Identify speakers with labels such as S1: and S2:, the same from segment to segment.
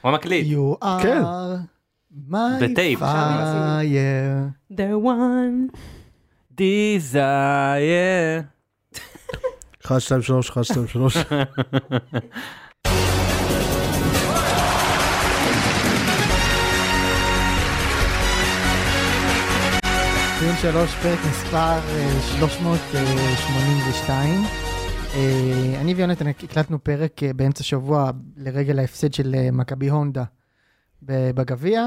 S1: הוא המקליט.
S2: You
S3: כן.
S2: are my
S1: בטייפ.
S2: fire.
S4: The one.
S1: דיזייר.
S3: 1, 2, 3, 1, 2, 3.
S2: ציון שלוש, פרק מספר אה, 382. אה, אני ויונתן הקלטנו פרק אה, באמצע שבוע לרגל ההפסד של אה, מכבי הונדה ב- בגביע,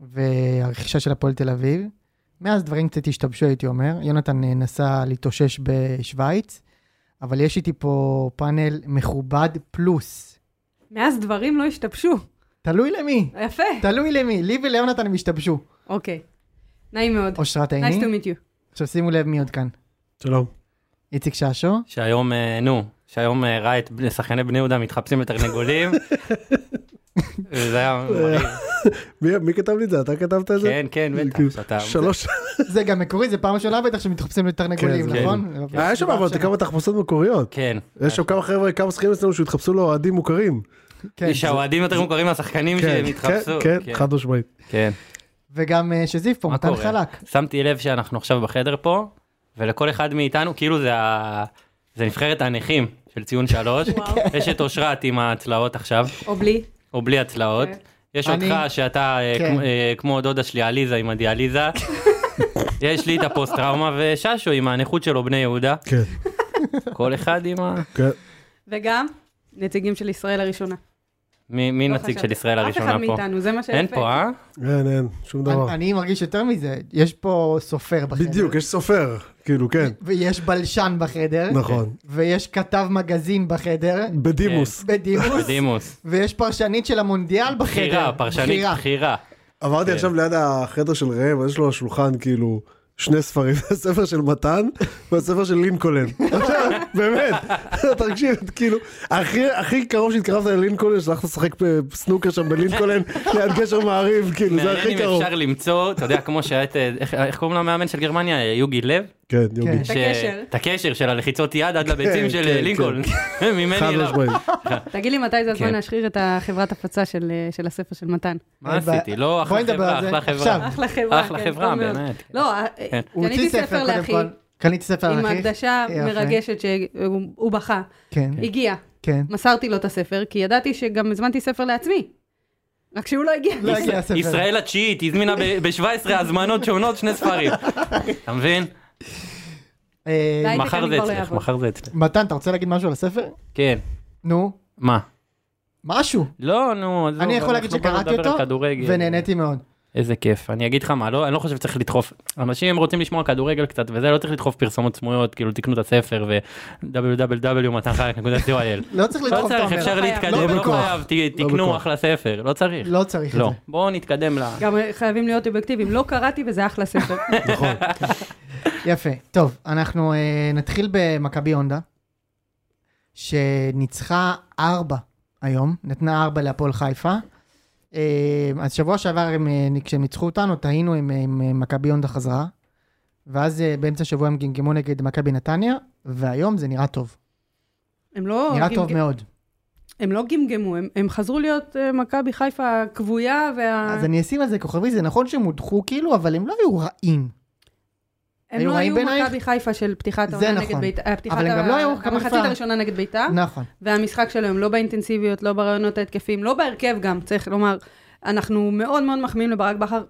S2: והרכישה של הפועל תל אביב. מאז דברים קצת השתבשו, הייתי אומר. יונתן אה, נסע להתאושש בשוויץ, אבל יש איתי פה פאנל מכובד פלוס.
S4: מאז דברים לא השתבשו.
S2: תלוי למי,
S4: יפה.
S2: תלוי למי, לי וליונתן הם השתבשו.
S4: אוקיי. נעים מאוד.
S2: אושרת
S1: אוקיי.
S4: Nice
S2: עיני.
S4: to meet you.
S2: עכשיו שימו לב מי עוד כאן.
S3: שלום.
S2: איציק ששו,
S1: שהיום, אה, נו, שהיום אה, ראה את בני- שחקני בני יהודה מתחפשים לתרנגולים. זה היה מרהיב.
S3: מי מי כתב לי את זה? אתה כתבת את אה, זה?
S1: כן, כן, בטח.
S3: כאילו,
S1: שאתה-
S3: שלוש.
S2: זה גם מקורי, זה פעם ראשונה בטח שמתחפשים לתרנגולים,
S3: כן, זה-
S2: נכון?
S3: היה שם אבל כמה תחפושות מקוריות.
S1: כן.
S3: יש שם כמה חבר'ה, כמה שחקנים אצלנו שהתחפשו לאוהדים מוכרים.
S2: כן, זה-
S1: שהאוהדים יותר מוכרים מהשחקנים
S3: כן,
S1: שהם התחפשו.
S3: כן, כן, חד משמעית.
S1: כן.
S2: וגם אה, שזיף פה,
S1: מה
S2: מתן
S1: קורה?
S2: חלק.
S1: שמתי לב שאנחנו עכשיו בחדר פה, ולכל אחד מאיתנו, כאילו זה ה... זה נבחרת הנכים של ציון שלוש.
S4: וואו.
S3: כן.
S1: יש את אושרת עם הצלעות עכשיו,
S4: או בלי.
S1: או בלי הצלעות.
S4: כן.
S1: יש
S2: אני-
S1: אותך שאתה אה,
S2: כן.
S1: כמו- אה, כמו דודה שלי עליזה עם הדיאליזה. יש לי את הפוסט טראומה וששו עם הנכות שלו בני יהודה.
S3: כן,
S1: כל אחד עם ה...
S3: כן.
S4: וגם נציגים של ישראל הראשונה.
S1: מי מי
S4: לא
S1: נציג
S4: חשבתי.
S1: של ישראל
S4: אף
S1: הראשונה
S4: אחד
S1: פה?
S4: מאיתנו, זה מה שיפה.
S1: אין פה, אה?
S3: אין, אין, שום דבר.
S2: אני- אני מרגיש יותר מזה, יש פה סופר בחדר.
S3: בדיוק, יש סופר, כאילו, כן,
S2: ויש בלשן בחדר.
S3: נכון.
S2: ויש כתב מגזין בחדר.
S3: בדימוס.
S2: בדימוס.
S1: בדימוס.
S2: ויש פרשנית של המונדיאל בחדר.
S1: בחירה, פרשנית
S2: בחירה.
S1: בחירה.
S3: עברתי
S1: כן.
S3: עכשיו ליד החדר של ראם, אז יש לו על השולחן כאילו שני ספרים, הספר של מתן והספר של לינקולן. עכשיו, באמת, תקשיב, כאילו, הכי הכי קרוב שהתקרבת ללינקולן, שהלכת לשחק בסנוקר שם בלינקולן, ליד גשר מעריב, כאילו, זה
S1: מעניין
S3: הכי
S1: אם
S3: קרוב.
S1: אפשר למצוא, אתה יודע, כמו שהיה את, אה, איך- איך קוראים למאמן של גרמניה? אה, יוגי לב?
S3: כן, יוגי,
S2: כן.
S1: ש-
S4: הקשר.
S1: את הקשר של הלחיצות יד עד לביצים של אה,
S3: כן,
S1: לינקולן. ממני לא.
S3: חד
S1: אליו.
S3: משמעית.
S4: תגיד לי מתי זה הזמן
S1: כן.
S4: להשחיר את החברת הפצה של אה, של הספר של מתן.
S1: מה עשיתי? לא, אחלה
S2: בואי נדבר
S1: חברה,
S2: על זה
S1: אחלה
S2: עכשיו.
S1: חברה. אחלה
S4: אחלה חברה. כן,
S1: חברה,
S4: טוב מאוד.
S1: באמת.
S4: לא, אה,
S1: כן.
S2: הוא
S4: קניתי
S2: הוציא
S4: ספר
S2: ספר קודם
S4: לאחי.
S2: כל. קניתי ספר
S4: עם
S2: לאחי. אה,
S4: הקדשה
S2: יפה.
S4: מרגשת שהוא הוא בכה.
S2: כן,
S4: הגיע,
S2: כן.
S4: מסרתי לו את הספר, כי ידעתי שגם הזמנתי ספר לעצמי. רק שהוא לא הגיע.
S2: לא הגיע הספר.
S1: ישראל התשיעית הזמינה ב-17 הזמנות שונות שני ספרים. אתה מבין?
S2: אה,
S4: די. הייטק
S1: מחר
S4: אני
S1: זה
S4: כבר לא
S1: אצלך,
S4: אעבוד.
S1: מחר זה אצלך.
S2: מתן, אתה רוצה להגיד משהו על הספר?
S1: כן,
S2: נו,
S1: מה?
S2: משהו.
S1: לא, נו, עזוב.
S2: אני יכול להגיד
S1: אנחנו באנו
S2: שקראתי
S1: לדבר על
S2: אותו,
S1: כדורגל.
S2: ונהניתי מאוד.
S1: איזה כיף, אני אגיד לך מה, לא, אני לא חושב שצריך לדחוף, אנשים הם רוצים לשמוע כדורגל קצת וזה, לא צריך לדחוף פרסומות סמויות, כאילו תקנו את הספר ו www.מתנחרק.co.il.
S2: לא צריך
S1: לא
S2: לדחוף את
S1: צריך,
S2: העומר.
S1: אפשר
S4: לא חייב.
S1: להתקדם,
S2: לא
S1: לא
S2: בכוח.
S1: חייב, ת- תקנו
S3: בכוח.
S1: אחלה ספר, לא צריך.
S2: לא צריך את
S1: לא,
S2: זה.
S1: בואו נתקדם ל...
S4: גם אה, חייבים להיות אובייקטיביים, לא קראתי וזה אחלה ספר.
S3: נכון.
S2: יפה. טוב, אנחנו אה, נתחיל במכבי הונדה, שניצחה ארבע היום, נתנה ארבע להפועל חיפה. אה, אז שבוע שעבר, הם, אה, כשהם ניצחו אותנו, תהינו אם אם, אה, מכבי הונדה חזרה, ואז אה, באמצע השבוע הם גמגמו נגד מכבי נתניה, והיום זה נראה טוב.
S4: הם לא,
S2: נראה
S4: גמג-
S2: טוב מאוד.
S4: הם לא גמגמו, הם, הם חזרו להיות אה, מכבי חיפה הכבויה, וה...
S2: אז אני אשים על זה כוכבי, זה נכון שהם הודחו כאילו, אבל הם לא היו רעים.
S4: הם
S2: היו
S4: לא
S2: רעים
S4: היו
S2: בעינייך?
S4: מכבי חיפה של פתיחת
S2: זה
S4: העונה
S2: נכון.
S4: נגד בית"ר, אה, פתיחת
S2: אבל הם גם לא היו מכבי
S4: המחצית
S2: חיפה.
S4: הראשונה נגד בית"ר,
S2: נכון.
S4: והמשחק שלהם לא באינטנסיביות, לא ברעיונות ההתקפים, לא בהרכב גם, צריך לומר, אנחנו מאוד מאוד מחמיאים לברק בכר,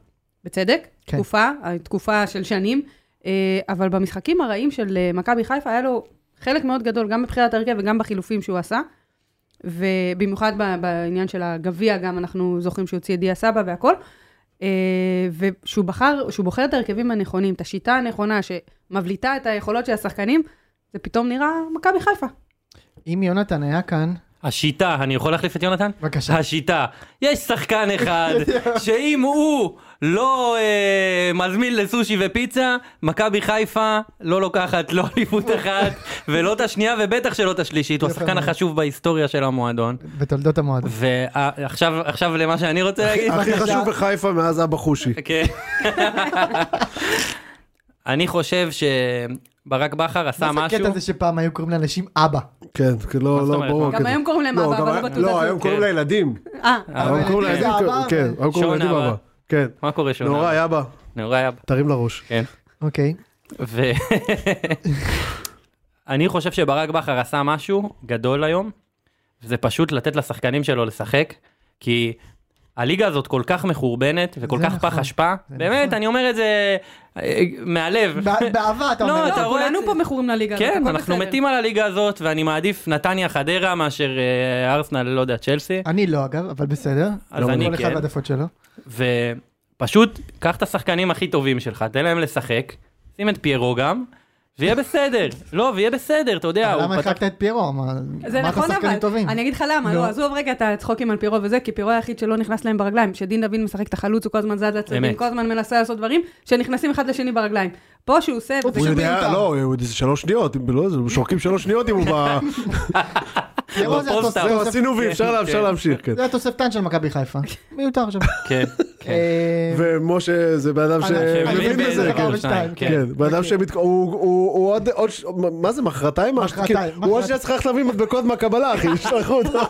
S4: בצדק,
S2: כן.
S4: תקופה, אה, תקופה של שנים, אה, אבל במשחקים הרעים של אה, מכבי חיפה היה לו חלק מאוד גדול, גם בבחירת ההרכב וגם בחילופים שהוא עשה, ובמיוחד ב- בעניין של הגביע, גם אנחנו זוכרים שהוא הוציא את דיה סבא והכל. אה, ושהוא בחר, שהוא בוחר את ההרכבים הנכונים, את השיטה הנכונה שמבליטה את היכולות של השחקנים, זה פתאום נראה מכבי חיפה.
S2: אם יונתן היה כאן,
S1: השיטה, אני יכול להחליף את יונתן?
S2: בבקשה.
S1: השיטה, יש שחקן אחד שאם הוא לא אה, מזמין לסושי ופיצה, מכבי חיפה לא לוקחת לא אליפות אחת ולא את השנייה ובטח שלא את השלישית, הוא
S2: יפה
S1: השחקן
S2: מאוד.
S1: החשוב בהיסטוריה של המועדון.
S2: בתולדות המועדון.
S1: ועכשיו עכשיו למה שאני רוצה להגיד.
S3: הכי חשוב בחיפה מאז אבא חושי.
S1: כן. אני חושב שברק בכר עשה
S2: מה זה
S1: משהו,
S2: הקטע הזה שפעם היו קוראים לאנשים אבא?
S3: כן, כי לא,
S1: זאת
S3: לא,
S1: אומרת?
S3: ברור.
S1: גם
S3: כזה.
S4: היום קוראים להם
S3: לא,
S4: אבא,
S3: גם
S4: אבל
S3: ה-
S4: לא בתעודת
S3: לא,
S4: זהות.
S3: היום קוראים
S1: כן.
S3: לילדים.
S4: אה,
S1: לא,
S2: אבל
S3: היום קוראים
S2: ילדים
S3: לילדים,
S2: זה אבא,
S3: כן,
S2: אבל-
S3: היום קוראים
S1: שון
S3: לילדים
S1: אבא.
S3: אבא. כן.
S1: מה קורה אוקיי. שונה?
S3: נוראי, אבא,
S1: נורא אבא.
S3: תרים לראש.
S1: כן.
S2: אוקיי.
S1: ו... אני חושב שברק בכר עשה משהו גדול היום, זה פשוט לתת לשחקנים שלו לשחק, כי הליגה הזאת כל כך מחורבנת וכל
S2: זה
S1: כך
S2: נכון,
S1: פח אשפה,
S2: זה
S1: באמת,
S2: נכון.
S1: אני אומר את זה אה, מהלב.
S2: בא- באהבה אתה
S1: לא,
S2: אומר.
S1: אתה
S4: לא,
S1: רואה את
S4: כולנו
S1: זה.
S4: פה מכורים לליגה הזאת,
S1: כן,
S4: הכל
S1: אנחנו
S4: בסדר.
S1: מתים על הליגה הזאת, ואני מעדיף נתניה חדרה מאשר אה, ארסנל, לא יודע, צ'לסי.
S2: אני לא אגב, אבל בסדר. לא
S1: אז אני
S2: כל אחד
S1: כן.
S2: והעדפות שלו.
S1: ופשוט, קח את השחקנים הכי טובים שלך, תן להם לשחק, שים את פיירו גם, ויהיה בסדר. לא, ויהיה בסדר, אתה יודע,
S2: אבל
S1: הוא
S2: למה
S1: פתח...
S2: החלקת את פיירו? מה-
S4: זה
S2: אמרת
S4: נכון
S2: שחקנים
S4: אבל,
S2: טובים.
S4: אני אגיד לך למה,
S2: לא.
S4: לא, עזוב רגע את הצחוקים על פירו וזה, כי פירו היחיד שלא נכנס להם ברגליים, שדין דוד משחק את החלוץ, הוא כל הזמן זז לצדדים,
S1: אמת.
S4: כל הזמן מנסה לעשות דברים, שנכנסים אחד לשני ברגליים. פה שהוא עושה, וזה
S3: הוא
S2: פשוט
S3: יודע,
S2: מיותר.
S3: לא, הוא- זה שלוש שניות, אם לא, זה שורקים שלוש שניות אם הוא ב...
S2: פיירו זה
S1: בפוסט
S2: התוס-
S1: הארוך.
S2: זה
S3: זהו,
S2: התוס-
S3: עשינו
S1: כן,
S3: ואפשר
S1: כן.
S3: אפשר להמשיך, כן.
S2: זה התוספתן של מכבי חיפה. מיותר שם.
S1: כן, כן.
S2: אה,
S3: ומשה זה בן אדם
S2: אני
S1: מבין
S3: שמבין
S1: באיזה
S3: בזה,
S1: דבר
S3: כן.
S2: נכון.
S1: ושתיים, כן.
S3: כן, בן אדם שמתק... הוא- הוא הוא עוד... עוד ש- מה- מה זה, מחרתיים?
S2: מחרתיים,
S3: כאילו, הוא עוד
S2: מחרתיים.
S3: שנייה צריך ללכת להביא מדבקות מהקבלה, אחי, ישלחו אותו.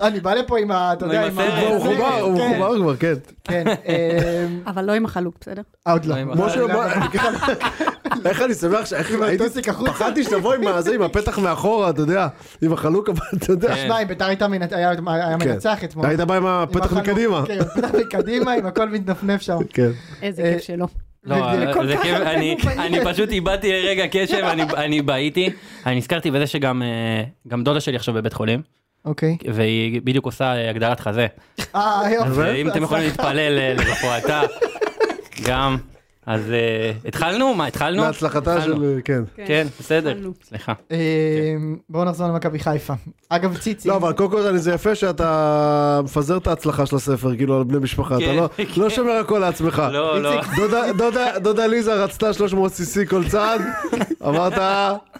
S2: אני בא לפה עם ה... אתה
S1: עם
S2: יודע, עם ה...
S1: הסרט.
S3: הוא
S1: כן,
S3: מחובר, הוא
S2: כן,
S3: מחובר כבר, כן.
S2: כן, אה,
S4: אבל לא עם החלוק, בסדר?
S2: אה, עוד לא.
S1: לא, עם ה-
S3: משה,
S2: לא,
S3: מה-
S2: לא,
S3: איך אני שמח ש... איך-
S2: עם
S3: הייתי-
S2: הטוסיק החוצה.
S3: פחדתי שתבוא עם הזה, עם הפתח מאחורה, אתה יודע, עם החלוק, אבל אתה יודע.
S1: כן.
S2: שמע, אם ביתר הייתה מנ- היה- היה
S3: כן.
S2: מנצח אתמול.
S3: היית בא עם
S2: עם
S3: הפתח
S2: החלוק,
S3: מקדימה.
S2: כן, הפתח מקדימה, עם הכל מתנפנף שם.
S3: כן.
S4: איזה
S2: אה,
S4: כיף שלא.
S1: לא,
S2: וזה כל
S1: זה
S2: כך
S1: כיף,
S2: הרבה
S1: אני-
S2: מובנים.
S1: אני פשוט איבדתי לרגע קשב, אני- אני בהיתי. אני נזכרתי בזה שגם אה, גם דודה שלי עכשיו בבית חולים,
S2: אוקיי.
S1: והיא בדיוק עושה אה, הגדרת חזה.
S2: אה, יופי.
S1: ואם אתם יכולים להתפלל אה, לרפואתה, גם. אז אה, התחלנו? מה, התחלנו?
S3: להצלחתה
S1: התחלנו.
S3: של... כן.
S1: כן, בסדר,
S4: התחלנו.
S1: סליחה.
S2: אה, בואו נחזור למכבי חיפה. אגב, ציצי.
S3: לא, אבל קודם כל אני- זה יפה שאתה מפזר את ההצלחה של הספר, כאילו, על בני משפחה. אתה
S1: כן,
S3: לא-
S1: כן.
S3: לא שומר הכל לעצמך.
S1: לא, לא.
S3: דודה- דודה- דודה ליזה רצתה 300 cc כל צעד, אמרת,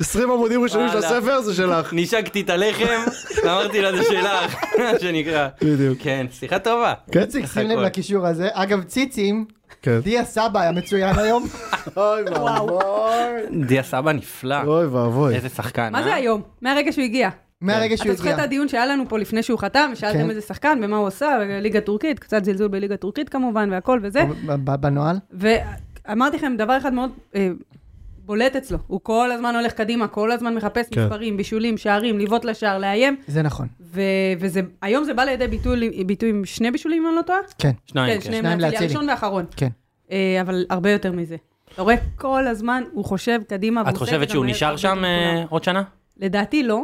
S3: 20 עמודים ראשונים של
S1: וואלה.
S3: הספר זה שלך.
S1: נשקתי את הלחם, ואמרתי לה זה שלך, מה שנקרא.
S3: בדיוק.
S1: כן, שיחה טובה.
S3: כן?
S2: איציק, שים לב
S1: הכל.
S2: לקישור הזה. אגב, ציצים,
S3: כן.
S2: דיה סבא היה מצוין היום.
S3: אוי ואבוי.
S1: דיה סבא נפלא,
S3: אוי ואבוי.
S1: אה. איזה שחקן.
S4: מה
S1: אה?
S4: זה היום? מהרגע שהוא הגיע.
S2: מהרגע שהוא
S4: אתה זוכר
S2: הגיע.
S4: את הדיון שהיה לנו פה לפני שהוא חתם,
S2: כן.
S4: שאלתם איזה שחקן ומה הוא עושה, ליגה טורקית, קצת זלזול בליגה טורקית כמובן והכל וזה,
S2: ב- ב- בנוהל.
S4: ואמרתי לכם דבר אחד מאוד אה, בולט אצלו, הוא כל הזמן הולך קדימה, כל הזמן מחפש
S3: כן.
S4: מספרים, בישולים, שערים, לבעוט לשער, לאיים,
S2: זה נכון.
S4: ו- וזה, היום זה בא לידי ביטוי, ביטוי עם שני בישולים, אם אני לא טועה?
S2: כן.
S1: שניים, כן.
S4: שניהם
S2: שניים
S4: להצילי,
S2: להצילי.
S4: הראשון והאחרון.
S2: כן.
S4: אה, אבל הרבה יותר מזה. אתה רואה, כל הזמן הוא חושב קדימה. והוא
S1: את
S4: עושה את
S1: חושבת
S4: זה
S1: שהוא
S4: מהר
S1: נשאר
S4: הרבה
S1: שם
S4: יותר
S1: אה,
S4: מכולם.
S1: עוד שנה?
S4: לדעתי לא.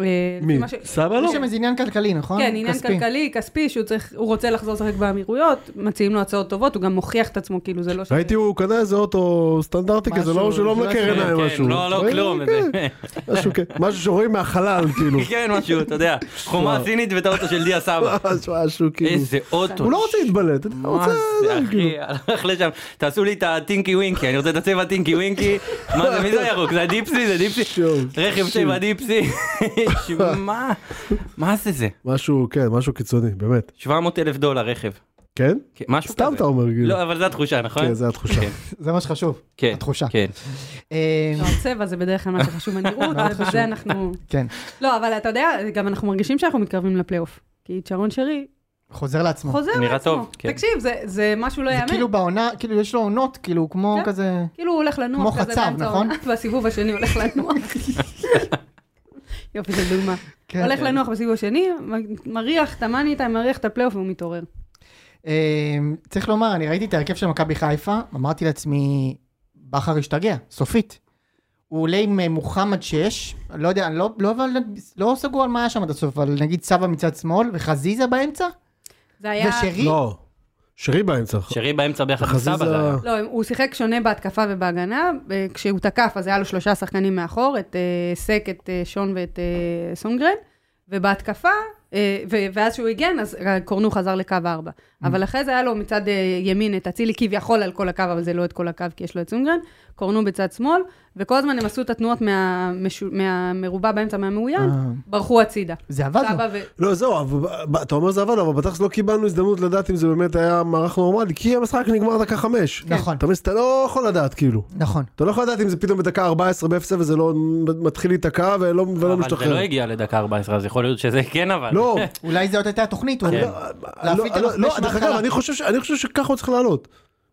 S4: אה,
S3: מי?
S4: לפי מה ש-
S3: סבא לא.
S2: יש שם איזה עניין כלכלי, נכון?
S4: כן, עניין
S2: כספי.
S4: כלכלי, כספי, שהוא צריך, הוא רוצה לחזור לשחק באמירויות, מציעים לו הצעות טובות, הוא גם מוכיח את עצמו, כאילו זה לא ש...
S3: ראיתי הוא קנה איזה אוטו סטנדרטי
S2: משהו-
S3: כזה, לא שהוא לא
S2: זה לא
S3: מקר
S1: כן,
S3: עיניים
S1: כן,
S3: משהו.
S1: לא, לא,
S3: אה,
S1: כלום.
S3: כן,
S1: איזה-
S3: משהו כן. משהו שרואים מהחלל כאילו.
S1: כן, משהו, אתה יודע, חומה סינית ואת האוטו של דיה סבא.
S3: משהו- משהו לא. כאילו.
S1: איזה אוטו.
S3: הוא לא רוצה להתבלט, אתה
S1: מה
S3: רוצה... לא, כאילו.
S1: זה, אחי, הלך לשם, תעשו לי את הטינקי ווינקי, אני רוצה את הצבע טינקי ווינקי. מה זה, מי זה הירוק? זה הדיפסי? זה דיפסי?
S3: שוב,
S1: רכב
S3: שוב.
S1: צבע דיפסי. מה? מה זה זה?
S3: משהו, כן, משהו קיצוני, באמת.
S1: 700 אלף דולר רכב.
S3: כן?
S1: כן, משהו
S3: סתם אתה אומר, כאילו.
S1: לא, אבל זו התחושה, נכון?
S3: כן, זו התחושה.
S1: כן.
S2: זה מה שחשוב.
S1: כן.
S2: התחושה.
S1: כן.
S2: אה,
S4: לא, הצבע זה בדרך כלל מה שחשוב בנראות, ובזה אנחנו...
S2: כן.
S4: לא, אבל אתה יודע, גם אנחנו מרגישים שאנחנו מתקרבים לפלייאוף. כי צ'רון שרי
S2: חוזר לעצמו.
S4: חוזר
S1: נראה
S4: לעצמו.
S1: טוב, כן.
S4: תקשיב, זה- זה משהו לא
S2: זה
S4: ייאמן.
S2: כאילו בעונה, כאילו יש לו עונות, כאילו הוא כמו
S4: כן.
S2: כזה...
S4: כאילו הוא הולך לנוח
S2: כמו
S4: כזה
S2: חצב,
S4: באמצע
S2: נכון?
S4: העונה, והסיבוב השני הולך לנוח. יופי, זו דוגמה.
S2: כן.
S4: הולך לנוח בסיבוב השני, מ- מריח את המאניטה, מריח את הפלייאוף והוא מתעורר.
S2: אה, צריך לומר, אני ראיתי את ההרכב של מכבי חיפה, אמרתי לעצמי, בכר השתגע, סופית. הוא עולה עם אה, מוחמד 6, לא יודע, אני לא, לא, אבל, לא סגור על מה היה שם עד הסוף, אבל נגיד סבא מצד שמאל, וחזיזה באמצע,
S4: זה היה...
S2: ושרי,
S3: לא, שרי באמצע.
S1: שרי באמצע ביחד עם
S3: חזיזה-
S1: סבא זה היה.
S4: לא, הוא שיחק שונה בהתקפה ובהגנה. אה, כשהוא תקף, אז היה לו שלושה שחקנים מאחור, את אה, סק, את אה, שון ואת אה, סונגרן, ובהתקפה, אה, ו- ואז שהוא הגן, אז אה, קורנו חזר לקו הארבע.
S2: Mm.
S4: אבל אחרי זה היה לו מצד אה, ימין את אצילי כביכול על כל הקו, אבל זה לא את כל הקו, כי יש לו את סונגרן, קורנו בצד שמאל, וכל הזמן הם עשו את התנועות מהמשו- מהמרובע באמצע, מהמאוין,
S2: אה.
S4: ברחו הצידה.
S2: זה עבד לו.
S4: סבא ו...
S3: לא, זהו, אבל- ב- אתה אומר זה עבד, אבל בתכלס לא קיבלנו הזדמנות לדעת אם זה באמת היה מערך נורמלי, כי המשחק נגמר דקה חמש.
S2: נכון.
S3: אתה מבין, אתה לא יכול לדעת, כאילו.
S2: נכון.
S3: אתה לא יכול לדעת אם זה פתאום בדקה 14 ב-0 וזה לא מתחיל להיתקע ולא ולא
S1: אבל זה
S3: משתחרר.
S1: לא הגיע לדקה 14, אז יכול להיות שזה כן אבל.
S3: לא,
S2: אולי זאת הייתה התוכנית, הוא
S1: כן.
S2: אומר. להפעיל את
S3: לא,
S2: המכבש
S3: לא, דרך אגב,
S2: מההתחלה.
S3: אני חושב ש- אני חושב שככה הוא צריך לעלות.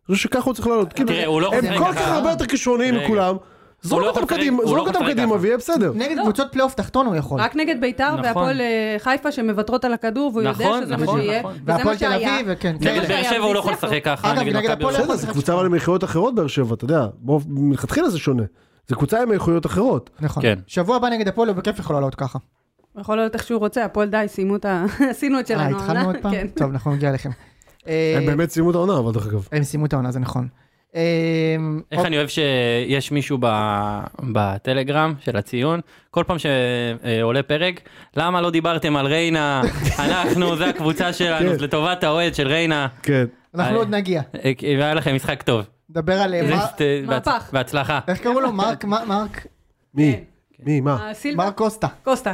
S3: אני חושב שככה הוא צריך לעלות. כאילו,
S1: תראה, הוא לא
S3: הם
S1: חוזר
S3: כל
S1: ככה.
S3: כך הרבה יותר כישרוניים
S1: רגע.
S3: מכולם. זרוק
S1: לא
S3: אותם
S1: חוזר-
S3: קדימה,
S1: הוא לא
S3: זרוק אותם
S1: חוזר
S3: קדימה
S1: ככה.
S3: ויהיה בסדר.
S2: נגד
S4: לא.
S2: קבוצות פלייאוף תחתון הוא יכול.
S4: רק נגד ביתר
S1: נכון.
S4: והפועל אה, חיפה שמוותרות על הכדור, והוא יודע
S1: נכון,
S4: שזה מה
S1: נכון,
S4: שיהיה.
S1: נכון.
S4: וזה מה
S2: והפועל תל
S4: שהיה.
S2: אביב, וכן.
S4: זה מה
S1: נגד
S2: כן.
S1: באר
S4: שהיה,
S1: שבע הוא לא יכול
S4: והצליח
S1: לשחק ככה,
S2: אגב,
S1: נגד
S2: נגד
S1: מכבי לא
S2: הפועל
S1: ירושלים.
S3: בסדר,
S2: יכול
S3: זו
S2: לשחק
S3: קבוצה
S2: שם.
S3: אבל עם איכויות אחרות באר שבע, אתה יודע. בוא, מלכתחילה זה שונה. זו קבוצה עם איכויות אחרות.
S2: נכון.
S1: כן.
S2: שבוע הבא נגד הפועל הוא בכיף יכול לעלות ככה.
S4: הוא יכול להיות איך שהוא רוצה, הפועל די, סיימו את ה... עשינו את שלנו.
S2: אה, התחלנו
S4: העונה.
S2: עוד פעם?
S4: כן.
S2: טוב, אנחנו נגיע אליכם. אה,
S3: הם באמת סיימו את העונה, אבל דרך אגב.
S2: הם סיימו את העונה, זה נכון. אה,
S1: איך
S2: עוד-
S1: אני אוהב שיש מישהו ב- בטלגרם של הציון, כל פעם שעולה פרק, למה לא דיברתם על ריינה, אנחנו, זה הקבוצה שלנו,
S3: כן.
S1: זה לטובת האוהד של ריינה,
S3: כן.
S2: אנחנו
S1: אה,
S2: עוד נגיע.
S1: אה, והיה לכם משחק טוב.
S2: נדבר על... אה,
S1: זה-
S2: מר-
S1: זה-
S4: מהפך.
S1: בהצ- בהצלחה.
S3: אה,
S2: איך קראו לו? מרק? מר- מרק?
S3: מי? מי? מה?
S4: אה, סילבה,
S2: מרק קוסטה.
S4: קוסטה.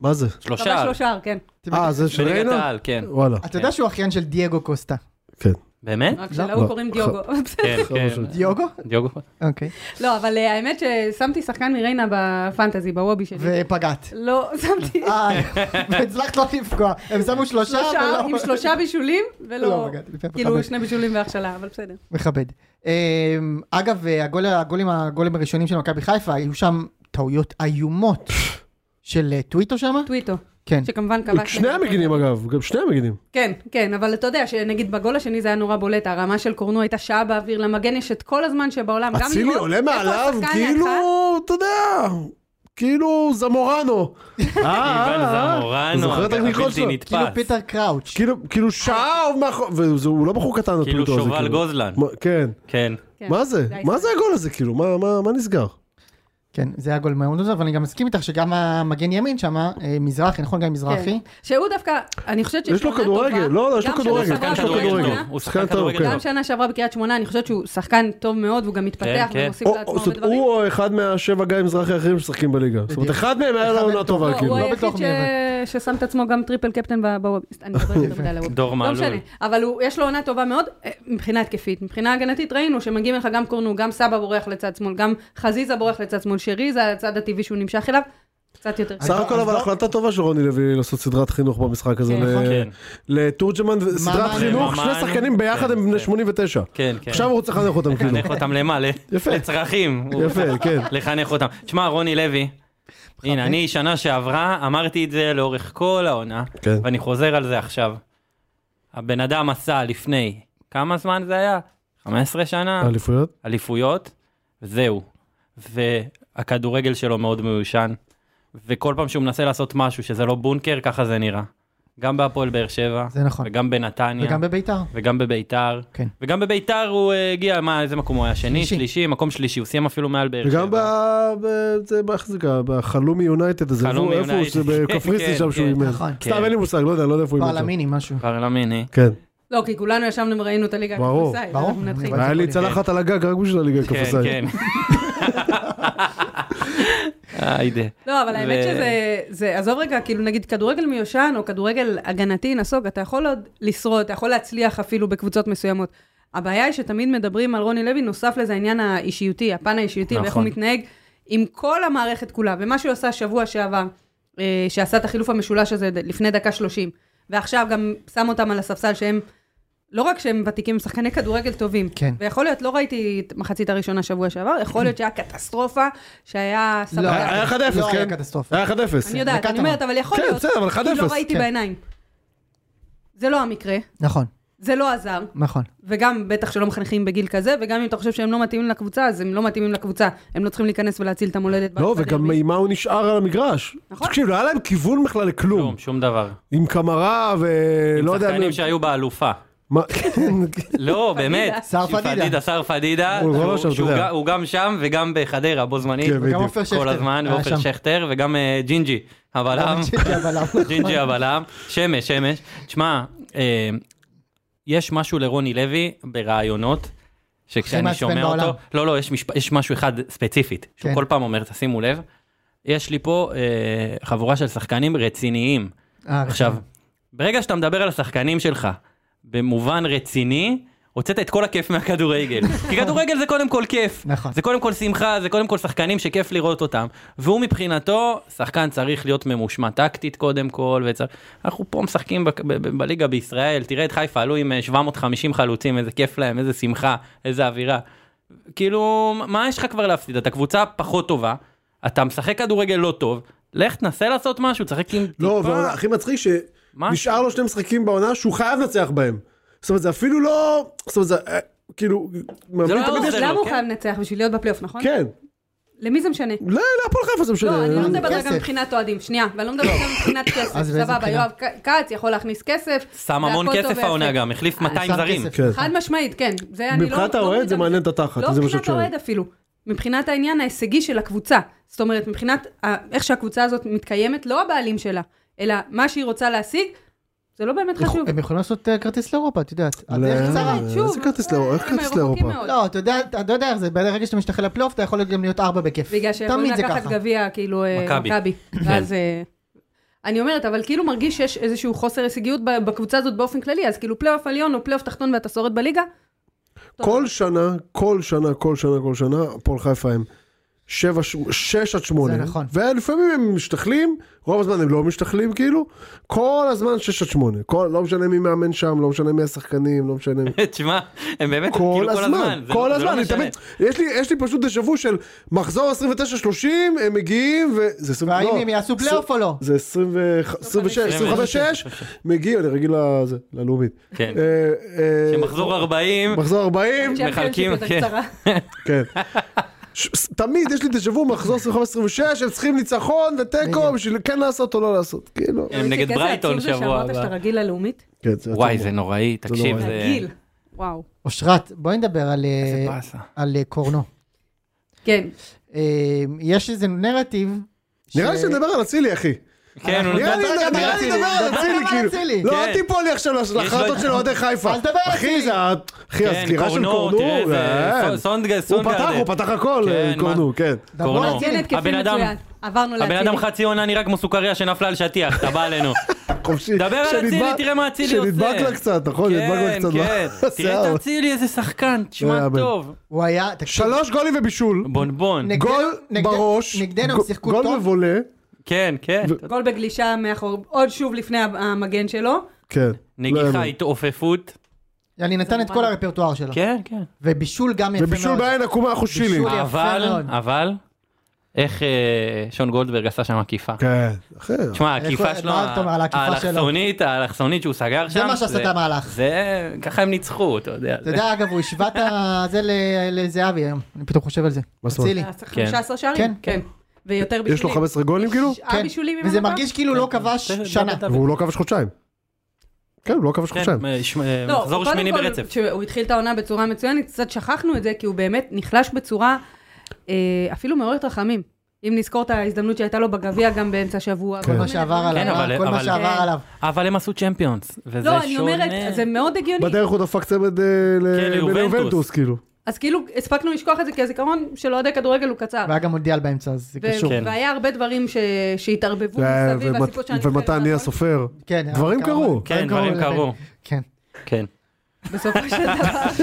S3: מה זה?
S4: שלושה.
S1: שלושה.
S4: שלושה שער, כן.
S3: אה, זה של
S1: בליגת
S3: ריינה?
S1: העל, כן.
S3: וואלה.
S4: אה,
S2: אתה יודע שהוא אחיין של דייגו קוסטה.
S3: כן.
S2: אה?
S1: באמת?
S4: רק
S3: לא.
S4: שלהוא קוראים דיוגו.
S1: כן,
S3: אה,
S1: כן.
S2: דיוגו?
S1: דיוגו.
S2: אוקיי.
S4: לא, אבל אה, האמת ששמתי שחקן מריינה בפנטזי, בוובי שלי.
S2: ופגעת.
S4: לא, שמתי
S2: אה, והצלחת לא לפגוע. הם שמו שלושה
S4: שלושה,
S2: ולא-
S4: עם שלושה בישולים,
S2: לא,
S4: ולא...
S2: רגע, לפני
S4: כאילו,
S2: מכבד.
S4: שני בישולים והכשלה, אבל בסדר.
S2: מכבד. אמ, אגב, אה, הגול- הגולים הגולים הראשונים של מכבי חיפה, היו שם טעויות איומות של אה, טוויטו שם?
S4: טוויטו,
S2: כן.
S4: שכמובן כבש...
S3: שני המגינים אגב, גם שני המגינים.
S4: כן, כן, אבל אתה יודע שנגיד בגול השני זה היה נורא בולט, הרמה של קורנו הייתה שעה באוויר, למגן יש את כל הזמן שבעולם, גם
S3: אצילי
S4: לראות
S3: עולה
S4: איפה
S3: מעליו,
S4: השחקן
S3: כאילו,
S4: נעצר.
S3: אתה יודע, כאילו זמורנו. אה,
S1: איוון
S3: אה, אה.
S1: זמורנו,
S3: זוכר את הטכניקות
S1: הבלתי
S3: שלו?
S1: נתפס.
S2: כאילו פיטר קראוץ'.
S3: כאילו, כאילו שעה הוא מאחור, והוא לא בחור קטן, הטוויטו
S1: אה, כאילו
S3: הזה,
S1: שובל גוזלן.
S3: מה- כן.
S1: כן.
S4: כן,
S3: מה זה?
S4: די,
S3: מה
S4: סליחה.
S3: זה הגול הזה כאילו? מה- מה מה נסגר?
S2: כן, זה היה גול מאוד עוזר, אבל אני גם מסכים איתך שגם המגן ימין שם, אה, מזרחי, נכון? גם מזרחי?
S4: כן. שהוא דווקא, אני חושבת שיש
S3: יש לו
S4: לו עונה
S3: כדורגל,
S4: טובה,
S3: לא, לא, יש לו
S4: גם שנה
S3: כדורגל,
S4: שעברה
S3: יש לו
S1: שחקן
S4: בקריית
S1: כדורגל
S3: כדורגל.
S4: שמונה,
S1: טוב, הוא שחקן כדורגל
S3: כן.
S4: גם שנה שעברה בקריית שמונה, אני חושבת שהוא שחקן טוב מאוד, והוא גם מתפתח
S1: כן.
S4: ומוסיף
S3: או-
S4: לעצמו
S3: או-
S4: הרבה
S3: זאת אומרת,
S4: דברים.
S3: הוא או אחד מהשבע גיא מזרחי האחרים ששחקים בליגה. זאת אומרת,
S2: בדיוק.
S3: אחד מהם היה
S2: אחד
S3: לו
S2: מהם
S3: עונה
S2: טוב.
S3: טובה
S4: לא,
S3: כאילו.
S4: הוא
S2: לא
S4: היחיד
S2: בתוך
S4: ש-
S2: מי,
S4: ששם את עצמו גם טריפל קפטן ב- בווביסט. אני מדברת יותר מדי על הווביסט.
S1: דור
S4: לא
S1: מעלול.
S4: משנה, אבל הוא- יש לו עונה טובה מאוד אה, מבחינה התקפית. מבחינה הגנתית ראינו שמגיעים לך גם קורנו, גם סבא בורח לצד שמאל, גם חזיזה בורח לצד שמאל, שרי זה הצד הטבעי שהוא נמשך אליו, קצת יותר.
S2: אז-
S3: סך הכל אבל החלטה טובה של רוני לוי לעשות סדרת חינוך במשחק הזה.
S4: כן,
S3: ל-
S1: כן.
S3: לתורג'מן, ו- סדרת
S2: ממן.
S3: חינוך, שני
S1: ממן.
S3: שחקנים ביחד
S1: כן,
S3: הם בני
S1: כן.
S3: 89.
S1: כן, כן.
S3: עכשיו הוא רוצה לחנך אותם כאילו.
S1: לחנך אותם למה? ל-
S3: יפה.
S1: לצרכים. הוא-
S3: יפה, כן.
S1: לחנך אותם. תשמע, רוני לוי, הנה, אני שנה שעברה אמרתי את זה לאורך כל העונה,
S3: כן.
S1: ואני חוזר על זה עכשיו. הבן אדם עשה לפני, כמה זמן זה היה? 15 שנה?
S3: האליפויות?
S1: אליפויות, זהו. והכדורגל שלו מאוד מיושן, וכל פעם שהוא מנסה לעשות משהו שזה לא בונקר, ככה זה נראה. גם בהפועל באר שבע,
S2: זה נכון.
S1: וגם בנתניה,
S2: וגם בביתר.
S1: וגם בביתר.
S2: כן.
S1: וגם בביתר הוא אה, הגיע, מה, איזה מקום הוא היה? שני,
S2: שלישי.
S1: שלישי, מקום שלישי, הוא סיים אפילו מעל באר שבע.
S3: וגם ב... ב- זה- איך זה נקרא? בחלומי יונייטד הזה.
S1: חלומי
S3: איפה הוא?
S1: יונייטד.
S3: זה בקפריסין
S1: כן,
S3: שם שהוא
S1: כן.
S3: אימן.
S2: נכון.
S1: כן.
S3: סתם אין לי מושג, לא יודע, לא יודע איפה הוא אימן. שם.
S2: פרלמיני, משהו.
S1: פרלמיני.
S3: כן.
S4: לא, כי כולנו ישבנו וראינו את הליגה
S3: ברור,
S4: הקפריסאית,
S2: ברור.
S4: אנחנו נתחיל.
S2: אבל-
S3: היה לי צלחת על הגג רק בשביל הליגה
S1: כן,
S3: הקפריסאית.
S1: כן. היידה.
S4: לא, אבל האמת
S1: ו-
S4: שזה, זה, עזוב רגע, כאילו נגיד כדורגל מיושן או כדורגל הגנתי נסוג, אתה יכול עוד לשרוד, אתה יכול להצליח אפילו בקבוצות מסוימות. הבעיה היא שתמיד מדברים על רוני לוי, נוסף לזה העניין האישיותי, הפן האישיותי, ואיך
S1: נכון.
S4: הוא מתנהג עם כל המערכת כולה, ומה שהוא עשה שבוע שעבר, אה, שעשה את החילוף המשולש הזה ד- לפני דקה 30, ועכשיו גם שם אותם על הספסל שהם, לא רק שהם ותיקים, הם שחקני כדורגל טובים.
S2: כן.
S4: ויכול להיות, לא ראיתי את מחצית הראשונה שבוע שעבר, יכול להיות שהיה קטסטרופה, שהיה...
S2: לא,
S4: סבבה. אה,
S3: היה היה 1-0, כן?
S2: לא היה קטסטרופה.
S3: היה 1-0.
S4: אני יודעת,
S2: דקה
S4: אני
S2: אתה
S4: אומרת, אבל יכול
S3: כן,
S4: להיות,
S3: בסדר, אבל
S4: כי
S3: 1-0,
S4: לא ראיתי
S2: כן.
S4: בעיניים. זה לא המקרה,
S2: נכון,
S4: זה לא עזר,
S2: נכון.
S4: וגם בטח שלא מחנכים בגיל כזה, וגם אם אתה חושב שהם לא מתאימים לקבוצה, אז הם לא מתאימים לקבוצה, הם לא צריכים להיכנס ולהציל את המולדת.
S3: לא,
S4: בדרבי.
S3: וגם עם מה הוא נשאר על המגרש.
S4: נכון.
S3: תקשיב, לא היה להם כיוון בכלל לכלום.
S1: כלום, שום דבר.
S3: עם קמרה
S1: עם
S3: ולא לא יודע...
S1: שחקנים
S3: מי-
S1: שהיו באלופה.
S3: מה- כן,
S1: לא,
S4: פדידה.
S1: באמת.
S2: שר פדידה.
S1: שר פדידה.
S3: הוא
S1: שהוא-
S3: לא שם, אתה
S1: שהוא
S3: יודע.
S1: ג- הוא גם שם וגם בחדרה, בו זמנית.
S3: כן, בדיוק.
S2: וגם עופר שכטר.
S1: כל הזמן,
S2: היה
S1: ועופר
S2: שם. לא,
S1: שכטר, וגם אה, ג'ינג'י, הבלם.
S2: ג'ינג'י הבלם, נכון.
S1: ג'ינג'י הבלם. שמש, שמש. שמע, אה, יש משהו לרוני לוי ברעיונות, שכשאני
S2: מעצבן
S1: שומע
S2: בעולם.
S1: אותו, לא, לא, יש, משפ... יש משהו אחד ספציפית, שהוא
S2: כן.
S1: כל פעם אומר, תשימו לב, יש לי פה אה, חבורה של שחקנים רציניים.
S2: אה,
S1: עכשיו, ברגע שאתה מדבר על השחקנים שלך במובן רציני, הוצאת את כל הכיף מהכדורגל. כי כדורגל זה קודם כל כיף.
S2: נכון.
S1: זה קודם כל שמחה, זה קודם כל שחקנים שכיף לראות אותם. והוא מבחינתו, שחקן צריך להיות ממושמע טקטית קודם כל. וצר... אנחנו פה משחקים בק- ב- ב- בליגה בישראל, תראה את חיפה, עלו עם אה, 750 חלוצים, איזה כיף להם, איזה שמחה, איזה אווירה. כאילו, מה יש לך כבר להפסיד? אתה קבוצה פחות טובה, אתה משחק כדורגל לא טוב, לך תנסה לעשות משהו, תשחק עם
S3: לא,
S1: טיפה.
S3: והכי מצחיק
S1: מה?
S3: שנשאר לו שני משחקים בעונה שהוא חייב לנצח בהם. זאת אומרת, זה אפילו לא... זאת אומרת, זה אה, כאילו... מאמנים
S1: לא
S3: תמיד
S1: עוזר
S3: יש-
S1: לו,
S4: למה הוא
S1: כן?
S4: חייב לנצח בשביל להיות בפלייאוף, נכון?
S3: כן. אה,
S4: למי זה משנה?
S3: לא, להפועל חיפה זה משנה.
S4: לא, אני לא מדברת
S2: כסף.
S4: גם מבחינת אוהדים, שנייה, ואני לא מדברת גם מבחינת כסף,
S2: אז באיזה
S4: סבבה,
S2: בחינה?
S4: יואב כ- כץ יכול להכניס כסף.
S1: שם המון
S4: והכל טוב
S1: כסף
S4: ויפה.
S1: העונה גם, החליף
S2: אה,
S1: 200
S2: שם
S1: זרים.
S2: כסף.
S3: כן.
S4: חד משמעית, כן. זה אני לא-
S3: מבחינת
S4: לא
S3: האוהד זה
S4: מתעמת.
S3: מעניין את התחת,
S4: לא
S3: זה מה שאת
S4: מבחינת
S3: שואלת.
S4: האוהד אפילו, מבחינת העניין ההישגי של הקבוצה. זאת אומרת, מבחינת ה- איך שהקבוצה הזאת מתקיימת, לא הבעלים שלה, אלא מה שהיא רוצה להשיג, זה לא באמת חשוב. אה,
S2: הם יכולים לעשות אה, כרטיס לאירופה, את יודעת. הדרך
S3: לא,
S2: קצרה.
S3: איזה
S4: שוב, אה,
S3: כרטיס לאירופה? איך
S4: הם
S3: כרטיס
S4: רחוקים
S3: לאירופה?
S4: מאוד.
S2: לא, אתה יודע, אתה יודע איך זה, ברגע שאתה משתחרר לפלייאוף, אתה יכול גם להיות ארבע בכיף.
S4: בגלל שיכולים
S2: תמיד זה
S4: לקחת
S2: ככה.
S4: גביע, כאילו, אה,
S1: מכבי. כן.
S4: מכבי. ואז... אה, אני אומרת, אבל כאילו מרגיש שיש איזשהו חוסר הישגיות ב- בקבוצה הזאת באופן כללי, אז כאילו פלייאוף עליון או פלייאוף תחתון ואתה שורד בליגה,
S3: כל שנה, כל שנה, כל שנה, כל שנה, הפועל חיפה הם שבע, ש- שש עד שמונה.
S2: זה נכון.
S3: ולפעמים הם משתחלים, רוב הזמן הם לא משתחלים כאילו, כל הזמן שש עד שמונה. כל, לא משנה מי מאמן שם, לא משנה מי השחקנים, לא משנה... מי-
S1: תשמע, הם באמת,
S3: כל
S1: כאילו
S3: הזמן,
S1: זה
S3: כל
S1: לא-
S3: הזמן,
S1: זה לא
S3: אני
S1: משנה.
S3: תמיד, יש לי, יש לי פשוט דז'ה וו של מחזור 29-30, הם מגיעים, וזה 20,
S2: והאם
S3: לא,
S2: הם יעשו
S3: עשרים-
S2: פלייאוף או לא?
S3: זה 26, 25-6, מגיעים, אני רגיל לזה, ללאומית.
S1: כן.
S3: אה, אה,
S1: שמחזור 40,
S3: מחזור 40,
S1: מחלקים,
S4: צ'מפיונשיפ
S1: כן.
S4: יותר קצרה.
S3: כן. ש- ס- תמיד יש לי דז'ה וו מחזור 25-26 הם צריכים ניצחון ותיקו בשביל כן לעשות או לא לעשות כאילו
S1: הם נגד
S4: איזה
S1: ברייטון
S4: עצוב כן, זה
S1: שבוע
S4: שאמרת
S1: הבא. אה,
S4: שאתה רגיל ללאומית?
S3: כן, זה
S1: כן.
S3: לא
S1: וואי,
S3: עצוב.
S1: זה נוראי, תקשיב,
S3: נוראי.
S1: זה...
S4: רגיל. וואו.
S2: אושרת, בואי נדבר על, אה,
S1: איזה באסה.
S2: על אה, קורנו.
S4: כן.
S2: אה, יש איזה נרטיב.
S3: נראה לי שנדבר על אצילי אחי
S1: כן, הוא
S3: נראה
S1: נתן...
S3: לי
S2: נדבר גם על
S3: נראה לי
S2: אצילי.
S3: נדבר על
S2: נדבר גם
S3: אצילי
S2: על אצילי.
S3: כאילו
S1: כן.
S3: לא תיפול לי עכשיו
S1: לו-
S3: להחלטות של אוהדי חיפה
S2: אז דבר על
S3: אחי
S2: אצילי.
S3: זה ה- אחי
S1: כן,
S3: הסגירה של
S1: קורנו,
S3: קורנו
S1: תראה, זה-
S3: כן.
S1: סונ- סונדגה-
S3: הוא פתח
S1: סונדגה-
S3: הוא פתח הכל
S1: כן,
S3: אה,
S1: מה-
S3: קורנו כן
S2: דברו על
S1: קורנו.
S2: אצילי.
S4: כן, התקפים
S1: הבן אדם-
S4: מצוין. עברנו
S1: הבן אדם
S4: להצילי.
S1: חצי עונה נראה כמו סוכריה שנפלה על שטיח, אתה בא אלינו.
S3: חופשי
S1: דבר על אצילי,
S3: שנדבק-
S1: תראה מה אצילי עושה.
S3: שנדבק לה קצת נכון נדבק לה
S1: כן,
S3: קצת
S1: כן. תראה
S3: בשיער.
S1: את אצילי, איזה שחקן,
S3: לא
S1: תשמע
S3: יאמן.
S1: טוב.
S2: הוא היה, תקשיב,
S3: שלוש גולים ובישול
S1: בונבון.
S2: נגדנו-
S3: גול
S2: נגדנו-
S3: בראש
S2: נגדנו הם
S3: גול-
S2: שיחקו
S3: גול
S2: טוב.
S3: מבולה
S1: כן, כן.
S3: לא
S4: גול בגלישה מאחור, עוד שוב לפני המגן שלו.
S3: כן לא
S1: נגיחה,
S3: יאמן.
S1: התעופפות.
S2: יעני נתן את כל הרפרטואר שלו.
S1: כן, כן.
S2: ובישול גם יפה
S3: ובישול
S2: מאוד.
S3: בעין עקומה אנחנו שילים.
S2: בישול. יפה
S1: אבל,
S2: מאוד.
S1: אבל, איך אה, שון גולדברג עשה שם עקיפה.
S3: כן, אחי.
S1: תשמע,
S2: איך
S1: העקיפה
S2: לא-
S1: שלו,
S2: מה אתה אומר על העקיפה שלו?
S1: האלכסונית, האלכסונית שהוא סגר שם.
S2: זה מה שעשה את המהלך.
S1: זה, ככה הם ניצחו, אתה יודע.
S2: אתה יודע, אגב, הוא השווה את ה- זה ל- לזהבי היום, אני פתאום חושב על זה.
S3: מה זאת אומרת?
S2: אצילי.
S4: היה צריך
S1: כן.
S4: 15 שערים?
S2: כן.
S4: כן. ויותר בישולים.
S3: יש לו 15 גולים כאילו?
S4: תשעה בישולים אם
S2: וזה
S4: אני לא
S2: מרגיש כאילו לא כבש
S1: זה- זה-
S2: שנה.
S1: זה-
S3: והוא לא כבש חודשיים. כן, הוא לא כבש
S1: כן,
S3: חודשיים.
S1: אה, ש- אה,
S4: לא,
S1: מחזור
S4: קודם
S1: שמיני
S4: כל,
S1: ברצף.
S4: כשהוא התחיל את העונה בצורה מצוינת, קצת שכחנו את זה, כי הוא באמת נחלש בצורה אה, אפילו מעוררת רחמים. אם נזכור את ההזדמנות שהייתה לו בגביע גם באמצע השבוע.
S3: כל
S2: כל מה
S4: וכל מיני
S2: שעבר
S4: דברים.
S1: כן,
S2: עליו,
S1: אבל-
S2: אה, כל מה
S1: אבל-
S2: שעבר
S4: כן.
S2: עליו.
S1: אבל הם עשו צ'מפיונס, וזה שונה.
S4: לא, אני אומרת, זה מאוד הגיוני.
S3: בדרך הוא דפק צמד אה, ל-
S1: כן, ליובנטוס.
S3: ליובנטוס כאילו.
S4: אז כאילו, הספקנו לשכוח את זה, כי הזיכרון של אוהדי כדורגל הוא קצר.
S2: והיה גם מונדיאל באמצע, אז זה
S4: ו-
S2: קשור.
S1: כן.
S4: והיה הרבה דברים ש- שהתערבבו
S3: אה,
S4: מסביב,
S3: ומת-
S4: הסיפור שאני
S3: ומתן נהיה סופר.
S2: כן,
S3: דברים
S2: כמובן.
S3: קרו.
S1: כן, דברים קרו.
S2: כן.
S1: כן.
S4: בסופו של דבר.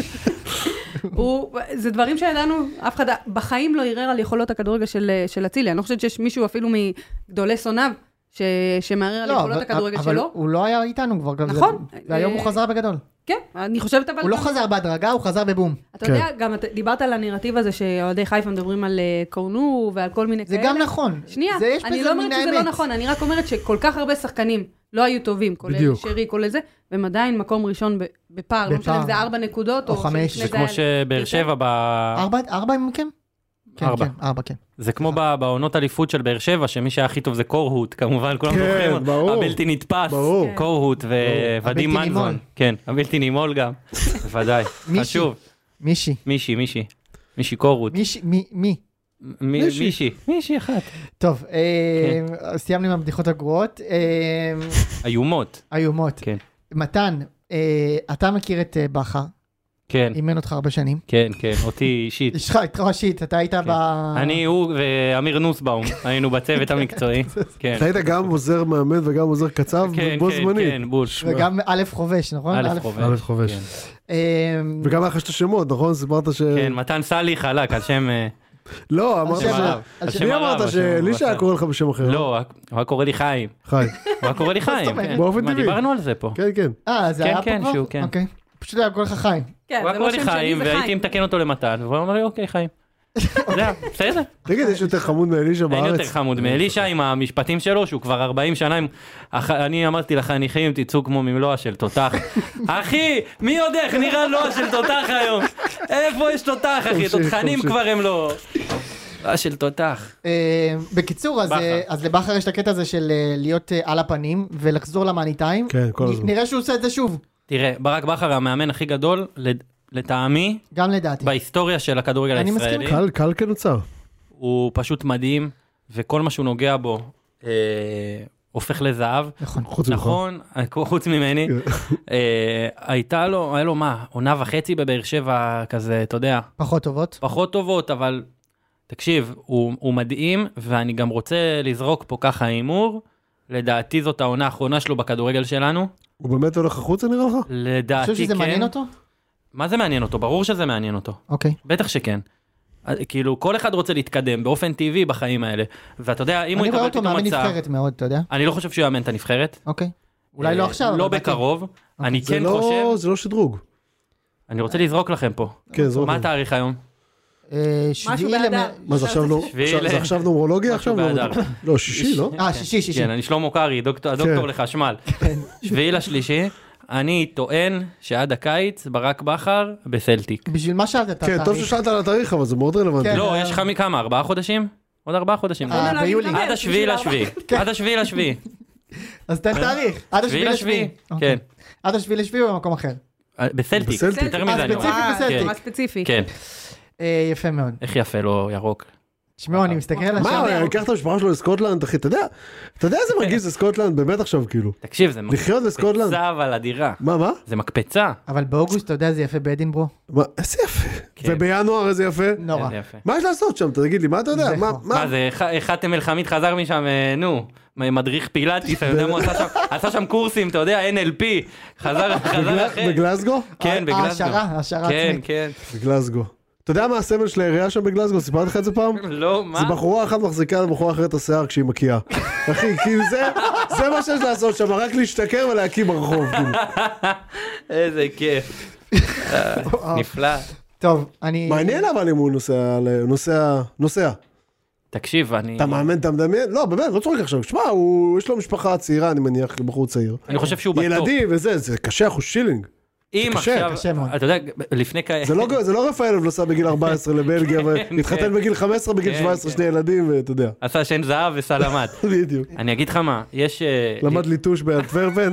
S4: הוא, זה דברים שידענו, אף אחד בחיים לא ערער על יכולות הכדורגל של של אצילי. אני לא חושבת שיש מישהו אפילו מגדולי שונאיו ש- שמערער על
S2: לא,
S4: יכולות
S2: אבל-
S4: הכדורגל
S2: אבל
S4: שלו.
S2: הוא לא היה איתנו כבר. גם זה-
S4: נכון.
S2: והיום הוא
S4: אה,
S2: חזר בגדול.
S4: כן, אני חושבת אבל...
S2: הוא לא
S4: גם-
S2: חזר כן. בהדרגה, הוא חזר בבום.
S4: אתה יודע, גם אתה- דיברת על הנרטיב הזה שאוהדי חיפה מדברים על אה, קורנו ועל כל מיני
S2: זה
S4: כאלה.
S2: גם נכון.
S4: אה, שנייה,
S2: זה- יש
S4: אני
S2: בזה
S4: לא אומרת
S2: מן
S4: שזה לא
S2: האמת.
S4: נכון, אני רק אומרת שכל כך הרבה שחקנים לא היו טובים, כולל
S3: בדיוק.
S4: שרי, כולל זה, והם עדיין מקום ראשון ב- בפער, לא משנה
S2: בפער.
S4: אם זה ארבע נקודות
S2: או
S4: או...
S2: חמש.
S4: שלפני
S1: זה
S4: היה
S1: כמו שבאר
S4: יותר.
S1: שבע, ב-
S2: ארבע ארבע מכם? כן,
S1: ארבע.
S2: כן, ארבע, כן.
S1: זה כמו ב- בעונות אליפות של באר שבע, שמי שהיה הכי טוב זה קורהוט, כמובן, כולם
S3: כן,
S1: זוכרים,
S3: ברור.
S1: הבלתי נתפס,
S3: ברור.
S4: כן.
S1: קורהוט וואדים
S2: הבלתי נימול.
S1: מנזון. כן, הבלתי נימול גם, בוודאי.
S2: מישהי.
S1: חשוב,
S2: מישהי.
S1: מישהי, מישהי. מישהי קורהוט.
S2: מישהי, מי, מי?
S1: מי-
S3: מישהי.
S1: מישהי. מישהי אחת.
S2: טוב, אה,
S1: כן.
S2: סיימנו עם הבדיחות הגרועות. אה,
S1: איומות.
S2: איומות.
S1: כן.
S2: מתן, אה, אתה מכיר את אה, בכר,
S1: כן,
S2: אימן אותך הרבה שנים.
S1: כן, כן, אותי אישית.
S2: יש לך איתך ראשית, אתה היית ב...
S1: כן. אני, הוא ואמיר נוסבאום, היינו בצוות המקצועי. כן,
S3: אתה היית גם עוזר מאמן וגם עוזר קצב
S1: כן,
S3: בו
S1: כן,
S3: זמנית.
S1: כן, בוש.
S2: וגם א' חובש, נכון?
S1: א' חובש.
S3: א' חובש.
S1: כן.
S2: אמ,
S3: וגם היה לך שתי שמות, נכון? סיפרת ש...
S1: כן, מתן סאליך חלק, השם... אה,
S3: לא, אמרת
S2: שם
S1: השם
S2: ש-
S1: הרב.
S3: ש...
S1: השם
S3: מי
S1: הרב,
S3: אמרת
S1: השם
S3: שאלישע
S1: הרב.
S3: היה קורא לך בשם אחר?
S1: לא, הוא היה קורא לי חיים.
S3: חי.
S1: הוא היה קורא לי חיים.
S2: אומרת?
S1: כן.
S3: באופן
S1: מה,
S3: טבעי.
S1: דיברנו על זה פה.
S3: כן, כן.
S2: אה, זה
S1: כן,
S2: היה פה כבר?
S1: כן, שהוא, כן.
S2: אוקיי. פשוט היה כל לך חיים.
S4: כן,
S1: הוא היה
S4: זה
S1: קורא
S4: לא
S1: לי
S4: שם שלי,
S1: חיים,
S4: זה
S1: והייתי
S4: חיים.
S1: מתקן אותו למתן, והוא אמר לי, אוקיי, חיים. זה היה, בסדר,
S3: תגיד, יש יותר חמוד מאלישע
S1: אין
S3: בארץ?
S1: יותר חמוד מאלישע עם המשפטים שלו, שהוא כבר 40 שנה, עם- אח- אני אמרתי לחניכים, תצאו כמו ממלואה של תותח. אחי, מי יודע איך נראה לוע של תותח היום? איפה יש תותח, אחי?
S3: תמשיך,
S1: תותחנים
S3: תמשיך.
S1: כבר הם לא... לוע של תותח.
S2: אה, בקיצור, אז,
S1: בכר.
S2: אה, אז לבכר יש את הקטע הזה של אה, להיות אה, על הפנים ולחזור למאני טיים.
S3: כן, כל
S2: נ-
S3: הזמן.
S2: נראה שהוא עושה את זה שוב,
S1: תראה, ברק בכר המאמן הכי גדול, לד- לטעמי,
S2: גם לדעתי.
S1: בהיסטוריה של הכדורגל
S2: אני מסכים
S1: הישראלי.
S3: קל, קל כנוצר.
S1: הוא פשוט מדהים, וכל מה שהוא נוגע בו אה, הופך לזהב.
S2: נכון. כן.
S3: חוץ ממך.
S1: נכון, חוץ ממני, אה, הייתה לו, היה לו מה, עונה וחצי בבאר שבע כזה, אתה יודע,
S2: פחות טובות.
S1: פחות טובות, אבל תקשיב, הוא, הוא מדהים, ואני גם רוצה לזרוק פה ככה הימור. לדעתי זאת העונה האחרונה שלו בכדורגל שלנו.
S3: הוא באמת הולך החוצה נראה לך?
S2: אתה
S1: לדעתי כן.
S2: חושב שזה מעניין אותו?
S1: מה זה מעניין אותו? ברור שזה מעניין אותו.
S2: אוקיי.
S1: בטח שכן. אה, כאילו, כל אחד רוצה להתקדם באופן טבעי בחיים האלה. ואתה יודע, אם הוא
S2: אני
S1: יקבל
S2: רואה אותו
S1: פתאום
S2: מאמן
S1: הצעה...
S2: נבחרת מאוד, אתה יודע?
S1: אני לא חושב שהוא יאמן את הנבחרת.
S2: אוקיי. אולי לא
S1: אה,
S2: עכשיו.
S1: לא
S2: אבל אוקיי, בעתיד.
S1: בקרוב. אני
S3: זה
S1: כן
S3: לא-
S1: חושב...
S3: זה לא שדרוג.
S1: אני רוצה לזרוק לכם פה.
S3: כן, זרוק.
S1: מה התאריך היום?
S2: אה,
S4: משהו
S2: שביעי למ...
S4: באדר.
S3: מה זה עכשיו נו-
S1: שביעי
S3: עכשיו-
S1: ל-
S3: זה עכשיו נומרולוגיה?
S1: משהו
S3: עכשיו?
S1: באדר.
S3: לא, שישי, לא?
S2: אה, שישי, שישי.
S1: כן, אני שלמה קרעי, דוקטור-
S2: כן.
S1: הדוקטור לחשמל. שביעי לשלישי, אני טוען שעד הקיץ ברק בכר בסלטיק.
S2: בשביל מה שאלת את
S3: כן, טוב
S2: התאריך?
S3: ששאלת על התאריך, אבל זה מאוד רלוונטי.
S2: כן.
S1: לא, יש לך מכמה? ארבעה חודשים? עוד ארבעה חודשים.
S2: אה, כן.
S4: לא, לא, אני
S2: ביולי.
S4: מדברת,
S1: עד השביעי
S4: בשביל ה-
S1: לשביעי. עד השביעי לשביעי.
S2: אז תן תאריך. עד השביעי
S1: אה, שביעי
S2: לשביעי.
S1: לשביעי.
S2: אוקיי.
S1: כן.
S2: עד השביעי לשביעי הוא במקום אחר.
S1: אה, בסלטיק.
S3: בסלטיק.
S1: יותר מזה אני אומר.
S2: ספציפי
S4: אה,
S2: בסלטיק.
S4: מה ספציפי.
S1: כן.
S2: אה, יפה מאוד.
S1: איך יפה לו ירוק.
S2: תשמעו,
S1: אה,
S2: אני מסתכל על
S3: מה, אה, כן.
S2: השער.
S3: הוא ייקח את המשפחה שלו לסקוטלנד, אחי, אתה יודע, אתה יודע איזה מרגיש זה סקוטלנד באמת עכשיו, כאילו.
S1: תקשיב, זה מקפצה
S3: לחיות בסקוטלנד.
S1: אבל אדירה.
S3: מה, מה?
S1: זה מקפצה.
S2: אבל באוגוסט, אתה יודע, זה יפה באדינברו.
S3: מה, איזה יפה.
S1: כן.
S3: ובינואר איזה יפה.
S2: נורא.
S1: זה יפה.
S3: מה יש לעשות שם, תגיד לי, מה אתה יודע?
S2: זה
S3: מה,
S2: נכון.
S1: מה
S3: מה?
S1: זה, ח- חאתם אל-חמיד חזר משם, אה, נו, מ- מדריך פילאטיס, אני יודע מה הוא עשה שם, עשה שם קורסים, אתה יודע, NLP, חזר, חזר
S3: בגל-
S1: אחרי.
S3: בגלזגו?
S1: כן, בגלזגו.
S2: העשרה, העשרה
S1: כן,
S2: עצמית.
S1: כן.
S3: בגלזגו. אתה יודע מה הסמל של העירייה שם בגלזגו? סיפרתי לך את זה פעם?
S1: לא, מה?
S3: זה בחורה אחת מחזיקה לבחורה אחרת את השיער כשהיא מקיאה. אחי, כאילו זה, זה מה שיש לעשות שם, רק להשתכר ולהקיא ברחוב, כאילו.
S1: איזה כיף. אה, נפלא.
S2: טוב, אני...
S3: מעניין אבל אם הוא נוסע, ל- נוסע, נוסע.
S1: תקשיב, אני...
S3: אתה מאמן, אתה מדמיין? לא, באמת, לא צוחק עכשיו. שמע, הוא- יש לו משפחה צעירה, אני מניח, בחור צעיר.
S1: אני חושב שהוא בטופ.
S3: ילדים וזה, זה קשה, אחוז שילינג.
S1: אם
S3: קשה,
S1: עכשיו,
S2: קשה מאוד.
S1: אתה יודע, לפני כ...
S3: זה לא- זה לא רפאלוב נוסע בגיל 14 לבלגיה, והתחתן בגיל 15, בגיל
S1: כן,
S3: 17,
S1: כן. אה,
S3: שני ילדים, ואתה יודע.
S1: עשה שן זהב וסלמת.
S3: בדיוק.
S1: אני אגיד לך מה, יש... אה,
S3: למד ליטוש באנטוורפן.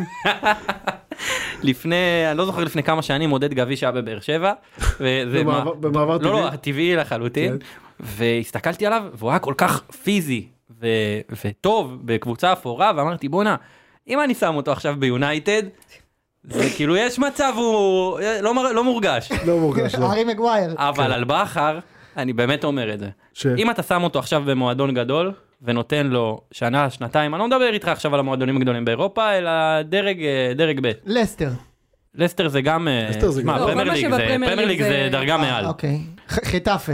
S1: לפני, אני לא זוכר לפני כמה שנים, עודד גביש היה בבאר שבע. וזה
S3: במעבר-
S1: מה-
S3: במעבר
S1: לא, לא,
S3: טבעי?
S1: טבעי לחלוטין.
S3: כן.
S1: והסתכלתי עליו, והוא היה כל כך פיזי ו- וטוב בקבוצה אפורה, ואמרתי, בואנה, אם אני שם אותו עכשיו ביונייטד, זה כאילו יש מצב, הוא לא מר- לא מורגש.
S3: לא מורגש, לא.
S2: ארי מגווייר.
S1: אבל על בכר, אני באמת אומר את זה.
S3: ש-
S1: אם אתה שם אותו עכשיו במועדון גדול, ונותן לו שנה, שנתיים, אני לא מדבר איתך עכשיו על המועדונים הגדולים באירופה, אלא דרג, אה, דרג ב'. לסטר. לסטר זה גם... אה,
S3: לסטר זה
S1: שמע,
S3: גם-
S4: לא,
S1: פרמייר
S4: כל מה
S1: ליג זה-
S4: שבפרמייר
S1: פרמייר
S4: ליג
S1: ליג זה
S4: זה- אה,
S1: דרגה מעל.
S2: אוקיי. ח- חטאפה.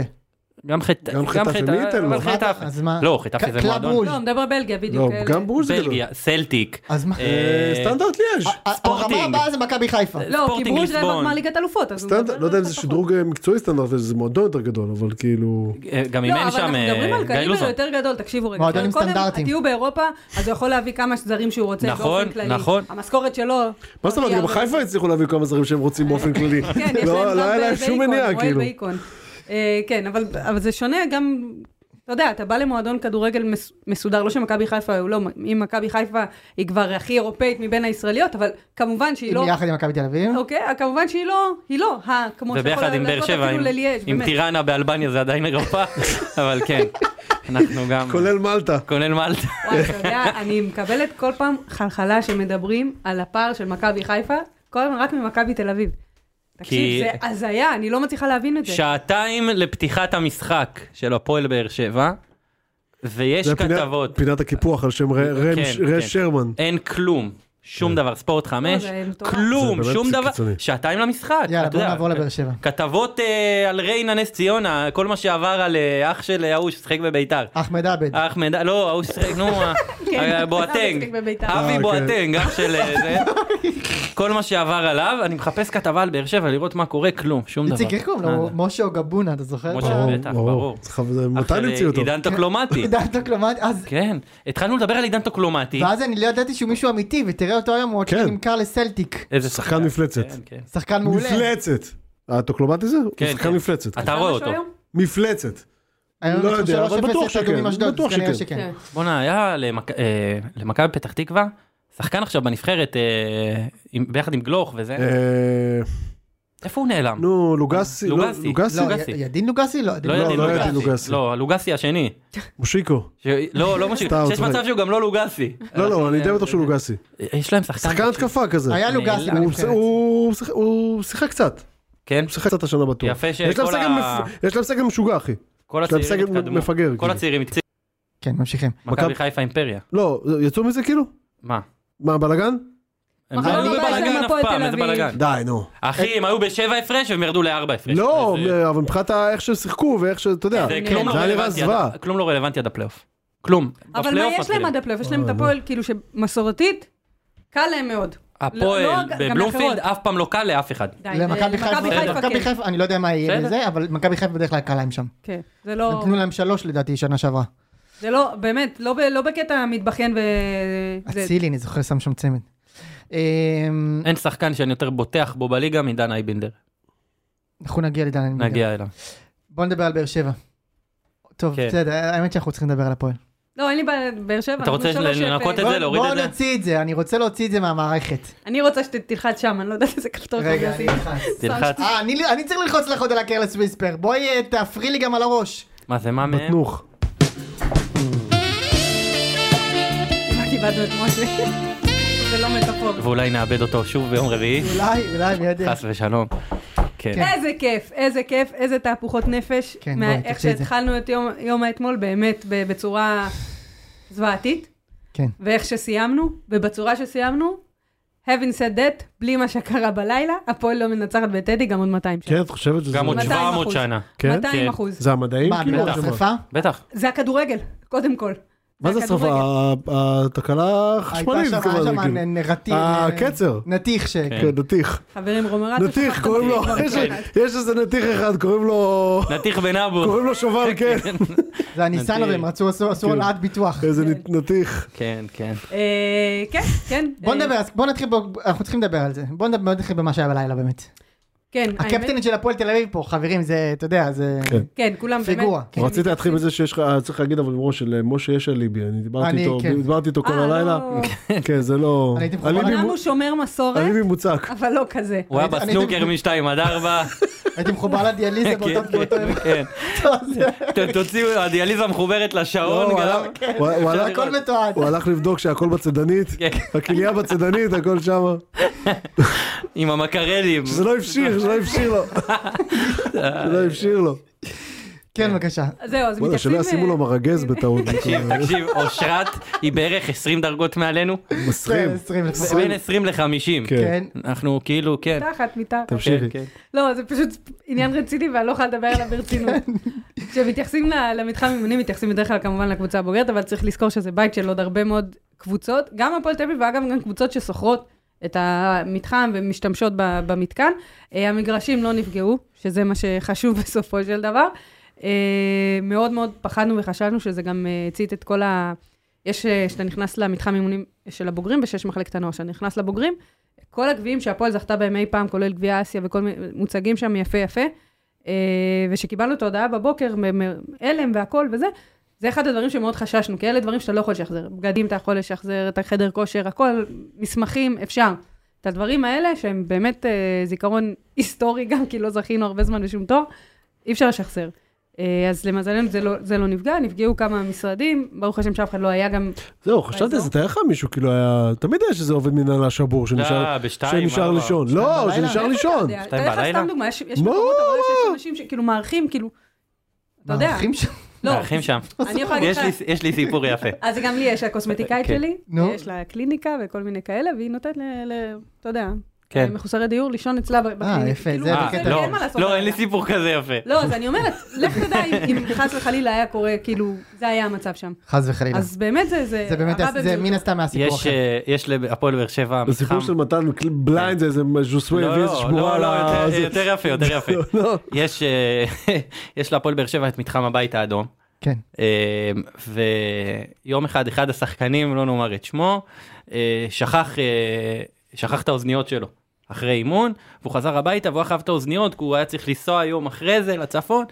S1: גם חטא...
S3: גם חטא ומי ייתן
S1: אבל
S3: לו? מה
S1: חטא...
S2: אז מה?
S1: לא, חטאפה
S2: ק-
S1: זה
S2: קלאב
S1: מועדון.
S2: רול.
S4: לא, מדבר בלגיה,
S3: לא,
S4: בדיוק. אלה.
S3: גם ברוז זה גדול.
S1: בלגיה, סלטיק.
S2: אז מה?
S1: אה,
S3: סטנדרט ליאז'.
S2: ה- ה- הרמה
S1: ספורטינג.
S2: הבאה זה מכבי חיפה.
S4: לא, כי
S1: ספורטינג
S4: ברוז' רבע
S1: ליסבון.
S4: גמר ליגת אלופות, אז הוא מדבר
S3: סטנדרט, לא יודע אם
S4: על
S3: זה
S4: פחות.
S3: שדרוג אה, מקצועי סטנדרט, זה מועדון יותר גדול, אבל כאילו...
S1: אה, גם
S4: לא,
S1: אימן
S4: אבל
S1: שם
S4: אנחנו
S1: אה,
S4: מדברים על
S1: גיא
S4: קליבר
S1: לוזון.
S4: יותר גדול, תקשיבו רגע.
S2: מועדונים
S4: קודם
S2: סטנדרטיים.
S4: תהיו באירופה, אז הוא יכול להביא כמה זרים שהוא רוצה
S1: נכון,
S4: באופן כללי.
S1: נכון.
S4: המשכורת שלו...
S3: מה זאת אומרת, גם חיפה הצליחו להביא כמה זרים שהם רוצים באופן כללי.
S4: כן, יש
S3: לא-
S4: להם
S3: לא
S4: גם
S3: היה להם
S4: ב-
S3: שום
S4: בהיקון,
S3: מניעה,
S4: מועל
S3: כאילו.
S4: בהיקון. אה, כן, אבל אבל זה שונה גם... אתה יודע, אתה בא למועדון כדורגל מס- מסודר, לא שמכבי חיפה, הוא לא, אם מכבי חיפה היא כבר הכי אירופאית מבין הישראליות, אבל כמובן שהיא
S2: עם-
S4: לא,
S2: יחד עם מכבי תל אביב.
S1: אה,
S4: אוקיי, כמובן שהיא לא, היא לא, ה- כמו שיכול
S1: וביחד עם באר
S4: לעשות
S1: שבע,
S4: אפילו
S1: עם-
S4: לליאז',
S1: עם
S4: באמת.
S1: טיראנה באלבניה זה עדיין אירופה, אבל כן, אנחנו גם...
S3: כולל מלטה.
S1: כולל מלטה.
S4: וואי, אתה יודע, אני מקבלת כל פעם חלחלה שמדברים על הפער של מכבי חיפה, כל הזמן רק ממכבי תל אביב.
S1: כי-
S4: תקשיב, זה הזיה, אני לא מצליחה להבין את זה.
S1: שעתיים לפתיחת המשחק של הפועל באר שבע, ויש
S3: זה פינת-
S1: כתבות,
S3: פינת הקיפוח על שם ר- רם
S1: כן,
S3: ש-
S1: כן.
S3: רם שרמן.
S1: אין כלום, שום דבר,
S2: לא,
S1: ספורט חמש,
S4: זה מטורף.
S1: כלום,
S3: כן. זה באמת
S1: שום דבר,
S3: קיצוני.
S1: שעתיים למשחק.
S2: יאללה,
S1: אתה
S2: בואו
S1: יודע, אה.
S2: נעבור לבאר שבע.
S1: כתבות אה, על ריינה נס ציונה, כל מה שעבר על אה, אח של ההוא ששיחק בביתר.
S2: אחמד עבד.
S1: אחמד, לא, ההוא ששיחק, נו, ה-
S4: כן,
S1: ה-
S4: הוא
S1: בואטנג,
S4: משחק בביתר.
S3: אה,
S1: אבי
S3: כן.
S1: בואטנג, אח של אה, זה. כל מה שעבר עליו, אני מחפש כתבה על באר שבע לראות מה קורה, כלום, שום דבר. אה,
S2: איציק, לא, איך קוראים לו? משה או גבונה, אתה זוכר?
S1: משה,
S2: אה,
S1: בטח, ברור.
S3: צריך- זה-
S1: אח
S3: מתי
S1: של, אה,
S3: המציאו אותו?
S1: עידן טוקלומטי.
S2: עידן טוקלומטי, אז...
S1: כן, התחלנו לדבר על עידן טוקלומטי.
S2: ואז אני לא ידעתי שהוא מישהו אמיתי, ותראה אותו היום, הוא עוד
S3: כן.
S2: שנייה נמכר לסלטיק.
S1: איזה
S3: שחקן מפלצת.
S1: כן, כן.
S2: שחקן מעולה.
S3: מפלצת. הטוקלומטי זה?
S1: כן,
S3: הוא שחקן
S1: כן.
S3: מפלצת.
S1: אתה רואה אותו.
S3: מפלצת.
S2: היום
S3: לא
S2: אנחנו
S3: יודע, אבל
S2: 3-0
S3: בטוח
S2: את אדומים
S3: שכן,
S2: אשדוד,
S3: בטוח
S2: אז כנראה
S3: שכן.
S4: כן.
S2: שכן.
S1: בואנה, היה למכ- אה, למכבי פתח תקווה, שחקן עכשיו בנבחרת, אה, עם- ביחד עם גלוך וזה,
S3: אה,
S1: איפה הוא נעלם?
S3: נו, לוגסי. לא,
S1: לוגסי.
S3: לוגסי?
S2: לא,
S1: לוגסי.
S2: י- ידין לוגסי? לא,
S1: לא ידין
S3: לא
S1: לוגסי.
S3: ידין לוגסי.
S1: לא, לוגסי השני.
S3: מושיקו.
S1: ש- לא, לא משהו,
S3: סתם, הוא
S1: שיש
S3: צוחק.
S1: מצב שהוא גם לא לוגסי. אה,
S3: לא, לא, אני די בטוח שהוא לוגסי.
S1: יש להם שחקן.
S3: שחקן התקפה כזה.
S2: היה כן.
S1: נעלם.
S2: לוגסי
S1: הוא-
S2: בנבחרת.
S3: הוא- הוא שיחק- הוא שיחק קצת.
S1: כן,
S3: הוא שיחק קצת השנה בטוח.
S1: יפה
S3: יש להם
S1: שכל
S3: סגל
S1: ה-
S3: מפ- יש להם סגל משוגע, אחי.
S1: כל
S3: יש להם
S1: הצעירים
S3: סגל
S1: התקדמו.
S3: מפגר.
S1: כל
S3: כאילו.
S1: הצעירים התקדמו.
S2: כן, ממשיכים.
S1: מכבי
S3: מכבי-
S1: חיפה אימפריה.
S3: לא, יצאו מזה כאילו?
S1: מה?
S3: מה, בלאגן?
S1: הם
S4: מחר
S1: לא היו
S4: בבית
S1: בבלגן
S4: עם
S1: אף
S4: הפועל
S1: פעם,
S4: תל
S1: איזה
S4: אביב.
S1: בלאגן.
S3: די, נו.
S1: אחי, הם היו בשבע הפרש והם ירדו לארבע הפרש.
S3: לא,
S1: זה-
S3: אבל מבחינת ה- איך שהם שיחקו ואיך ש... אתה יודע.
S1: זה
S4: כן.
S1: כלום לא
S3: זה היה נראה
S1: רלוונטי עד-
S3: זוועה.
S1: כלום לא רלוונטי עד הפלייאוף. כלום.
S4: אבל מה
S1: בפלייאוף
S4: יש להם
S1: מתחילים.
S4: עד הפלייאוף? יש
S2: אה,
S4: להם את הפועל, כאילו, שמסורתית, קל להם מאוד.
S1: הפועל
S4: לא, לא, גם
S1: בבלומפילד
S4: לאחרות.
S1: אף פעם לא קל לאף אחד.
S4: די,
S2: למכבי חיפה,
S4: כן.
S2: מכבי חיפה, אני לא יודע מה יהיה
S1: בסדר.
S2: לזה, אבל מכבי חיפה בדרך כלל קל להם שם.
S4: כן, זה לא,
S2: נתנו להם שלוש לדעתי שנה שעברה.
S4: זה לא, באמת, לא, ב, לא בקטע מתבכיין ו... זה-
S2: אצילי, אני זוכר, שם שם צמד. אמ,
S1: אין שחקן שאני יותר בוטח בו בליגה מדן אייבינדר.
S3: כן.
S2: אנחנו נגיע לדן. אני יודע.
S1: נגיע אליו.
S2: בוא נדבר על באר שבע. טוב,
S1: כן.
S2: בסדר, האמת שאנחנו צריכים לדבר על הפועל.
S4: לא, אין לי בעיה, באר שבע.
S1: אתה רוצה
S4: אנחנו שלוש
S1: לנקות את
S4: אפס.
S1: זה,
S2: בוא-
S1: להוריד את
S2: בוא
S1: זה?
S2: נוציא את זה, אני רוצה להוציא את זה מהמערכת.
S4: אני רוצה שתלחץ שם, אני לא יודעת איזה כפתור טוב
S2: רגע, אני
S4: לשים.
S2: נכנס.
S1: תלחץ.
S2: אה, אני אני צריך ללחוץ לך עוד על הקרלס וויספר. בואי אה, תעפרי לי גם על הראש.
S1: מה זה, מה מהם?
S3: נוך.
S4: כמעט איבדנו את משה. זה לא מטאפור.
S1: ואולי נאבד אותו שוב ביום רביעי,
S4: כן.
S2: אולי, אולי, מי יודע.
S1: חס ושלום. כן.
S4: איזה כיף, איזה כיף, איזה תהפוכות נפש.
S2: כן,
S4: מה-
S2: בואי,
S4: איך
S2: תקחי את זה.
S4: שהתחלנו את יום- יום האתמול, באמת, ב- בצורה זוועתית.
S2: כן.
S4: ואיך שסיימנו, ובצורה שסיימנו, having said that, בלי מה שקרה בלילה, הפועל לא מנצחת בטדי גם עוד 200 שנה.
S3: כן, את חושבת שזה...
S1: גם עוד
S4: 200
S1: 700
S4: אחוז.
S1: שנה.
S3: כן?
S4: 200
S1: כן.
S4: אחוז.
S3: זה המדעים?
S2: מה,
S3: כאילו?
S2: בגלל
S3: או שמה?
S2: השרפה?
S1: בטח.
S4: זה הכדורגל, קודם כל.
S3: מה זה השרפה?
S4: הכדורגל.
S3: ה- ה- התקלה
S2: הייתה
S3: החשמלית.
S2: שם- היה
S3: כמובן,
S2: שם
S3: כאילו.
S2: נ- נרטיב.
S3: הקצר.
S2: נתיך ש...
S1: כן.
S3: כן, נתיך.
S4: חברים, רומרטו.
S3: נתיך, קוראים לו...
S4: אה,
S3: יש- יש איזה נתיך אחד, קוראים לו...
S1: נתיך בן אבו.
S3: קוראים לו שובל, כן.
S2: זה הניסנובים,
S1: נתיך.
S2: רצו, עשו עשו
S3: כן.
S2: הונאת ביטוח.
S3: איזה נת- נתיך.
S1: כן, כן.
S4: אה, כן, כן.
S2: בוא
S4: אה,
S2: נדבר, אז בוא נתחיל, ב- אנחנו צריכים לדבר על זה. בוא נדבר- בוא נתחיל במה שהיה בלילה באמת.
S4: כן, האמת-
S2: הקפטנית של הפועל תל אביב פה, חברים, זה, אתה יודע, זה
S3: כן.
S4: כן, כולם באמת.
S2: פיגורה.
S3: רציתי להתחיל בזה שיש לך, אה, צריך להגיד אבל מראש, שלמשה יש אליבי, אני דיברתי
S2: אני,
S3: איתו,
S2: כן.
S3: דיברתי איתו כל
S4: אה, לא.
S3: הלילה. כן, זה לא...
S2: אני הייתי מחובר
S3: אליבי
S2: אליו.
S4: אמנם
S3: מו-
S4: הוא שומר מסורת,
S3: אליבי מוצק.
S4: אבל לא כזה.
S1: הוא היה
S2: אני- אני-
S1: בסנוקר מ-2 עד 4.
S2: הייתי מחובר לדיאליזה באותו באותו יום.
S1: כן.
S2: זה-
S1: אתם תוציאו, הדיאליזה מחוברת לשעון
S3: לא, הוא
S1: גם.
S3: הלך- הוא- הוא הלך-
S2: הכל מתועד.
S3: הוא הלך לבדוק שהכל בצדנית,
S1: כן.
S3: הכליה בצדנית, הכל שמה.
S1: עם המקרלים.
S3: שזה לא הפשיר, שלא הפשיר לו. שלא הפשיר לו.
S2: כן, בבקשה.
S4: אז זהו, אז
S3: וואלה,
S4: מתייחסים...
S3: שלא ישימו
S4: אה,
S3: לו מרגז בטעות. כאילו, אה,
S1: תקשיב,
S3: לא-
S1: תקשיב, אושרת היא בערך 20 דרגות מעלינו.
S3: מסרים.
S2: זה 20 לפחות.
S1: בין 20 ל-50.
S3: כן.
S2: כן.
S1: אנחנו כאילו, כן.
S4: מתחת, מתחת.
S3: תמשיכי.
S1: כן, כן.
S4: לא, זה פשוט עניין רציני ואני לא יכולה לדבר עליו ברצינות.
S3: כן.
S4: כשמתייחסים ל- למתחם אימונים, מתייחסים בדרך כלל כמובן לקבוצה הבוגרת, אבל צריך לזכור שזה בית של עוד הרבה מאוד קבוצות, גם הפועל תל אביב ואגב גם קבוצות ששוכרות את המתחם ומשתמשות ב- במתקן. אה, המגרשים לא נפגעו, שזה מה שחשוב בסופו של דבר. אה, מאוד מאוד פחדנו וחשבנו שזה גם אה, הצית את כל ה... יש, אה, כשאתה נכנס למתחם אימונים של הבוגרים ושיש מחלקת הנוער, כשאתה נכנס לבוגרים, כל הגביעים שהפועל זכתה בהם אי פעם, כולל גביע אסיה וכל מיני מוצגים שם יפה יפה, אה, ושקיבלנו את ההודעה בבוקר, מ- מ- הלם והכל וזה, זה אחד הדברים שמאוד חששנו, כי אלה דברים שאתה לא יכול לשחזר. בגדים אתה יכול לשחזר, את החדר כושר, הכל, מסמכים, אפשר. את הדברים האלה, שהם באמת אה, זיכרון היסטורי גם, כי לא זכינו הרבה זמן בשום תואר, אי אפשר לשחזר. אה, אז למזלנו זה לא, זה לא נפגע, נפגעו כמה משרדים, ברוך השם שאף אחד לא היה גם...
S3: זהו, חשבתי, זה תאר לך מישהו, כאילו היה... תמיד יש איזה עובד מנהלה שבור שנשאר
S1: לא, בשתיים,
S3: שנשאר
S1: ארבע.
S3: לישון. לא,
S2: בלילה?
S3: שנשאר
S4: מאיפה אה, אתה
S3: לישון.
S4: יודע?
S1: שתיים
S4: תאר לך
S1: בלילה?
S4: סתם דוגמה, יש יש
S3: מה?
S4: מקומות עבודה שיש אנשים שכאילו מארחים, כאילו... אתה יודע.
S2: מארחים שם?
S4: לא,
S1: מארחים שם.
S4: אני יכולה להגיד
S1: יש
S4: לך...
S1: לי- יש לי סיפור יפה.
S4: אז גם לי יש, הקוסמטיקאית
S1: כן.
S4: שלי,
S2: נו.
S4: יש לה קליניקה וכל מיני כאלה, והיא נותנת ל... ל- אתה יודע,
S1: כן.
S4: מחוסרי דיור לישון אצלה ב- בקליניקה.
S2: יפה,
S4: כאילו,
S2: זה
S1: אה,
S2: בקטע.
S1: לא,
S4: אין מה לעשות
S1: לא, אין
S4: בלילה.
S1: לי סיפור כזה יפה.
S4: לא, אז אני אומרת, לך תדע אם- אם חס וחלילה היה קורה, כאילו, זה היה המצב שם.
S2: חס וחלילה.
S4: אז באמת זה...
S2: זה באמת,
S4: הרע
S2: זה
S4: במיעוטו.
S2: מן הסתם מהסיפור
S1: אה, יש,
S2: אחר.
S1: אה, יש להפועל באר שבע מתחם.
S3: הסיפור של מתן בליינד זה איזה ז'וסווי
S1: לא,
S3: הביא איזה
S1: לא,
S3: שמורה
S1: לא,
S3: על
S1: לא,
S3: ה...
S1: יותר-
S3: זה-
S1: יותר יפה, יותר יפה.
S3: לא.
S1: יש, אה, יש להפועל באר שבע את מתחם הבית האדום.
S2: כן.
S1: אה, ויום אחד אחד השחקנים, לא נאמר את שמו, אה, שכח, אה, שכח את האוזניות שלו אחרי אימון, והוא חזר הביתה והוא היה חייב את האוזניות, כי הוא היה צריך לנסוע יום אחרי זה לצפון,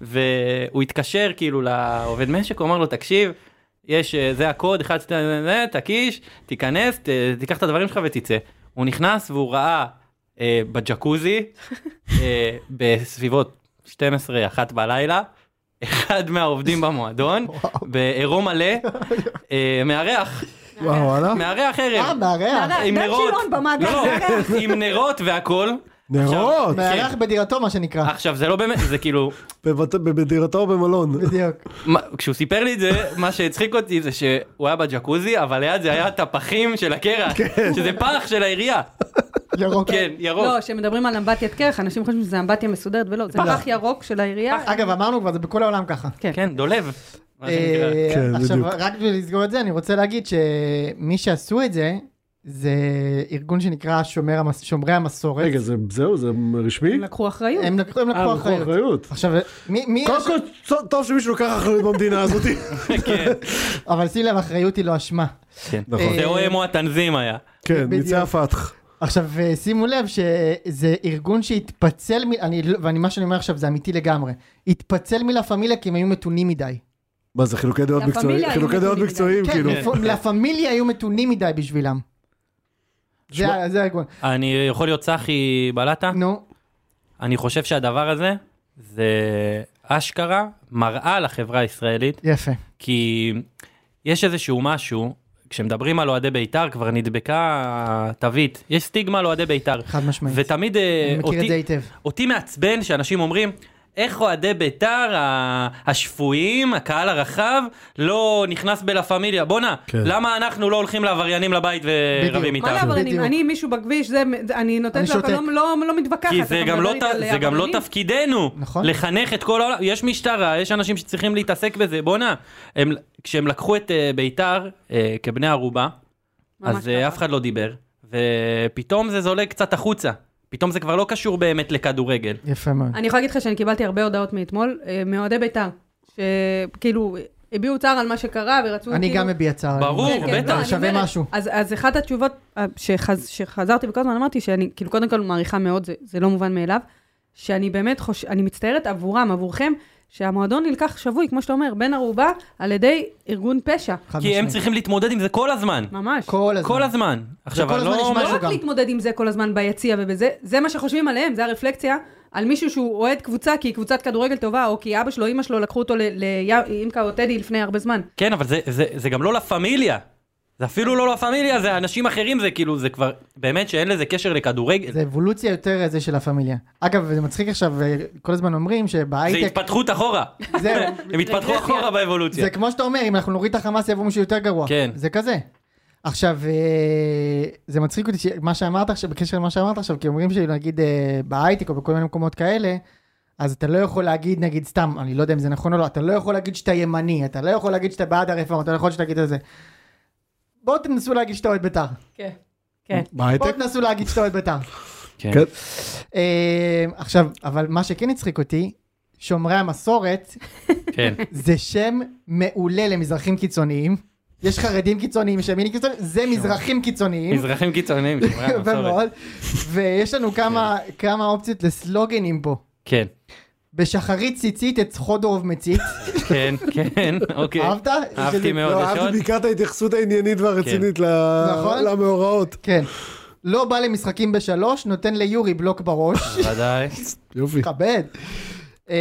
S1: והוא התקשר כאילו לעובד משק, הוא אמר לו, תקשיב, יש, אה, זה הקוד, אחד, שתיים, זה, זה, תקיש, תיכנס, ת, תיקח את הדברים שלך ותצא. הוא נכנס והוא ראה אה, בג'קוזי, אה, בסביבות 12-1 בלילה, אחד מהעובדים במועדון, בעירום מלא, אה, מארח,
S3: וואו, וואלה.
S1: מארח
S2: אה,
S1: ערב.
S2: מארח.
S4: מארח.
S1: עם
S4: דן
S1: נרות,
S4: לא, שילון במעגל,
S1: לא,
S4: מארח.
S1: עם נרות והכל.
S3: נרות!
S1: כן.
S2: מארח בדירתו, מה שנקרא.
S1: עכשיו זה לא באמת, זה כאילו,
S3: בבת- בדירתו או במלון.
S2: בדיוק.
S1: מה- כשהוא סיפר לי את זה, מה שהצחיק אותי זה שהוא היה בג'קוזי, אבל ליד זה היה את הפחים של הקרח,
S2: כן.
S1: שזה פח של העירייה,
S2: ירוק.
S1: כן, ירוק.
S4: לא, כשמדברים על אמבטיית קרח, אנשים חושבים שזה אמבטיה מסודרת, ולא, זה פח ירוק של העירייה.
S2: אגב, אמרנו כבר, זה בכל העולם ככה.
S1: כן, דולב. מה שנקרא.
S2: אה,
S3: כן,
S2: עכשיו,
S3: בדיוק.
S2: רק בשביל לסגור את זה, אני רוצה להגיד שמי שעשו את זה, זה ארגון שנקרא שומר המס- שומרי המסורת.
S3: רגע, זה- זהו, זה רשמי?
S4: הם לקחו אחריות.
S2: הם לקחו הם
S3: אה,
S2: לקחו
S3: לקחו
S2: אחריות.
S3: אחריות.
S2: עכשיו, מי, מי,
S3: קודם כל, טוב- טוב שמישהו לוקח אחריות במדינה הזאת.
S1: כן,
S2: אבל שים לב, אחריות היא לא אשמה.
S1: כן.
S3: נכון.
S1: זה או
S2: אה,
S1: הם או התנזים היה.
S3: כן,
S2: בדיוק.
S3: ניצי הפתח.
S2: עכשיו, אה, שימו לב שזה ארגון שהתפצל, מ... אני, לא- ואני, מה שאני אומר עכשיו זה אמיתי לגמרי, התפצל מלה פמיליה כי הם היו מתונים מדי.
S3: מה זה, חילוקי דעות
S4: לה
S3: מקצועיים?
S4: פמיליה
S3: חילוקי
S4: היו
S3: דעות
S4: מתונים
S3: מקצועיים,
S2: כן,
S3: כאילו.
S2: לפ- לה פמיליה היו מתונים מדי בשבילם. זה ה- זה הארגון.
S1: אני יכול להיות צחי בלטה?
S2: נו,
S1: אני חושב שהדבר הזה זה אשכרה מראה לחברה הישראלית,
S2: יפה.
S1: כי יש איזשהו משהו, כשמדברים על אוהדי בית"ר כבר נדבקה התווית, יש סטיגמה על אוהדי בית"ר.
S2: חד משמעית.
S1: ותמיד אה,
S2: אני מכיר את זה
S1: אותי,
S2: היטב.
S1: אותי מעצבן שאנשים אומרים, איך אוהדי בית"ר ה- השפויים, הקהל הרחב, לא נכנס בלה פמיליה. בואנה,
S3: כן.
S1: למה אנחנו לא הולכים לעבריינים לבית
S2: בדיוק.
S1: ורבים
S4: מה
S1: איתם?
S4: לעבריינים?
S2: בדיוק.
S4: אני מישהו בכביש, זה- זה- אני
S2: אני
S4: נותנת לו,
S2: שותק.
S4: אבל לא- לא לא מתווכחת.
S1: כי זה
S4: אתה
S1: גם,
S4: מדבר
S1: לא,
S4: איתה
S1: ת-
S4: על
S1: זה גם לא
S4: עבריינים?
S1: תפקידנו,
S2: נכון.
S1: לחנך את כל העולם, יש משטרה, יש אנשים שצריכים להתעסק בזה, בואנה, הם- כשהם לקחו את אה, ביתר אה, כבני ערובה,
S4: ממש
S1: אז אה,
S4: ככה.
S1: אף אחד לא דיבר, ופתאום זה זולג קצת החוצה, פתאום זה כבר לא קשור באמת לכדורגל.
S2: יפה מאוד.
S4: אני יכולה להגיד לך שאני קיבלתי הרבה הודעות מאתמול, אה, מאוהדי בית"ר, שכאילו הביעו צער על מה שקרה ורצו
S2: אני
S4: כאילו...
S2: גם מביע צער.
S1: ברור,
S2: אני-
S4: כן, כן,
S1: בטח.
S4: לא, אני
S2: שווה
S4: אומרת.
S2: משהו.
S4: אז, אז אחת התשובות אה, שחז, שחזרתי וכל הזמן אמרתי שאני, כאילו, קודם כל מעריכה מאוד, זה, זה לא מובן מאליו, שאני באמת חוש... אני מצטערת עבורם, עבורכם, שהמועדון נלקח שבוי, כמו שאתה אומר, בן ערובה, על ידי ארגון פשע.
S2: חד
S1: כי הם
S2: משמעית.
S1: צריכים להתמודד עם זה כל הזמן,
S4: ממש.
S2: כל הזמן.
S1: כל הזמן. עכשיו,
S2: וכל
S1: אני
S2: הזמן
S1: לא...
S2: יש
S1: אומר-
S4: לא
S2: משהו
S4: רק
S2: גם.
S4: להתמודד עם זה כל הזמן ביציע ובזה, זה מה שחושבים עליהם, זה הרפלקציה על מישהו שהוא אוהד קבוצה כי היא קבוצת כדורגל טובה, או כי אבא שלו, אימא שלו, לקחו אותו לאימקה או טדי לפני הרבה זמן.
S1: כן, אבל זה- זה- זה גם לא לה פמיליה. זה אפילו לא לה פמיליה, זה אנשים אחרים, זה כאילו, זה כבר, באמת שאין לזה קשר לכדורגל.
S2: זה אבולוציה יותר אה, זה של הפמיליה. אגב, זה מצחיק עכשיו, אה, כל הזמן אומרים
S1: זה
S2: שבהייטק...
S1: התפתחות אחורה.
S2: זהו.
S1: הם התפתחו אחורה באבולוציה.
S2: זה כמו שאתה אומר, אם אנחנו נוריד את החמאס יבוא מישהו יותר גרוע.
S1: כן.
S2: זה כזה. עכשיו, אה, זה מצחיק אותי, ש- מה שאמרת עכשיו, בקשר למה שאמרת עכשיו, כי אומרים שנגיד אה, בהייטק או בכל מיני מקומות כאלה, אז אתה לא יכול להגיד, נגיד סתם, אני לא יודע אם זה נכון או לא, אתה לא יכול להגיד שאתה ימני, אתה לא יכול להגיד שאתה בעד הרפורמה, אתה לא יכול שתגיד את זה. בואו תנסו להגיד שאתה אוהד בית"ר.
S4: כן. כן.
S2: בואו
S3: בהייטק?
S2: תנסו להגיד שאתה אוהד בית"ר.
S1: כן.
S3: כן.
S2: אה, עכשיו, אבל מה שכן הצחיק אותי, שומרי המסורת,
S1: כן.
S2: זה שם מעולה למזרחים קיצוניים. יש חרדים קיצוניים, יש ימינים קיצוניים, זה מזרחים קיצוניים.
S1: מזרחים קיצוניים, שומרי
S2: יפה
S1: המסורת.
S2: מאוד. ויש לנו כמה- כמה אופציות לסלוגנים פה.
S1: כן,
S2: בשחרית ציצית את חודרוב מצית.
S1: כן, כן, אוקיי.
S2: אהבת?
S1: אהבתי
S2: שזה-
S1: מאוד.
S3: לא,
S1: יש עוד?
S3: אהבתי בעיקר את ההתייחסות העניינית והרצינית ל-
S2: נכון.
S3: למאורעות.
S2: כן. לא בא למשחקים בשלוש, נותן ליורי בלוק בראש.
S1: ודאי.
S3: יופי.
S2: כבד. אה,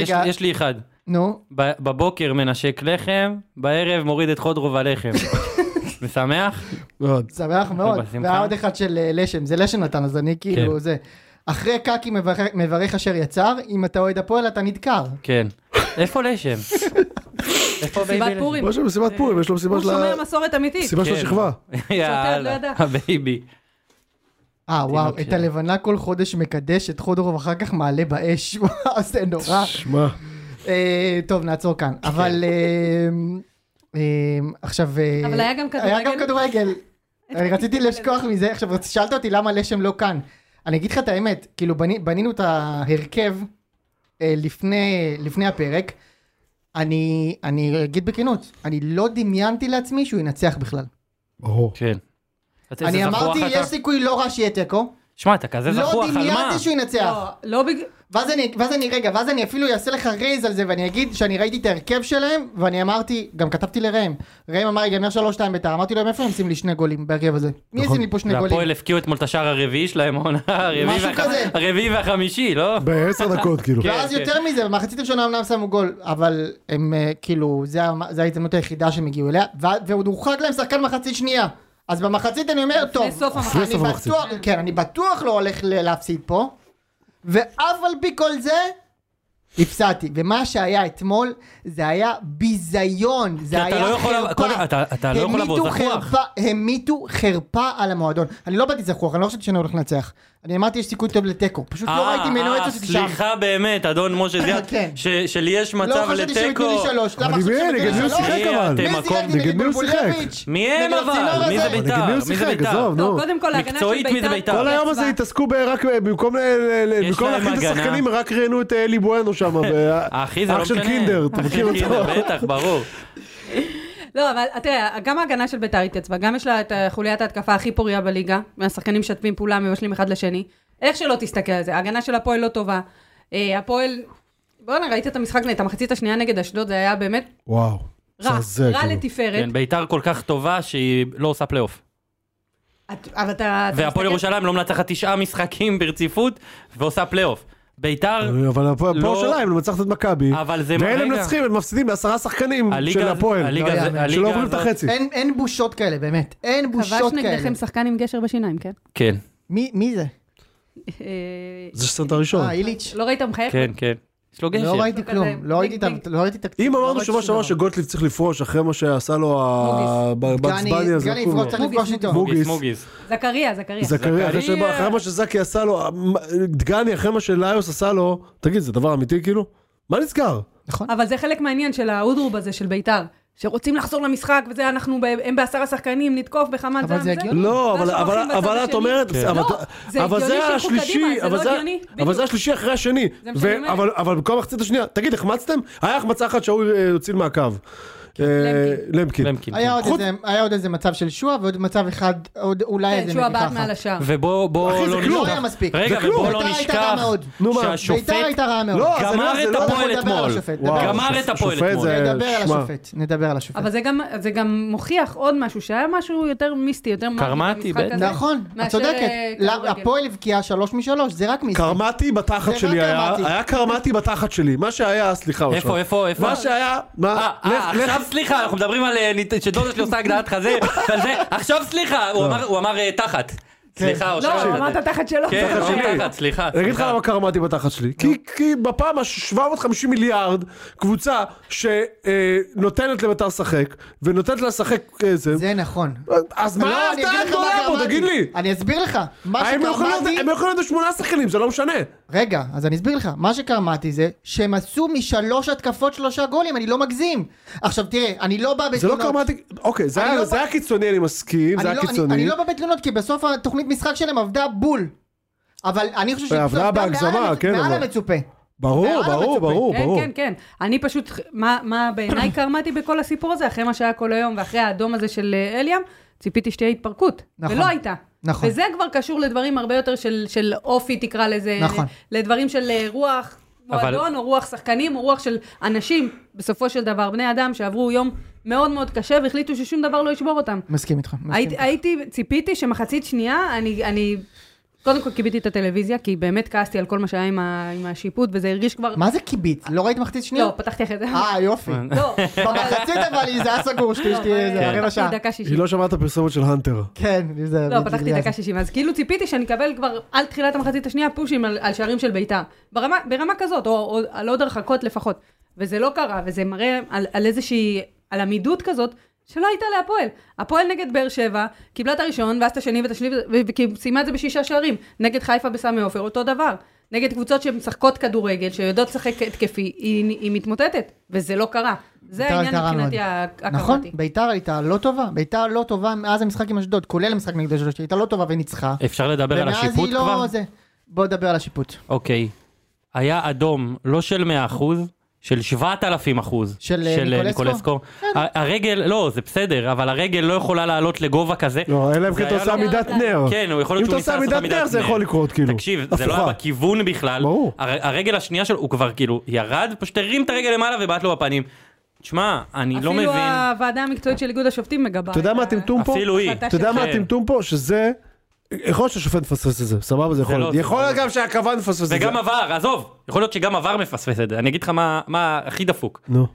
S1: יש,
S2: רגע,
S1: יש לי אחד.
S2: נו,
S1: ב- בבוקר מנשק לחם, בערב מוריד את חודרוב הלחם. משמח?
S3: מאוד.
S2: שמח מאוד.
S1: בשמחה. כן.
S2: והיה עוד אחד של אה, לשם, זה לשם נתן, אז אני כאילו זה. אחרי קקי מברך- מברך אשר יצר, אם אתה אוהד הפועל אתה נדקר.
S1: כן. איפה לשם? איפה
S4: מסיבת
S1: בייבי לשם?
S4: פורים.
S3: כמו שמסיבת פורים, יש לו מסיבה
S4: הוא
S3: של ה-
S4: שומר מסורת אמיתית.
S3: מסיבה של
S1: כן.
S3: השכבה.
S4: לא
S1: יאללה,
S4: ידע.
S1: הבייבי.
S2: אה, וואו,
S1: תינוק
S2: את
S1: שלי.
S2: הלבנה כל חודש מקדש, את חודרוב אחר כך מעלה באש. וואו, זה נורא.
S3: שמע,
S2: אה, טוב, נעצור כאן.
S1: כן.
S2: אבל אה, אה, עכשיו... אה,
S4: אבל היה גם
S2: היה גם
S4: כדורגל.
S2: כדורגל. אני רציתי לשכוח מזה. עכשיו, רצ- שאלת אותי למה לשם לא כאן. אני אגיד לך את האמת, כאילו בני- בנינו את ההרכב אה, לפני לפני הפרק. אני אני אגיד בכנות, אני לא דמיינתי לעצמי שהוא ינצח בכלל.
S3: ברור.
S1: כן. אתה- איזה
S2: אני
S1: זחוח
S2: אמרתי,
S1: אתה.
S2: יש סיכוי לא רע שיהיה תיקו.
S1: שמע, אתה כזה
S2: לא
S1: זחוח, על מה?
S2: דמיינתי שהוא ינצח.
S4: לא, לא בגלל...
S2: ואז אני, ואז אני, רגע, ואז אני אפילו אעשה לך רייז על זה, ואני אגיד שאני ראיתי את ההרכב שלהם, ואני אמרתי, גם כתבתי לראם, ראם אמר, ייגמר 3-2 בית"ר, אמרתי לו, מאיפה הם שים לי שני גולים בהרכב הזה? מי
S3: נכון.
S2: ישים לי פה שני גולים?
S1: והפועל הפקיעו אתמול את השער הרביעי שלהם, העונה הרביעי
S2: משהו
S1: והח-
S2: כזה.
S1: הרביעי והחמישי, לא?
S3: בעשר דקות, כאילו.
S1: כן.
S2: ואז יותר מזה, במחצית הראשונה אמנם שמו גול, אבל הם אה, כאילו, זה ה- זה ההזדמנות היחידה שהם הגיעו אליה, ו- ועוד הורחק להם שחקן מחצית שנייה. אז במחצית אני אומר, טוב,
S4: סוף המחצית.
S2: אני
S3: לפני סוף המחצית.
S2: בטוח, כן, אני בטוח לא הולך ל- להפסיד פה, ואף על פי כל זה, הפסדתי. ומה שהיה אתמול, זה היה ביזיון,
S1: כי
S2: זה
S1: אתה לא
S2: היה
S1: יכול- כל-
S2: חרפה.
S1: אתה- אתה לא יכול לבוא
S2: המיטו
S1: זחוח.
S2: חרפה- המיטו חרפה על המועדון. אני לא באתי זחוח, אני לא חשבתי שאני הולך לנצח. אני אמרתי, יש סיכוי טוב לתיקו. פשוט
S1: אה,
S2: לא ראיתי מנועצת
S1: אה,
S2: שם.
S1: סליחה באמת, אדון משה זיאד,
S2: כן.
S1: ש- של יש
S2: לא
S1: מצב
S2: חשבתי שהם ייתנו
S1: לתיקו.
S2: לי שלוש. למה
S3: אבל
S2: חשבתי
S3: עם
S2: שהם ייתנו
S3: מי? נגד מי
S2: לי
S3: הוא
S2: שלוש?
S3: שיחק
S1: מי
S3: אבל?
S1: אתם?
S2: מי
S1: מקום-
S2: שיחקתי?
S3: נגד
S2: נגד
S3: מי הוא שיחק?
S2: בולבולביץ'.
S1: מי הם
S2: נגד
S1: אבל?
S2: הצינור
S1: מי זה
S2: הזה.
S1: בית"ר?
S3: נגד מי הוא
S1: מי זה
S3: שיחק?
S1: בית"ר?
S3: עזוב, נו.
S4: לא, קודם כל ההגנה של
S1: מקצועית מי זה בית"ר?
S4: בית"ר.
S3: כל היום הזה התעסקו ברק, במקום ל- ל- ל-
S1: יש
S3: במקום
S1: להם
S3: להכין את
S1: הגנה.
S3: השחקנים, רק ראיינו את אלי בואנו שם. ו-
S1: אחי, זה לא
S3: אח של
S1: משנה.
S3: קינדר, אתה
S1: אח של
S3: מכיר
S1: קינדר,
S3: אותו?
S1: בטח, ברור.
S4: לא, אבל תראה, גם ההגנה של בית"ר התייצבה, גם יש לה את אה, חוליית ההתקפה הכי פוריה בליגה, מהשחקנים משתפים פעולה, מבשלים אחד לשני. איך שלא תסתכל על זה, ההגנה של הפועל לא טובה. אה, הפועל... בואנה, ראית את המשחק, את המחצית השנייה נגד אשדוד, זה היה באמת
S3: וואו.
S4: רע,
S3: מזעזע,
S4: רע
S3: כאילו.
S4: לתפארת.
S1: כן, ביתר כל כך טובה שהיא לא עושה פלייאוף.
S4: את- אבל אתה... אתה
S1: והפועל
S4: מסתכל-
S1: ירושלים לא מנצחת תשעה משחקים ברציפות ועושה פלייאוף. ביתר,
S3: אבל הפועל
S1: לא.
S3: שלהם מנצחת את מכבי,
S1: אבל זה...
S3: אה, ואלה
S1: רגע,
S3: מנצחים, הם מפסידים לעשרה שחקנים
S1: הליגה
S3: של
S1: הז-
S3: הפועל.
S1: הליגה
S2: לא
S1: הז-
S2: יאמן.
S1: הליגה
S3: שלא עוברים את
S1: הזאת- אה,
S3: החצי.
S2: אין- אין בושות כאלה, באמת. אין
S4: כבש
S2: בושות כאלה.
S4: נגדכם שחקן עם גשר בשיניים, כן?
S1: כן,
S2: מי מי זה?
S4: אה,
S3: זה סנטר ראשון.
S2: אה, איליץ'.
S4: לא ראית מחייך?
S1: כן, כן. יש לו גשר.
S2: לא ראיתי כלום. לא ראיתי את ה- לא ראיתי את
S3: אם
S2: הקציב.
S3: אמרנו שבוע שעבר שגוטליב צריך לפרוש אחרי מה שעשה לו הבצבני הזה,
S2: גני
S3: איך קוראים
S2: יפרוץ
S3: לו?
S2: צריך לפגוש איתו.
S3: בוג-
S1: מוגיס,
S3: מוגיס.
S1: מוגיס.
S4: זכריה, כן. זכריה.
S3: זכריה, אחרי
S1: זכריה.
S3: שבא- אחרי מה שזקי עשה לו, דגני אחרי מה שליוס עשה לו, תגיד זה דבר אמיתי כאילו? מה נסגר?
S2: נכון.
S4: אבל זה חלק מהעניין של האודרוב הזה של בית"ר. שרוצים לחזור למשחק, וזה אנחנו, ב- הם בעשרה שחקנים, נתקוף בחמת
S2: אבל
S4: זעם.
S2: זה הגיוני.
S3: לא,
S4: ואז
S3: אבל-
S4: שוכחים
S3: אבל
S4: בצד
S3: אבל את
S4: השני.
S3: אומרת,
S1: כן.
S3: אבל-
S4: לא, זה
S3: אבל
S4: הגיוני
S3: זה
S4: שילכו קדימה,
S3: השלישי,
S4: זה
S3: אבל
S4: לא
S3: זה-
S4: הגיוני,
S3: אבל
S4: בדיוק.
S3: זה השלישי אחרי השני,
S4: זה מה שאני
S3: ו-
S4: אומרת.
S3: אבל אבל במקום המחצית השנייה, תגיד החמצתם? היה החמצה אחת שההוא אה, הוציל מהקו. אה, למקין.
S1: למקין.
S2: היה עוד
S3: חוץ-
S2: איזה- היה עוד איזה מצב של שועה ועוד מצב אחד, עוד אולי
S4: כן,
S2: איזה
S4: שהוא
S2: נגיחה
S4: הבעט
S2: אחת.
S4: מעל השער.
S1: ובוא בוא
S3: אחי, זה
S1: לא
S3: כלום.
S2: לא
S1: נשכח.
S2: היה מספיק.
S1: רגע,
S3: זה כלום.
S1: ובוא לא
S2: בית"ר הייתה
S1: נשכח
S2: רע מאוד.
S3: נו, מה?
S1: שהשופט
S2: בית"ר הייתה רעה מאוד.
S3: לא, אז אני
S1: גמר
S3: אומר, זה
S1: את
S3: לא-
S1: הפועל
S2: אנחנו נדבר על
S1: אתמול.
S2: השופט,
S3: וואו,
S2: נדבר.
S1: גמר את הפועל
S3: שופט
S1: אתמול.
S3: זה-
S2: נדבר על
S3: אה, שמע.
S2: השופט, נדבר על השופט.
S4: אבל זה גם, זה גם מוכיח עוד משהו, שהיה משהו יותר מיסטי, יותר מרגי
S1: קרמטי,
S4: במשחק
S1: בטח.
S4: הזה.
S2: נכון, את
S4: מאשר,
S2: צודקת.
S4: אה,
S2: לא,
S4: כדורגל.
S2: הפועל הבקיעה שלוש משלוש, זה רק מיסטי.
S3: קרמטי בתחת
S4: לא
S2: זה
S3: שלי
S2: רק
S3: היה,
S2: קרמטי.
S3: היה קרמטי בתחת שלי, מה שהיה, סליחה,
S1: איפה,
S3: אושרת.
S1: איפה, איפה?
S3: מה שהיה,
S1: אה,
S3: מה,
S1: אה,
S3: לך, לך,
S1: עכשיו סליחה, אנחנו מדברים על אה, ניט- שדודה שלי עושה הגדלת חזה, ועל זה, עכשיו סליחה,
S3: לא.
S1: הוא אמר- הוא אמר אה, תחת. סליחה,
S4: לא,
S1: אושרת.
S4: הוא אמרת תחת שלו.
S1: כן,
S3: תחת
S1: הוא אמר
S3: שלי.
S1: תחת, סליחה.
S3: אני אגיד לך
S1: סליחה.
S3: למה קרמטי בתחת שלי, כי- כי בפעם ה-750 מיליארד, קבוצה שנותנת לביתר לשחק, ונותנת לה לשחק איזה,
S2: זה נכון.
S3: אז
S2: לא,
S3: מה
S2: אני אגיד
S3: ההפתעה
S2: לך מה
S3: הגדולה פה,
S2: קרמטי.
S3: תגיד לי.
S2: אני אסביר לך. מה
S3: הם יכולים
S2: שקרמטי...
S3: להיות- הם יכולים להיות שמונה שחקנים, זה לא משנה.
S2: רגע, אז אני אסביר לך. מה שקרמטי זה שהם עשו משלוש התקפות שלושה גולים, אני לא מגזים. עכשיו תראה, אני לא בא בתלונות.
S3: זה לא קרמטי, אוקיי, זה
S2: אני
S3: היה-
S2: לא
S3: זה
S2: בא-
S3: היה קיצוני, אני מסכים,
S2: אני
S3: זה היה
S2: לא- אני- אני
S3: קיצוני.
S2: לא בא בתלונות, כי בסוף התוכנית משחק שלהם עבדה בול. אבל אני חושב שהיא
S3: אה, עבדה
S2: קצת גם
S3: בהגזמה,
S2: מעל המצ-
S3: כן,
S2: מעל
S3: אבל-
S2: המצופה.
S3: ברור,
S2: יאללה,
S3: ברור,
S2: מצופה.
S3: ברור,
S4: כן,
S3: ברור.
S4: כן, כן. אני פשוט, מה, מה בעיניי קרמטי בכל הסיפור הזה, אחרי מה שהיה כל היום, ואחרי האדום הזה של אה, אליאם, ציפיתי שתהיה התפרקות.
S2: נכון.
S4: ולא הייתה.
S2: נכון.
S4: וזה כבר קשור לדברים הרבה יותר של, של אופי, תקרא לזה.
S2: נכון.
S4: לדברים של אה, רוח
S1: אבל-
S4: מועדון, או רוח שחקנים, או רוח של אנשים, בסופו של דבר, בני אדם שעברו יום מאוד מאוד קשה, והחליטו ששום דבר לא ישבור אותם.
S2: מסכים איתך. מסכים
S4: הייתי, הייתי, ציפיתי שמחצית שנייה, אני, אני קודם כל כיביתי את הטלוויזיה, כי באמת כעסתי על כל מה שהיה עם ה- עם השיפוט, וזה הרגיש כבר...
S2: מה זה קיביץ? לא ראית מחצית שנייה?
S4: לא, פתחתי אחרי זה.
S2: אה, יופי.
S4: לא,
S2: במחצית אבל זה היה סגור, שתי שתי איזה רבע שעה.
S4: פתחתי לא, דקה שישית.
S3: היא לא שמעה את הפרסומת של האנטר.
S2: כן, זה...
S4: לא, פתחתי
S2: זה-
S4: דקה 60, אז כאילו ציפיתי שאני אקבל כבר על תחילת המחצית השנייה פושים על, על שערים של ביתר. ברמה, ברמה כזאת, או, או על עוד הרחקות לפחות. וזה לא קרה, וזה מראה על, על איזושהי, על עמידות כזאת, שלא הייתה להפועל. הפועל נגד באר שבע, קיבלה את הראשון, ואז את השני ואת השלישי, ו- וכי- סיימה את זה בשישה שערים. נגד חיפה בסמי עופר, אותו דבר. נגד קבוצות שמשחקות כדורגל, שיודעות לשחק התקפי, היא, היא מתמוטטת, וזה לא קרה. זה
S2: ביתר
S4: העניין
S2: הייתה רע
S4: מבחינתי
S2: מאוד.
S4: הקראתי.
S2: נכון, ביתר הייתה לא טובה. ביתר לא טובה מאז המשחק עם אשדוד, כולל המשחק נגד אשדוד, שהייתה לא טובה וניצחה.
S1: אפשר לדבר על
S2: ומאז
S1: השיפוט
S2: היא לא
S1: כבר?
S2: זה. בוא נדבר על השיפוט.
S1: אוקיי. היה אדום, לא של 100%, של 7,000 אחוז.
S2: של, אה,
S1: אה,
S2: ניקולסקו?
S1: ה- הרגל, לא, זה בסדר, אבל הרגל לא יכולה לעלות לגובה כזה.
S3: לא, אלא אם
S1: זה
S3: כן אתה
S1: היה
S3: עושה
S1: לו-
S3: עמידת נר.
S1: כן, הוא יכול להיות
S3: אם אתה
S1: שהוא
S3: עושה
S1: ניסה לעשות
S3: עמידת נר זה יכול לקרות, כאילו.
S1: תקשיב, זה לא היה
S3: הפוכה.
S1: בכיוון בכלל.
S3: ברור.
S1: הר- הרגל השנייה שלו, הוא כבר כאילו ירד, פשוט הרים את הרגל למעלה ובעט לו בפנים. תשמע, אני לא
S4: אפילו
S1: מבין.
S4: הוועדה המקצועית של איגוד השופטים מגבה.
S3: אתה יודע
S4: את
S3: מה
S4: ה-
S3: הטמטום פה?
S1: אפילו היא.
S4: החלטה
S3: אתה יודע
S4: שלך.
S3: מה
S1: כן.
S3: הטמטום פה? שזה... יכול להיות שהשופט מפספס את זה, סבבה, זה יכול
S1: לא
S3: להיות.
S1: זה,
S3: יכול להיות
S1: זה.
S3: גם שהכוון מפספס את זה.
S1: וגם עבר, עזוב, יכול להיות שגם עבר מפספס את זה. אני אגיד לך מה- מה הכי דפוק.
S3: נו.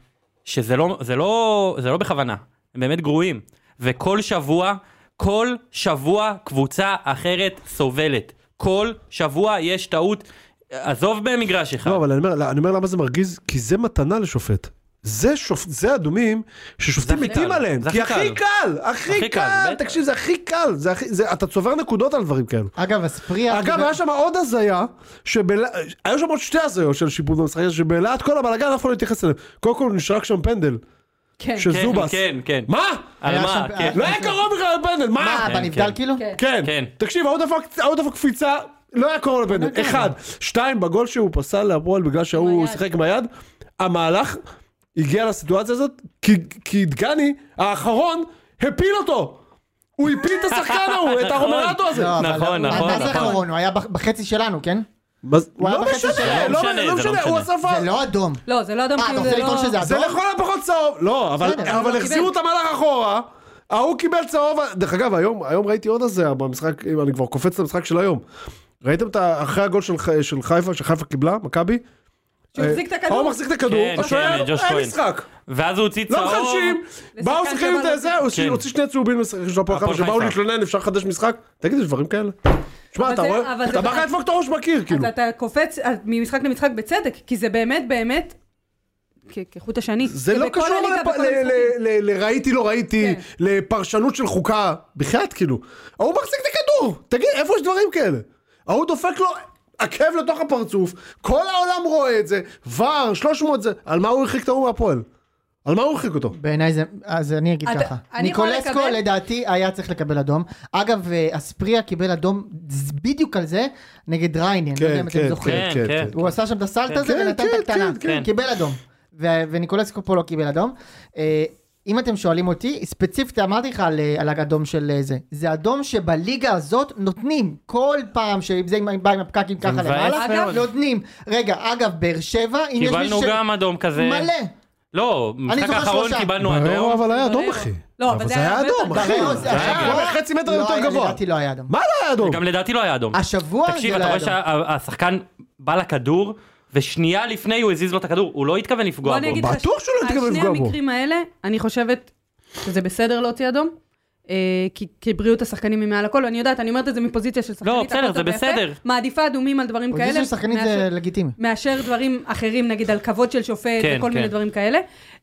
S1: שזה לא, זה לא, זה לא בכוונה, הם באמת גרועים. וכל שבוע, כל שבוע קבוצה אחרת סובלת. כל שבוע יש טעות, עזוב במגרש אחד.
S3: לא, אבל אני אומר, אני אומר למה זה מרגיז, כי זה מתנה לשופט. זה, שופ... זה אדומים ששופטים
S1: זה הכי
S3: מתים
S1: קל.
S3: עליהם,
S1: זה
S3: כי
S1: הכי
S3: הכי
S1: קל.
S3: קל, הכי
S1: הכי קל,
S3: קל,
S1: בטח.
S3: תקשיב, זה הכי קל, זה הכי, זה, אתה צובר נקודות על דברים כאלו.
S2: אגב, אספריה...
S3: אגב, היה שם עוד הזיה, שבאל- היו שם עוד שתי הזיות של שיפוט במשחק הזה, שבלהט כל הבלאגן אף אחד לא התייחס אליהם. קודם כל נשרק שם פנדל,
S4: כן.
S3: של
S1: כן,
S3: זובס.
S1: כן, כן.
S3: מה?
S1: על
S2: היה
S1: מה?
S2: שם-
S1: כן.
S3: לא היה קרוב בכלל לפנדל, מה?
S2: אה, בנבדל
S1: כן.
S2: כאילו?
S4: כן.
S3: כן.
S1: כן.
S3: תקשיב, העוד דפק- העוד דפק קפיצה, לא היה קרוב לפנדל. אחד. שתיים, בגול שהוא פסל להפועל בגלל
S4: עם
S3: שהוא
S4: היד.
S3: שיחק עם היד, המהלך הגיע לסיטואציה הזאת, כי- כי דגני, האחרון, הפיל אותו. הוא הפיל את השחקן ההוא, את הרומרדו הזה.
S2: לא, אבל-
S1: נכון,
S2: אבל
S1: נכון,
S2: מה זה
S1: נכון.
S2: האחרון? הוא היה בח- בחצי שלנו, כן?
S3: מה זה-
S2: הוא היה
S3: לא
S2: בחצי שלו.
S3: משנה,
S1: זה
S3: לא
S1: לא משנה,
S3: לא
S1: זה לא
S3: משנה, הוא
S1: משנה.
S3: אסף...
S2: זה לא אדום.
S4: לא, זה לא אדם
S2: אה,
S4: כאילו
S2: אתה רוצה
S4: זה לא...
S2: לטעון שזה
S3: זה נכון,
S2: אדום?
S3: לכל הפחות צהוב, לא, אבל-
S2: בסדר.
S3: אבל
S4: לא
S3: החזירו את
S4: קיבל.
S3: המהלך אחורה, ההוא קיבל צהוב, דרך אגב, היום היום ראיתי עוד איזה במשחק, אם אני כבר קופץ למשחק של היום. ראיתם את ה- אחרי הגול של ח- של חיפה, שחיפה קיבלה, מכבי?
S4: שהוא החזיק את הכדור.
S3: ההוא מחזיק את הכדור,
S1: כן,
S3: השוער,
S1: כן, ג'וש
S3: אין
S1: כהן.
S3: משחק,
S1: ואז הוא הוציא
S3: לא
S1: צהוב.
S3: מחדשים, באו שחקנים
S4: שבא
S3: את זה, הוא
S1: כן.
S3: הוציא שני צהובים למשחק של הפועל חיפה,
S1: הפועל
S3: שבאו
S1: חיפה.
S3: להתלונן, אפשר לחדש משחק? תגיד, יש דברים כאלה? שמע,
S4: אבל
S3: אתה
S4: זה-
S3: רואה,
S4: אבל זה
S3: אתה בא לך
S4: בכלל-
S3: לדפוק את הראש בקיר, כאילו.
S4: אז אתה קופץ אה, ממשחק למשחק בצדק, כי זה באמת באמת... כ- כחוט השני.
S3: זה לא
S4: בכל
S3: קשור
S4: הליגה,
S3: לפ-
S4: בכל
S3: ל-
S4: המשחקים.
S3: ל- ל- לראיתי לא ראיתי,
S4: כן.
S3: לפרשנות של חוקה, בחייאת כאילו. ההוא מחזיק את הכדור, תגיד, איפה יש דברים כאלה? ההוא דופק לו עקב לתוך הפרצוף, כל העולם רואה את זה, ור, 300 זה, על מה הוא הרחיק את ההוא מהפועל? על מה הוא הרחיק אותו?
S2: בעיניי זה, אז אני אגיד
S4: אתה-
S2: ככה,
S4: אני יכולה
S2: ניקולסקו
S4: לקבל?
S2: לדעתי היה צריך לקבל אדום, אגב אה, אספריה קיבל אדום ז- בדיוק על זה נגד ריינן, לא יודע אם אתם זוכרים,
S1: כן, כן.
S2: הוא עשה שם את הסלט הזה
S3: כן,
S2: ונתן את
S3: כן,
S2: הקטנה,
S3: כן, כן.
S2: קיבל אדום, ו- וניקולסקו פה לא קיבל אדום. אה, אם אתם שואלים אותי, ספציפית אמרתי לך על, אה, על האדום של אה, זה, זה אדום שבליגה הזאת נותנים כל פעם שזה עם- בא עם הפקקים ככה
S1: מבאס
S2: למעלה,
S1: מאוד.
S2: נותנים, רגע אגב באר שבע, אם יש
S1: קיבלנו
S2: מישהו, ש-
S1: גם אה, אדום כזה.
S2: מלא,
S1: לא, במשחק
S2: זוכר
S1: האחרון
S2: שלושה.
S1: קיבלנו
S3: בררו
S1: אדום.
S3: אבל היה אדום
S4: בררו.
S3: אחי.
S4: לא, אבל זה היה הרבה
S3: אדום
S4: יותר
S3: אחי.
S2: בררו,
S3: זה
S2: זה
S3: היה
S2: השבוע-
S3: חצי מטר
S2: לא
S3: יותר
S2: היה-
S3: גבוה.
S2: לדעתי לא היה אדום.
S3: מה לא היה אדום?
S1: גם לדעתי לא היה אדום.
S2: השבוע
S1: תקשיב,
S2: זה לא
S1: אתה
S2: היה
S1: רואה
S2: אדום.
S1: שהשחקן בא לכדור, ושנייה לפני הוא הזיז לו את הכדור, הוא לא התכוון לפגוע
S4: בוא
S1: בו.
S4: אני אגיד לך,
S3: בטוח שהוא לא
S4: על
S3: התכוון לפגוע
S4: שני
S3: בו.
S4: המקרים האלה, אני חושבת שזה בסדר להוציא אדום. אה, כי, כי בריאות השחקנים היא מעל הכל, ואני יודעת, אני אומרת את זה מפוזיציה של שחקנית.
S1: לא, בסדר,
S4: הכל
S1: זה
S4: טוב ויפה,
S1: בסדר.
S4: מעדיפה אדומים על דברים כאלה.
S2: פוזיציה של שחקנית זה
S4: מאשר-
S2: לגיטימי.
S4: מאשר דברים אחרים, נגיד על כבוד של שופט,
S1: כן,
S4: כן, וכל
S1: כן.
S4: כן. מיני דברים כאלה.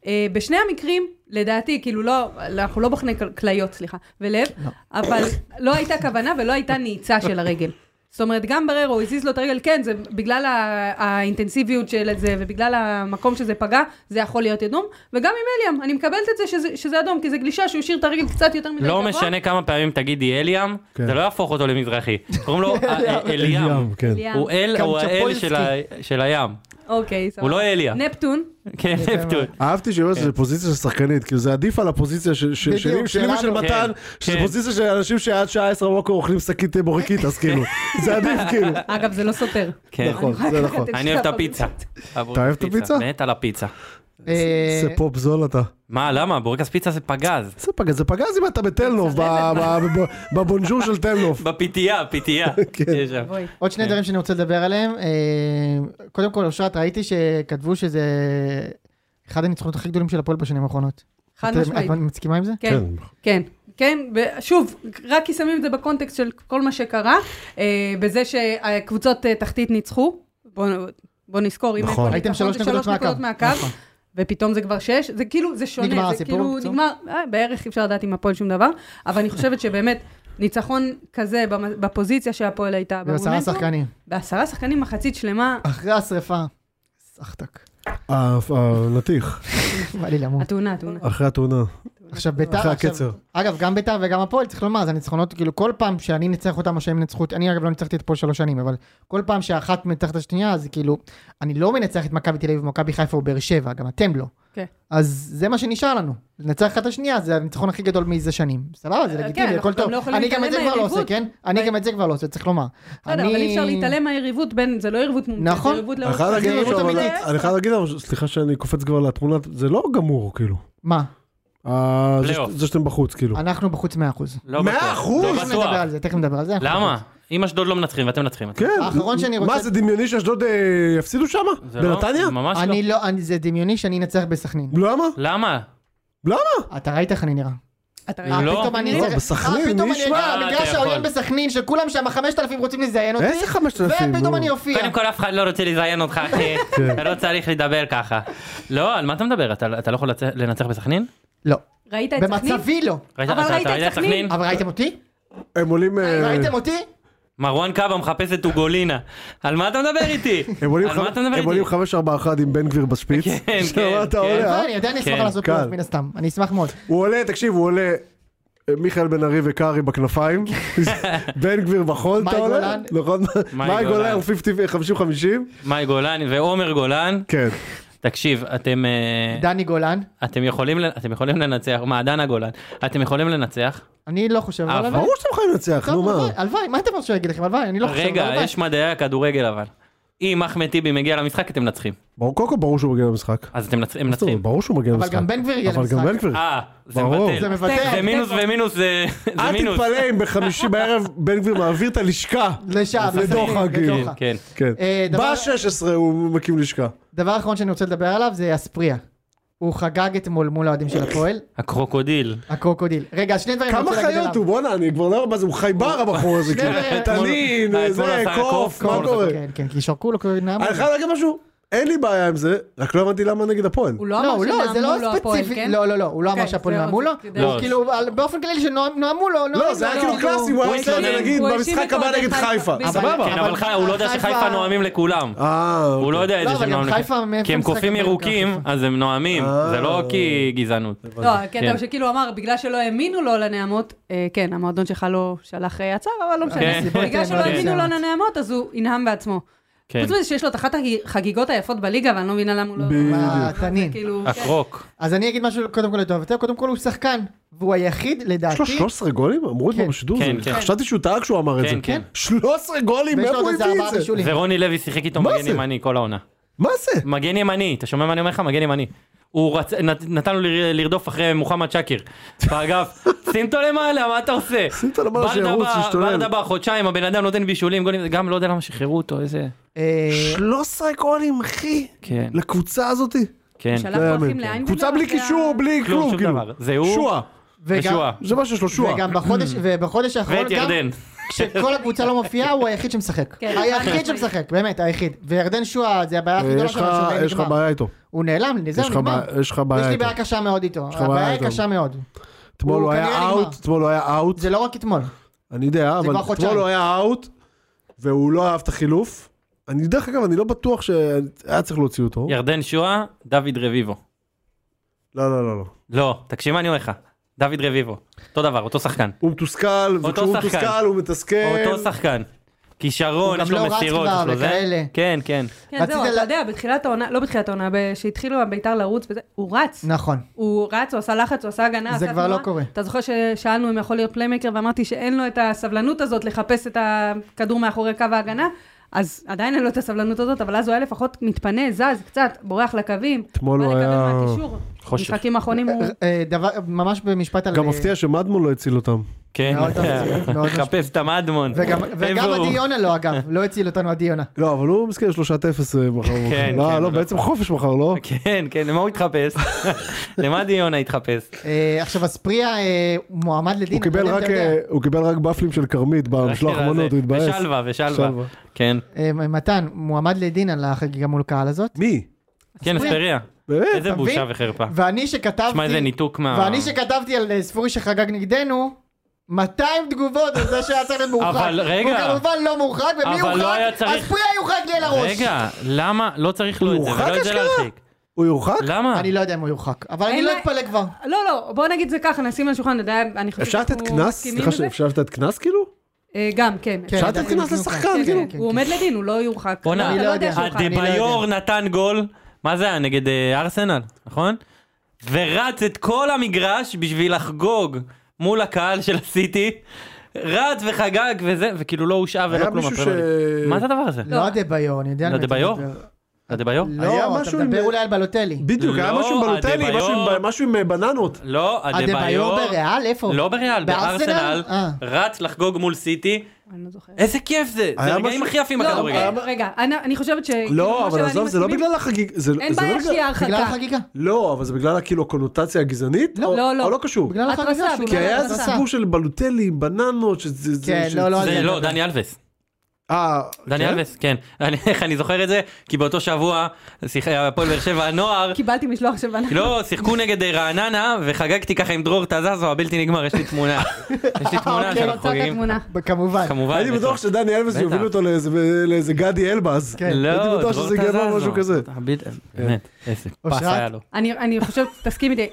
S4: אה, בשני המקרים, לדעתי, כאילו לא, אנחנו לא בוחני כל- כליות, סליחה, ולב, לא. אבל לא הייתה כוונה ולא הייתה נעיצה של הרגל. זאת אומרת, גם בררו הזיז לו את הרגל, כן, זה בגלל ה- האינטנסיביות של זה ובגלל המקום שזה פגע, זה יכול להיות אדום. וגם עם אליאם, אני מקבלת את זה שזה, שזה אדום, כי זה גלישה שהוא השאיר את הרגל קצת יותר מדי
S1: לא
S4: גבוה.
S1: משנה כמה פעמים תגידי אליאם,
S3: כן.
S1: זה לא יהפוך אותו למזרחי. קוראים לו אה, אה, אליאם.
S3: כן.
S4: אליאם.
S1: הוא אל, הוא האל של ה- של הים.
S4: אוקיי, סבבה.
S1: הוא לא אליה.
S4: נפטון,
S1: כן, נפטון.
S3: אהבתי שהיא אומרת
S1: כן.
S3: שזה פוזיציה של שחקנית, כאילו זה עדיף על הפוזיציה של- של-
S2: בדיוק,
S3: שלי שלי ושל
S2: שלנו.
S3: מתן,
S1: כן,
S3: שזה
S1: כן.
S3: פוזיציה של אנשים שעד שעה עשרה בבוקר אוכלים שקית בורקית, אז כאילו, זה עדיף כאילו.
S4: אגב, זה לא סותר.
S1: כן.
S3: נכון, זה נכון.
S1: אני אוהב את הפיצה.
S3: אתה אוהב את הפיצה?
S1: מת על הפיצה.
S2: אה,
S3: זה פופ זול אתה.
S1: מה, למה? בורקס פיצה זה פגז.
S3: זה פגז, זה פגז אם אתה בתלנוף, ב- ב- ב- בבונג'ור של תלנוף.
S1: בפיתייה, פיתייה.
S3: כן.
S1: יש שם.
S4: בואי.
S2: עוד שני דברים שאני רוצה לדבר עליהם. אה, קודם כל, אושרת, ראיתי שכתבו שזה אחד הניצחונות הכי גדולים של הפועל בשנים האחרונות.
S4: חד
S2: אתם-
S4: משמעית.
S2: את מסכימה עם זה?
S4: כן, כן, כן, ושוב, רק כי שמים את זה בקונטקסט של כל מה שקרה, אה, בזה שהקבוצות אה, תחתית ניצחו, בואו בוא נזכור, אם
S3: נכון.
S4: הפועל
S2: הייתם
S4: ניצחון
S2: שלוש
S4: זה
S2: נקודות מהקו. נכון.
S4: ופתאום זה כבר שש, זה כאילו, זה שונה,
S2: נגמר
S4: זה
S2: הסיפור,
S4: כאילו
S2: בקיצור?
S4: נגמר, אה, בערך אי אפשר לדעת עם הפועל שום דבר, אבל אני חושבת שבאמת, ניצחון כזה במ- בפוזיציה שהפועל הייתה,
S2: ועשרה
S4: במומנטום,
S2: שחקנים. נכון.
S4: בעשרה שחקנים מחצית שלמה,
S2: אחרי השריפה. סחטק.
S3: ה- הנתיך,
S2: בא לי למות.
S4: התאונה, התאונה.
S3: אה, אחרי התאונה,
S2: עכשיו ביתר,
S3: אחרי
S2: עכשיו-
S3: הקצר.
S2: אגב, גם ביתר וגם הפועל, צריך לומר, זה הניצחונות, כאילו כל פעם שאני ניצח אותם או שהם ניצחו אותי, אני אגב לא ניצחתי את הפועל שלוש שנים, אבל כל פעם שאחת מתחת השנייה, אז כאילו, אני לא מנצח את מכבי תל אביב ומכבי חיפה ובאר שבע, גם אתם לא.
S4: כן.
S2: אז זה מה שנשאר לנו, לנצח אחת את השנייה, זה הניצחון הכי גדול מאיזה שנים. סבבה, זה
S4: אה,
S2: לגיטימי,
S4: כן,
S2: הכל
S4: אנחנו גם
S2: טוב.
S4: לא יכולים
S2: אני גם את זה
S4: להתעלם
S2: כבר לא עושה,
S4: מהיריבות.
S2: כן? אני גם את זה כבר לא עושה, צריך לומר.
S4: בסדר,
S2: אני-
S4: אבל אי אפשר להתעלם מהיריבות בין, זה לא יריבות מומצאת,
S2: נכון.
S4: זה יריבות
S3: אני
S4: לאורך
S3: חייב להגיד
S2: זה
S3: משהו,
S2: יריבות
S3: אבל-
S2: אמיתית.
S3: אני חייב להגיד, אבל- סליחה שאני קופץ כבר לתמונה, זה לא גמור כאילו.
S2: מה?
S3: אה, זה ש-
S1: פלייאוף.
S3: זה שאתם בחוץ כאילו.
S2: אנחנו בחוץ 100%.
S1: לא
S3: מאה
S1: בטוח,
S3: אחוז?
S1: לא
S2: תכף נדבר
S1: בטוח.
S2: על זה, תכף נדבר על זה.
S1: למה? אם אשדוד לא מנצחים ואתם מנצחים. אתם-
S3: כן.
S2: האחרון שאני רוצה-
S3: מה זה דמיוני שאשדוד אה, יפסידו שם?
S1: זה לא-
S3: בנתניה?
S1: ממש לא.
S2: אני לא, אני- זה דמיוני שאני אנצח בסכנין.
S3: למה?
S1: למה?
S2: אתה ראית איך אני נראה.
S4: אתה
S1: לא.
S4: ראית?
S2: אה, פתאום אני
S3: לא,
S2: אצטרך-
S3: בסכנין,
S2: אה, פתאום
S3: מי
S2: אני
S3: ישמע?
S2: אגיע
S1: אה,
S2: למגרש
S1: אתה
S2: העוין
S1: יכול.
S2: בסכנין, שכולם שם, החמשת אלפים רוצים לזיין אותי,
S3: איזה חמשת אלפים?
S2: ופתאום
S3: נו.
S2: אני אופיע.
S1: קודם כל אף אחד לא רוצה לזיין אותך אחי,
S3: כן.
S1: אתה לא צריך לדבר ככה. לא, על מה אתה מדבר? אתה אתה לא יכול לצ- לנצח בסכנין?
S2: לא.
S1: אה,
S4: ראית את סכנין?
S2: במצבי לא.
S1: ראית-
S4: אבל
S1: אתה-
S4: ראית
S1: אתה
S4: את סכנין?
S2: אבל ראיתם אותי?
S3: הם עולים... אה,
S2: ראיתם אותי?
S1: מרואן קאבה מחפש את אוגולינה. על מה אתה מדבר איתי?
S3: הם עולים
S1: על
S3: חמ-
S1: מה אתה מדבר
S3: הם עולים
S1: איתי?
S3: 541 עם בן גביר בשפיץ.
S1: כן,
S3: שמע,
S1: כן,
S3: אתה
S1: כן.
S3: עולה, אה?
S2: אבל אני יודע, אני אשמח
S1: כן, אה.
S2: לעשות
S3: קל.
S2: פלייאוף מן הסתם. אני אשמח מאוד.
S3: הוא עולה, תקשיב, הוא עולה... אה, מיכאל בן ארי וקארי בכנפיים, בן גביר בחול,
S2: מאי
S3: אתה עולה?
S2: גולן.
S3: נכון?
S1: מאי
S3: מאי גולן
S1: גולן.
S3: הוא 50-50?
S1: מאי גולן ועומר גולן.
S3: כן.
S1: תקשיב, אתם אה,
S2: דני גולן.
S1: אתם יכולים לנ- אתם יכולים לנצח, מה, דנה גולן, אתם יכולים לנצח.
S2: אני לא חושב, אבל
S1: אבל-
S2: הלוואי.
S3: ברור שאתם יכולים לנצח,
S2: טוב,
S3: נו מה?
S2: הלוואי, הלוואי, מה אתם רוצים שאני אגיד לכם? הלוואי, אני לא חושב,
S1: רגע,
S2: הלוואי.
S1: יש מדעי הכדורגל אבל. אם אחמד טיבי מגיע למשחק אתם מנצחים.
S3: ברור, קודם כל ברור שהוא מגיע למשחק.
S1: אז אתם מנצ- הם
S3: טוב,
S1: מנצחים.
S3: ברור שהוא מגיע
S2: אבל
S3: למשחק.
S2: גם בן גביר יגיע
S3: אבל גם
S2: למשחק.
S3: בן גביר.
S1: אה, זה
S3: ברור.
S1: מבטל.
S2: זה מבטל.
S1: זה מינוס ומינוס זה זה
S3: אל
S1: מינוס.
S3: תתפלא אם בחמישי בערב בן גביר מעביר את הלשכה.
S2: לשם,
S3: לדוחה, כאילו.
S1: כן, כן.
S3: כן.
S2: אה, דבר-
S3: ב-16 הוא מקים לשכה.
S2: דבר אחרון שאני רוצה לדבר עליו זה אספריה. הוא חגג אתמול מול האוהדים של הפועל,
S1: הקרוקודיל.
S2: הקרוקודיל. רגע, שני דברים אני
S3: כמה
S2: רוצה להגיד עליו.
S3: חיות הוא? בואנה, אני כבר לא יודע מה זה, הוא חייבר הבחור הזה, כאילו.
S2: שני-
S3: תנין,
S1: אתמול-
S3: זה,
S1: אתמול עשה
S3: קוף,
S1: קוף,
S3: מה
S1: קוף,
S3: קורה?
S2: כן, כן, כי שרקו לו כאילו נעמה.
S4: אה,
S3: אני חייב להגיד משהו, אין לי בעיה עם זה, רק לא הבנתי למה נגד הפועל.
S4: הוא
S2: לא,
S4: לא
S2: הוא
S4: אמר
S2: לא, זה
S4: שנעמו לו
S2: לא
S4: הפועל,
S2: ספציפי,
S4: כן?
S2: לא, לא, לא, הוא לא אמר
S4: כן,
S2: שהפועל
S4: זה-
S2: נעמו לו,
S4: זה-
S1: לא,
S2: הוא כאילו, על- באופן כללי שנעמו לו,
S3: לא, זה היה
S4: לא,
S3: כאילו
S4: לא,
S3: קלאסי,
S4: הוא
S3: הוא היה צריך
S1: התלונן.
S3: להגיד
S4: הוא
S3: במשחק
S4: האשים את
S3: הבא
S4: אוהדי
S3: נגד
S4: חיפה.
S3: חיפה.
S4: אבל-
S3: סבבה?
S1: כן, אבל חי- הוא לא יודע שחיפה נואמים לכולם.
S3: אה,
S1: הוא לא יודע את
S2: לא,
S1: זה
S2: אבל
S1: שהם
S2: גם
S1: נואמים.
S2: חיפה מאיפה
S1: כי הם
S2: משחק
S1: כופים
S2: הפועל
S1: ירוקים,
S2: חיפה?
S1: אז הם נואמים.
S3: אה.
S1: זה לא כי גזענות.
S4: לא, הקטע
S1: כן.
S4: הוא שכאילו אמר, בגלל שלא האמינו לו לנעמות, אה, כן, המועדון שלך לא שלח אה, הצהר, אבל לא
S1: כן.
S4: משנה. בגלל שלא
S1: כן.
S4: האמינו לו לנעמות, אז הוא ינהם בעצמו.
S1: כן.
S4: חוץ מזה שיש לו את אחת החגיגות היפות בליגה, ואני לא מבינה למה הוא לא...
S3: בדיוק.
S4: מה, זה
S2: התנין.
S4: כאילו, כן.
S1: הקרוק.
S2: אז אני אגיד משהו קודם כל לטובתו, קודם כל הוא שחקן, והוא היחיד
S3: יש לו
S2: לדעתי,
S3: 13 גולים? אמרו את זה
S2: כן.
S3: בשידור.
S1: כן,
S3: זה-
S1: כן.
S3: חשבתי שהוא טעה כשהוא אמר את זה.
S1: כן, כן.
S3: 13 גולים,
S2: ויש
S3: מאיפה
S2: לו עוד
S3: הוא
S2: איזה
S3: הביא
S2: ארבעה
S3: את זה?
S2: בישולים.
S1: ורוני לוי שיחק איתו
S3: מה
S1: מגן
S3: זה?
S1: ימני כל העונה.
S3: מה זה?
S1: מגן ימני, אתה שומע מה אני אומר לך? מגן ימני. הוא רצ... נת... נתן לו ל... לרדוף אחרי מוחמד שקיר. באגף, שים אותו למעלה, מה אתה עושה?
S3: שים אותו למעלה,
S1: ברדה
S3: שירוץ,
S1: בא-
S3: שישתולל.
S1: ברדה בא חודשיים, הבן אדם נותן בישולים, גולים, זה גם לא יודע למה שחררו אותו, איזה...
S2: אה,
S3: 13 גולים, אחי.
S1: כן,
S2: לא,
S3: לקבוצה הזאתי.
S1: כן.
S4: שלח
S3: לא
S4: פרחים
S3: יאמן.
S4: לאיינברגר.
S3: קבוצה בלי
S4: זה
S3: קישור, בלי
S1: כלום,
S3: כלום,
S1: שום
S3: כאילו.
S1: דבר. זה הוא.
S3: שועה.
S2: וגם-
S1: ושועה.
S3: זה מה שיש לו, אה, שועה.
S2: וגם בחודש, ובחודש האחרון
S1: ואת
S2: גם,
S1: ירדן.
S2: כשכל הקבוצה לא מופיעה, הוא היחיד שמשחק,
S4: כן,
S2: היחיד
S4: חד-משמעית.
S2: שמשחק, באמת, היחיד, וירדן שועה, זה הבעיה הכי
S3: אה,
S2: גדולה
S3: יש לך-
S2: שלו, שהוא
S3: יש לך
S2: נגמר.
S3: בעיה איתו.
S2: הוא נעלם,
S3: יש
S2: נזהר,
S3: לך
S2: נגמר,
S3: בעיה- יש לך
S2: יש
S3: בעיה
S2: לי
S3: איתו.
S2: בעיה קשה מאוד איתו,
S3: יש לך בעיה
S2: הבעיה היא
S3: איתו.
S2: קשה מאוד,
S3: אתמול הוא
S2: הוא
S3: היה
S2: כנראה נגמר.
S3: אאוט, אתמול הוא היה אאוט.
S2: זה לא רק אתמול,
S3: אני יודע,
S2: כבר
S3: אבל
S2: חודשיים.
S3: אתמול הוא היה אאוט, והוא לא אהב את החילוף. אני דרך אגב, אני לא בטוח שהיה צריך להוציא אותו.
S1: ירדן שועה, דוד רביבו.
S3: לא, לא, לא, לא.
S1: לא, תקשיב מה אני אומר לך. דוד רביבו. אותו דבר, אותו שחקן.
S3: הוא מתוסכל, וכשהוא
S1: שחקן.
S3: מתוסכל הוא מתסכל.
S1: אותו שחקן. כישרון,
S2: אה, הוא
S1: יש
S2: גם
S1: לו
S2: לא רץ
S1: מסירות,
S2: כבר
S1: יש לו
S2: וכאלה.
S1: זה. כן, כן.
S4: כן, זהו,
S2: רצית
S4: אתה
S2: ל-
S4: יודע, בתחילת העונה, לא בתחילת העונה, כשהתחילו בית"ר לרוץ, וזה, הוא רץ.
S2: נכון,
S4: הוא רץ, הוא עשה לחץ, הוא עשה הגנה,
S2: זה
S4: עשה
S2: כבר לא קורה.
S4: אתה זוכר ששאלנו אם יכול להיות פליימקר, ואמרתי שאין לו את הסבלנות הזאת לחפש את הכדור מאחורי קו ההגנה? אז עדיין אין לו את הסבלנות הזאת, אבל אז הוא היה לפחות מתפנה, זז קצת, בורח לקווים.
S3: אתמול
S4: בא
S3: הוא
S4: לקבל
S3: לא, היה-
S4: מהקישור.
S1: חושך.
S4: משחקים האחרונים הוא...
S2: אה, דבר, ממש במשפט על... אה,
S3: גם מפתיע שמדמון לא הציל אותם.
S1: כן,
S2: מאוד מפתיע, מאוד
S1: חפש את המדמון.
S2: וגם,
S1: איפה
S2: וגם
S1: הוא?
S2: עדי יונה לא, אגב, לא הציל אותנו עדי יונה.
S3: לא, אבל הוא מסכן 3-0 מחר. בבוקר.
S1: כן,
S3: לא,
S1: כן,
S3: לא,
S1: לא.
S3: בעצם חופש מחר, לא?
S1: כן, כן, למה הוא התחפש? למה דיונה התחפש?
S2: אה, עכשיו, אספריה אה, מועמד לדין.
S3: הוא קיבל
S2: אני לא יודע
S3: רק,
S2: אם אתה יודע.
S3: אה, הוא קיבל רק בפלים של כרמית במשלוח
S1: השיר הזה.
S3: מנות, לא, הוא התבאס.
S1: ושלווה, ושלווה.
S3: שלווה.
S1: כן,
S2: אה, מתן, מועמד לדין על החגיגה מול קהל הזאת.
S3: מי?
S1: כן, אספריה.
S2: אה,
S3: באמת?
S1: איזה
S2: אתה
S1: בושה
S2: מבין?
S1: וחרפה.
S3: אה.
S2: ואני שכתבתי...
S1: שמע, איזה ניתוק מה...
S2: ואני שכתבתי על אה, ספורי שחגג נגדנו, 200 תגובות על זה שהיה צריך להיות מורחק.
S1: אבל רגע.
S2: הוא כמובן לא מורחק,
S1: אבל
S2: ומי הורחק?
S1: לא היה צריך-
S2: אספריה יורחק לי על הראש.
S1: רגע, למה? לא צריך לו את זה,
S3: הוא הורחק
S1: ולא את זה
S3: אשכרה?
S1: להרחיק.
S3: הוא יורחק?
S1: למה?
S2: אני לא יודע אם הוא יורחק, אבל אני
S4: אין
S2: לא
S4: לה-
S2: אתפלא כבר.
S4: לא, לא, בוא נגיד זה ככה, נשים על השולחן, אתה יודע, אני חושבת
S3: אפשר לתת קנס? סליחה,
S4: בזה.
S3: אפשר לתת קנס כאילו?
S4: אה, גם, כן.
S2: כן,
S3: אפשר
S2: לדעתי
S3: לתת קנס
S2: נתנו
S3: לשחקן,
S2: כאן.
S4: כן,
S3: כאילו?
S4: כן, הוא עומד לדין, הוא לא יורחק.
S1: בואנה,
S4: אתה
S1: אני
S2: לא יודע.
S4: שהוא יורחק.
S2: אני לא
S1: הדיביור
S2: יודע.
S1: נתן גול, מה זה היה? נגד אה, ארסנל, נכון? ורץ את כל המגרש בשביל לחגוג מול הקהל של הסיטי. רץ וחגג וזה, וכאילו לא הושעה ולא
S3: היה
S1: כלום.
S3: מישהו ש...
S1: הפרמייר ליג. מה זה הדבר הזה?
S2: לא הדה-ביור, אני יודע. על
S1: לא
S2: מי אתה
S1: הדה-ביור?
S2: מדבר.
S1: זה דיביור?
S3: היה
S2: לא, אתה
S3: משהו עם-
S2: מדבר אולי על בלוטלי.
S3: בדיוק, היה
S1: לא,
S3: משהו עם בלוטלי,
S1: אדבאיו.
S3: משהו עם- משהו עם אה, בננות.
S1: לא,
S2: הדה-ביור
S1: הדיביור...
S2: אה, בריאל? איפה?
S1: לא בריאל, בארסנל.
S2: אה.
S1: רץ לחגוג מול סיטי.
S4: אני לא זוכרת.
S1: איזה כיף זה! זה
S3: היה
S1: הרגעים
S3: משהו-
S1: הכי יפים
S4: לא,
S1: בכדורגל.
S4: רגע, רגע, אני- אני חושבת ש... כאילו,
S3: לא,
S4: משה
S3: אבל
S4: ואני
S3: עזוב, זה לא
S4: מסכימים.
S3: בגלל החגיג... זה-
S4: אין
S3: זה לא
S4: בעיה
S3: בגלל-
S4: שתהיה
S2: בגלל
S4: הרחקה.
S2: החגיגה.
S3: לא, אבל זה בגלל כאילו הקונוטציה הגזענית?
S4: לא,
S3: או-
S4: לא, לא.
S3: או לא קשור.
S2: בגלל
S4: התרסה,
S2: החגיגה. שהוא
S4: בגלל
S3: כי
S2: לא
S3: היה איזה
S2: התרסה.
S3: סיפור של בלוטלי עם בננות, שזה... זה-
S2: כן,
S3: ש-
S2: לא, לא,
S1: זה
S2: אני-
S1: לא, דני אלבס.
S3: אה,
S1: דני
S3: כן?
S1: אלבס, כן. אני- איך אני זוכר את זה? כי באותו שבוע, שיחק- הפועל באר שבע הנוער,
S4: קיבלתי משלוח של בננות.
S1: לא, שיחקו נגד אה, רעננה, וחגגתי ככה עם דרור תזזו, הבלתי נגמר, יש לי תמונה. יש לי תמונה
S2: אוקיי,
S1: שאנחנו
S4: רוצה את
S1: חוגגים.
S4: התמונה.
S2: כמובן.
S1: כמובן.
S3: הייתי בטוח שדני אלבס
S1: בטח.
S3: יוביל אותו לאיזה- לאיזה גדי אלבאז.
S2: כן.
S1: לא,
S3: הייתי
S1: דרור
S3: בטוח שזה גמר משהו כזה.
S1: הביט- באמת, איזה פס
S2: אושרת?
S1: היה לו.
S4: אני, אני חושבת, תסכים איתי,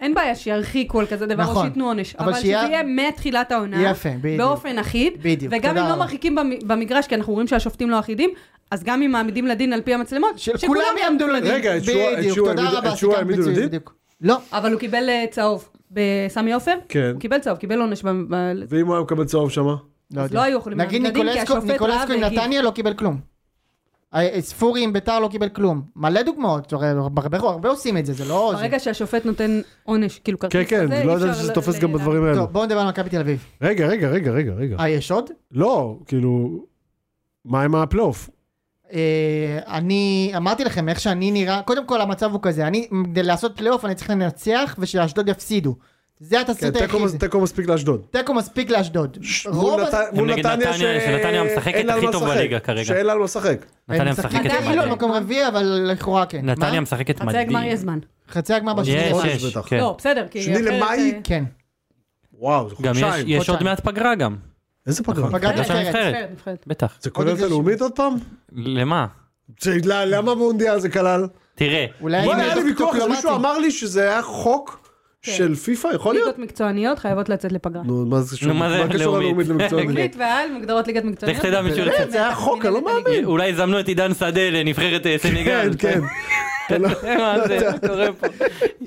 S4: אין בעיה שירחיקו על כזה דבר,
S2: נכון.
S4: או שייתנו עונש,
S2: אבל
S4: אבל,
S2: שיהיה-
S4: שזה יהיה מתחילת העונה,
S2: יפה, בדיוק.
S4: באופן אחיד,
S2: בדיוק,
S4: וגם
S2: תודה
S4: אם לא
S2: רבה.
S4: מרחיקים במ- במגרש, כי אנחנו רואים שהשופטים לא אחידים, אז גם אם מעמידים לדין על פי המצלמות,
S2: שכולם יעמדו לדין.
S3: רגע, את שועה- את
S2: בדיוק,
S3: שועה
S2: תודה
S3: העמידו-
S2: רבה,
S3: את שועה
S2: סיכמת
S3: העמידו
S2: מצוין,
S3: לדין?
S2: בדיוק. לא,
S4: אבל הוא קיבל אה, צהוב בסמי עופר,
S3: כן.
S4: הוא קיבל צהוב, קיבל עונש, ב... ב...
S3: ואם הוא היה מקבל צהוב שמה?
S2: לא
S4: אז
S2: יודע.
S4: לא היו יכולים
S2: נגיד
S4: להעמיד לדין, כי
S2: ניקולסקו
S4: השופט
S2: ניקולסקו
S4: ראה
S2: עם
S4: והגיב.
S2: נתניה לא קיבל כלום. אה, ספורי עם ביתר לא קיבל כלום. מלא דוגמאות, הרי הרבה הרבה עושים את זה, זה לא... זה-
S4: ברגע שהשופט נותן עונש, כאילו כרטיס
S3: כן, כן,
S4: כזה,
S3: לא
S4: אי אפשר
S3: ידעתי שזה
S4: ל-
S3: תופס
S4: ל-
S3: גם
S4: ל-
S3: בדברים האלו.
S2: טוב, בואו נדבר על מכבי תל אביב.
S3: רגע, רגע, רגע, רגע, רגע.
S2: אה, יש עוד?
S3: לא, כאילו, מה עם הפלייאוף?
S2: אה, אני אמרתי לכם איך שאני נראה, קודם כל המצב הוא כזה, אני, כדי לעשות פלייאוף אני צריך לנצח ושאשדוד יפסידו. זה
S3: כן,
S2: התסריט
S3: תיקו-
S2: היחיד.
S3: תיקו מספיק לאשדוד.
S2: תיקו מספיק לאשדוד. רוב
S3: מול
S2: הז-
S3: נת- מול
S1: נגד
S3: נתניה
S1: נתניה,
S3: ש-
S1: שנתניה משחקת
S3: אין לה
S1: הכי
S3: מה
S1: טוב
S3: לשחק.
S1: בליגה כרגע.
S3: שאין לה לא לשחק.
S1: נתניה
S2: משחק-
S1: משחקת
S4: נתניה
S2: כאילו
S1: מדהים.
S2: מקום רביעי אבל לכאורה כן. מה?
S1: נתניה משחקת
S4: חצי הגמר
S1: מדהים.
S4: יש זמן.
S2: חצי הגמר בשני.
S1: יש,
S3: חודש
S1: יש,
S3: בטח.
S1: כן.
S4: לא, בסדר, כי...
S3: שני
S4: אחרת,
S3: למאי,
S4: אה,
S2: כן.
S3: וואו, זה
S1: גם יש-
S3: חודשיים.
S1: יש נכון. עוד
S2: חודשיים.
S1: מעט פגרה גם,
S3: איזה פגרה.
S2: פגרת
S4: לא
S1: חדשה
S2: אחרת.
S1: נבחרת.
S4: נבחרת, נבחרת.
S1: בטח.
S3: זה כולל את
S2: עוד
S3: הלאומית עוד פעם?
S1: למה?
S3: זה- לא, למה מונדיאל זה כלל?
S1: תראה,
S2: אולי
S3: וואי,
S2: אני
S3: היה לי
S2: מדוקטור
S3: ויכוח, לא אז
S2: קלמטי.
S3: מישהו אמר לי שזה היה חוק
S4: כן.
S3: של פיפא, יכול להיות? לא
S4: ליגות מקצועניות חייבות לצאת לפגרה.
S3: נו, מה זה קשור?
S1: נו, מה זה כן,
S3: מה קשור
S1: לאומית?
S3: הלאומית למקצוענות?
S4: אנגלית והעל מוגדרות ליגת מקצועניות.
S1: לך תדע מישהו ירצה.
S3: זה היה חוק, אני לא מאמין.
S1: אולי יזמנו את עידן שדה לנבחרת אה,
S3: כן,
S1: סנגל.
S3: כן. אתה לא-
S1: אה, מה זה קורה פה?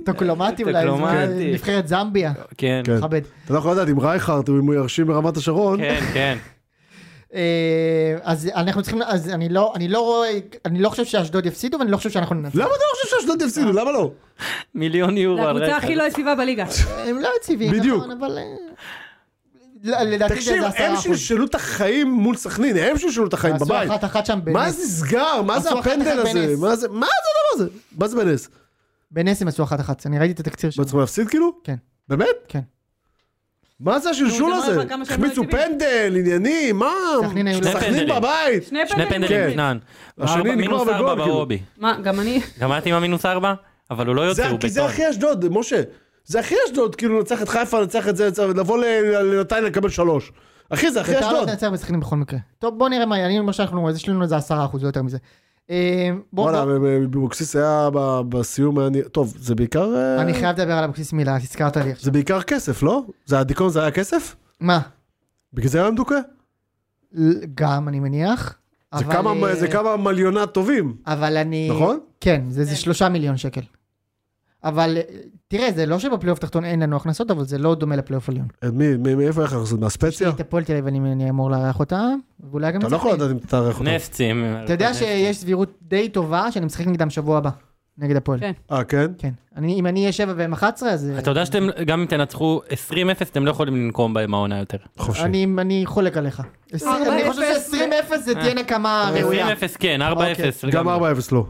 S2: טוקלומטי אולי,
S1: טוקלומטי.
S2: זה נבחרת זמביה,
S1: כן,
S3: כן.
S2: מכבד.
S3: אתה לא יכול לדעת אם רייכרד, אם הוא ירשים ברמת השרון.
S1: כן, כן.
S2: אה, אז אנחנו צריכים, אז אני לא, אני לא רואה, אני לא חושב שאשדוד יפסידו ואני לא חושב שאנחנו ננצח.
S3: למה אתה לא חושב שאשדוד יפסידו? למה לא?
S1: מיליון יורו.
S4: זה
S1: על
S4: הקבוצה
S1: רקע.
S4: הכי לא יציבה בליגה.
S2: הם לא יציבים,
S3: בדיוק.
S2: נכון, אבל... אה, לא, לדעתי זה
S3: תקשיב,
S2: זה
S3: הם
S2: עשרה אחוז.
S3: שלשלו את החיים מול סכנין, הם שלשלו את החיים
S2: עשו
S3: בבית.
S2: אחת אחת שם
S3: מה
S2: בנס.
S3: נסגר? מה זה
S2: עשו אחת
S3: הפנדל
S2: אחת
S3: הזה?
S2: בנס.
S3: מה זה מה זה הדבר הזה? מה זה בנס?
S2: בנס הם עשו אחת אחת, אני ראיתי את התקציר
S3: מה
S2: שלהם.
S3: צריכים להפסיד כאילו?
S2: כן.
S3: באמת?
S2: כן.
S3: מה זה השלשול
S4: נו, זה מראה
S3: הזה?
S4: כבר כמה שהם לא
S3: החמיצו
S4: יציבים.
S3: פנדל, עניינים, מה?
S2: סכנין היו-
S1: שני
S3: סכנין
S1: פנדלים.
S3: בבית.
S4: שני
S1: שני פנדלים
S4: כן.
S1: מתנען.
S3: השני
S1: ארבע-
S3: נגמר
S1: מינוס ארבע
S3: בגול, כאילו.
S1: ברובי.
S4: מה, גם אני?
S1: גם את עם המינוס ארבע? אבל הוא לא
S3: זה-
S1: יוצא, הוא
S3: כי זה
S1: בטון.
S3: הכי אשדוד, משה. זה הכי אשדוד, כאילו לנצח את חיפה, לנצח את זה, לנצח- לבוא ל- לנתניה לקבל שלוש. אחי, זה הכי
S2: ביתר לא
S3: אשדוד.
S2: תנצח בסכנין בכל מקרה. טוב בוא נראה מה יהיה, אני מה שאנחנו, אז יש לנו איזה עשרה אחוז, לא יותר מזה. אה, בוא-
S3: וואלה,
S2: בוא-
S3: אבוקסיס היה ב- בסיום, היה נראה- טוב, זה בעיקר... אה,
S2: אני חייב לדבר על אבוקסיס מילה, הזכרת לי
S3: זה
S2: עכשיו.
S3: בעיקר כסף, לא? זה הדיכאון זה היה כסף?
S2: מה?
S3: בגלל זה היה מדוכא?
S2: ל- גם אני מניח.
S3: זה
S2: אבל,
S3: כמה-
S2: אה,
S3: זה כמה מליונה טובים.
S2: אבל אני...
S3: נכון?
S2: כן, זה זה שלושה מיליון שקל. אבל אה, תראה, זה לא שבפלייאוף תחתון אין לנו הכנסות, אבל זה לא דומה לפלייאוף עליון.
S3: את אה, מי, מי- מאיפה היה לך לעשות?
S2: יש לי
S3: מהספציה?
S2: את הפועל תל אביב, אני אני אמור לארח אותה, ואולי גם... את
S3: אתה לא יכול
S2: סכנין.
S3: לדעת כן. אם תארח אותם.
S1: נפצים.
S2: אתה יודע שיש סבירות די טובה שאני משחק נגדם שבוע הבא, נגד הפועל.
S4: כן.
S3: אה, כן?
S2: כן. אני- אם אני אהיה 7 והם 11, אז...
S1: אתה יודע שאתם, גם אם תנצחו 20-0, אתם לא יכולים לנקום בהם העונה יותר.
S2: אה,
S3: חופשי.
S2: אני, אני חולק עליך. עשרים- אני חושב
S4: 4-0.
S2: ש-20-0 זה
S1: אה.
S2: תהיה נקמה ראויה. אוקיי.
S1: 20-0 כן, 4-0.
S3: גם
S1: לגמרי.
S3: 4-0 לא.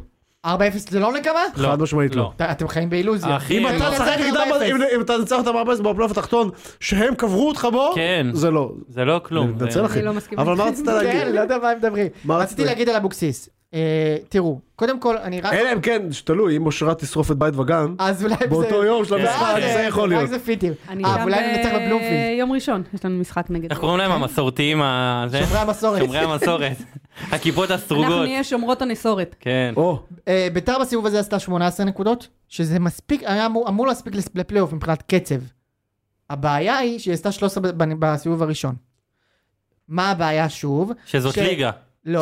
S2: 4-0 זה לא נקמה?
S1: לא.
S3: חד משמעית לא.
S1: לא.
S2: אתה- אתם חיים באילוזיה.
S1: אחי,
S3: אם
S1: כן,
S3: אתה
S1: לא.
S3: משחק נגדם,
S2: 4-0.
S3: אם- אם אתה ניצח אותם 4-0 בפלייאוף התחתון, שהם קברו אותך בו,
S1: כן.
S3: זה לא.
S1: זה לא כלום.
S3: אני מתנצל
S1: זה-
S3: אחי.
S4: אני לא מסכימה.
S3: אבל מה רצית
S2: כן,
S3: להגיד?
S2: לא יודע מה הם מדברים.
S3: מה
S2: רציתי
S3: רצית?
S2: להגיד על אבוקסיס. אה, תראו, קודם כל, אני רק...
S3: אלא אם כן, שתלוי, אם אושרת תשרוף את בית וגן,
S2: אז אולי...
S3: באותו
S2: זה-
S3: יום של
S1: כן.
S3: המשחק,
S2: אה,
S3: זה יכול להיות.
S2: רק זה פיטים.
S4: אני
S2: אה,
S4: שם
S2: ואולי ננצח בבלומפילד.
S4: ביום ראשון, יש לנו משחק נגד.
S1: איך קוראים להם? המסורתיים? ה- זה?
S2: כן. שומרי המסורת.
S1: שומרי המסורת. הכיפות
S4: אנחנו
S1: הסרוגות.
S4: נהיה שומרות הנסורת.
S1: כן.
S3: או,
S2: אה, ביתר בסיבוב הזה עשתה 18 נקודות, שזה מספיק, היה אמור, אמור להספיק לס- לפלייאוף מבחינת קצב. הבעיה היא שהיא עשתה 13 בנ- בסיבוב הראשון. מה הבעיה שוב?
S1: שזאת
S2: ש-
S1: ליגה.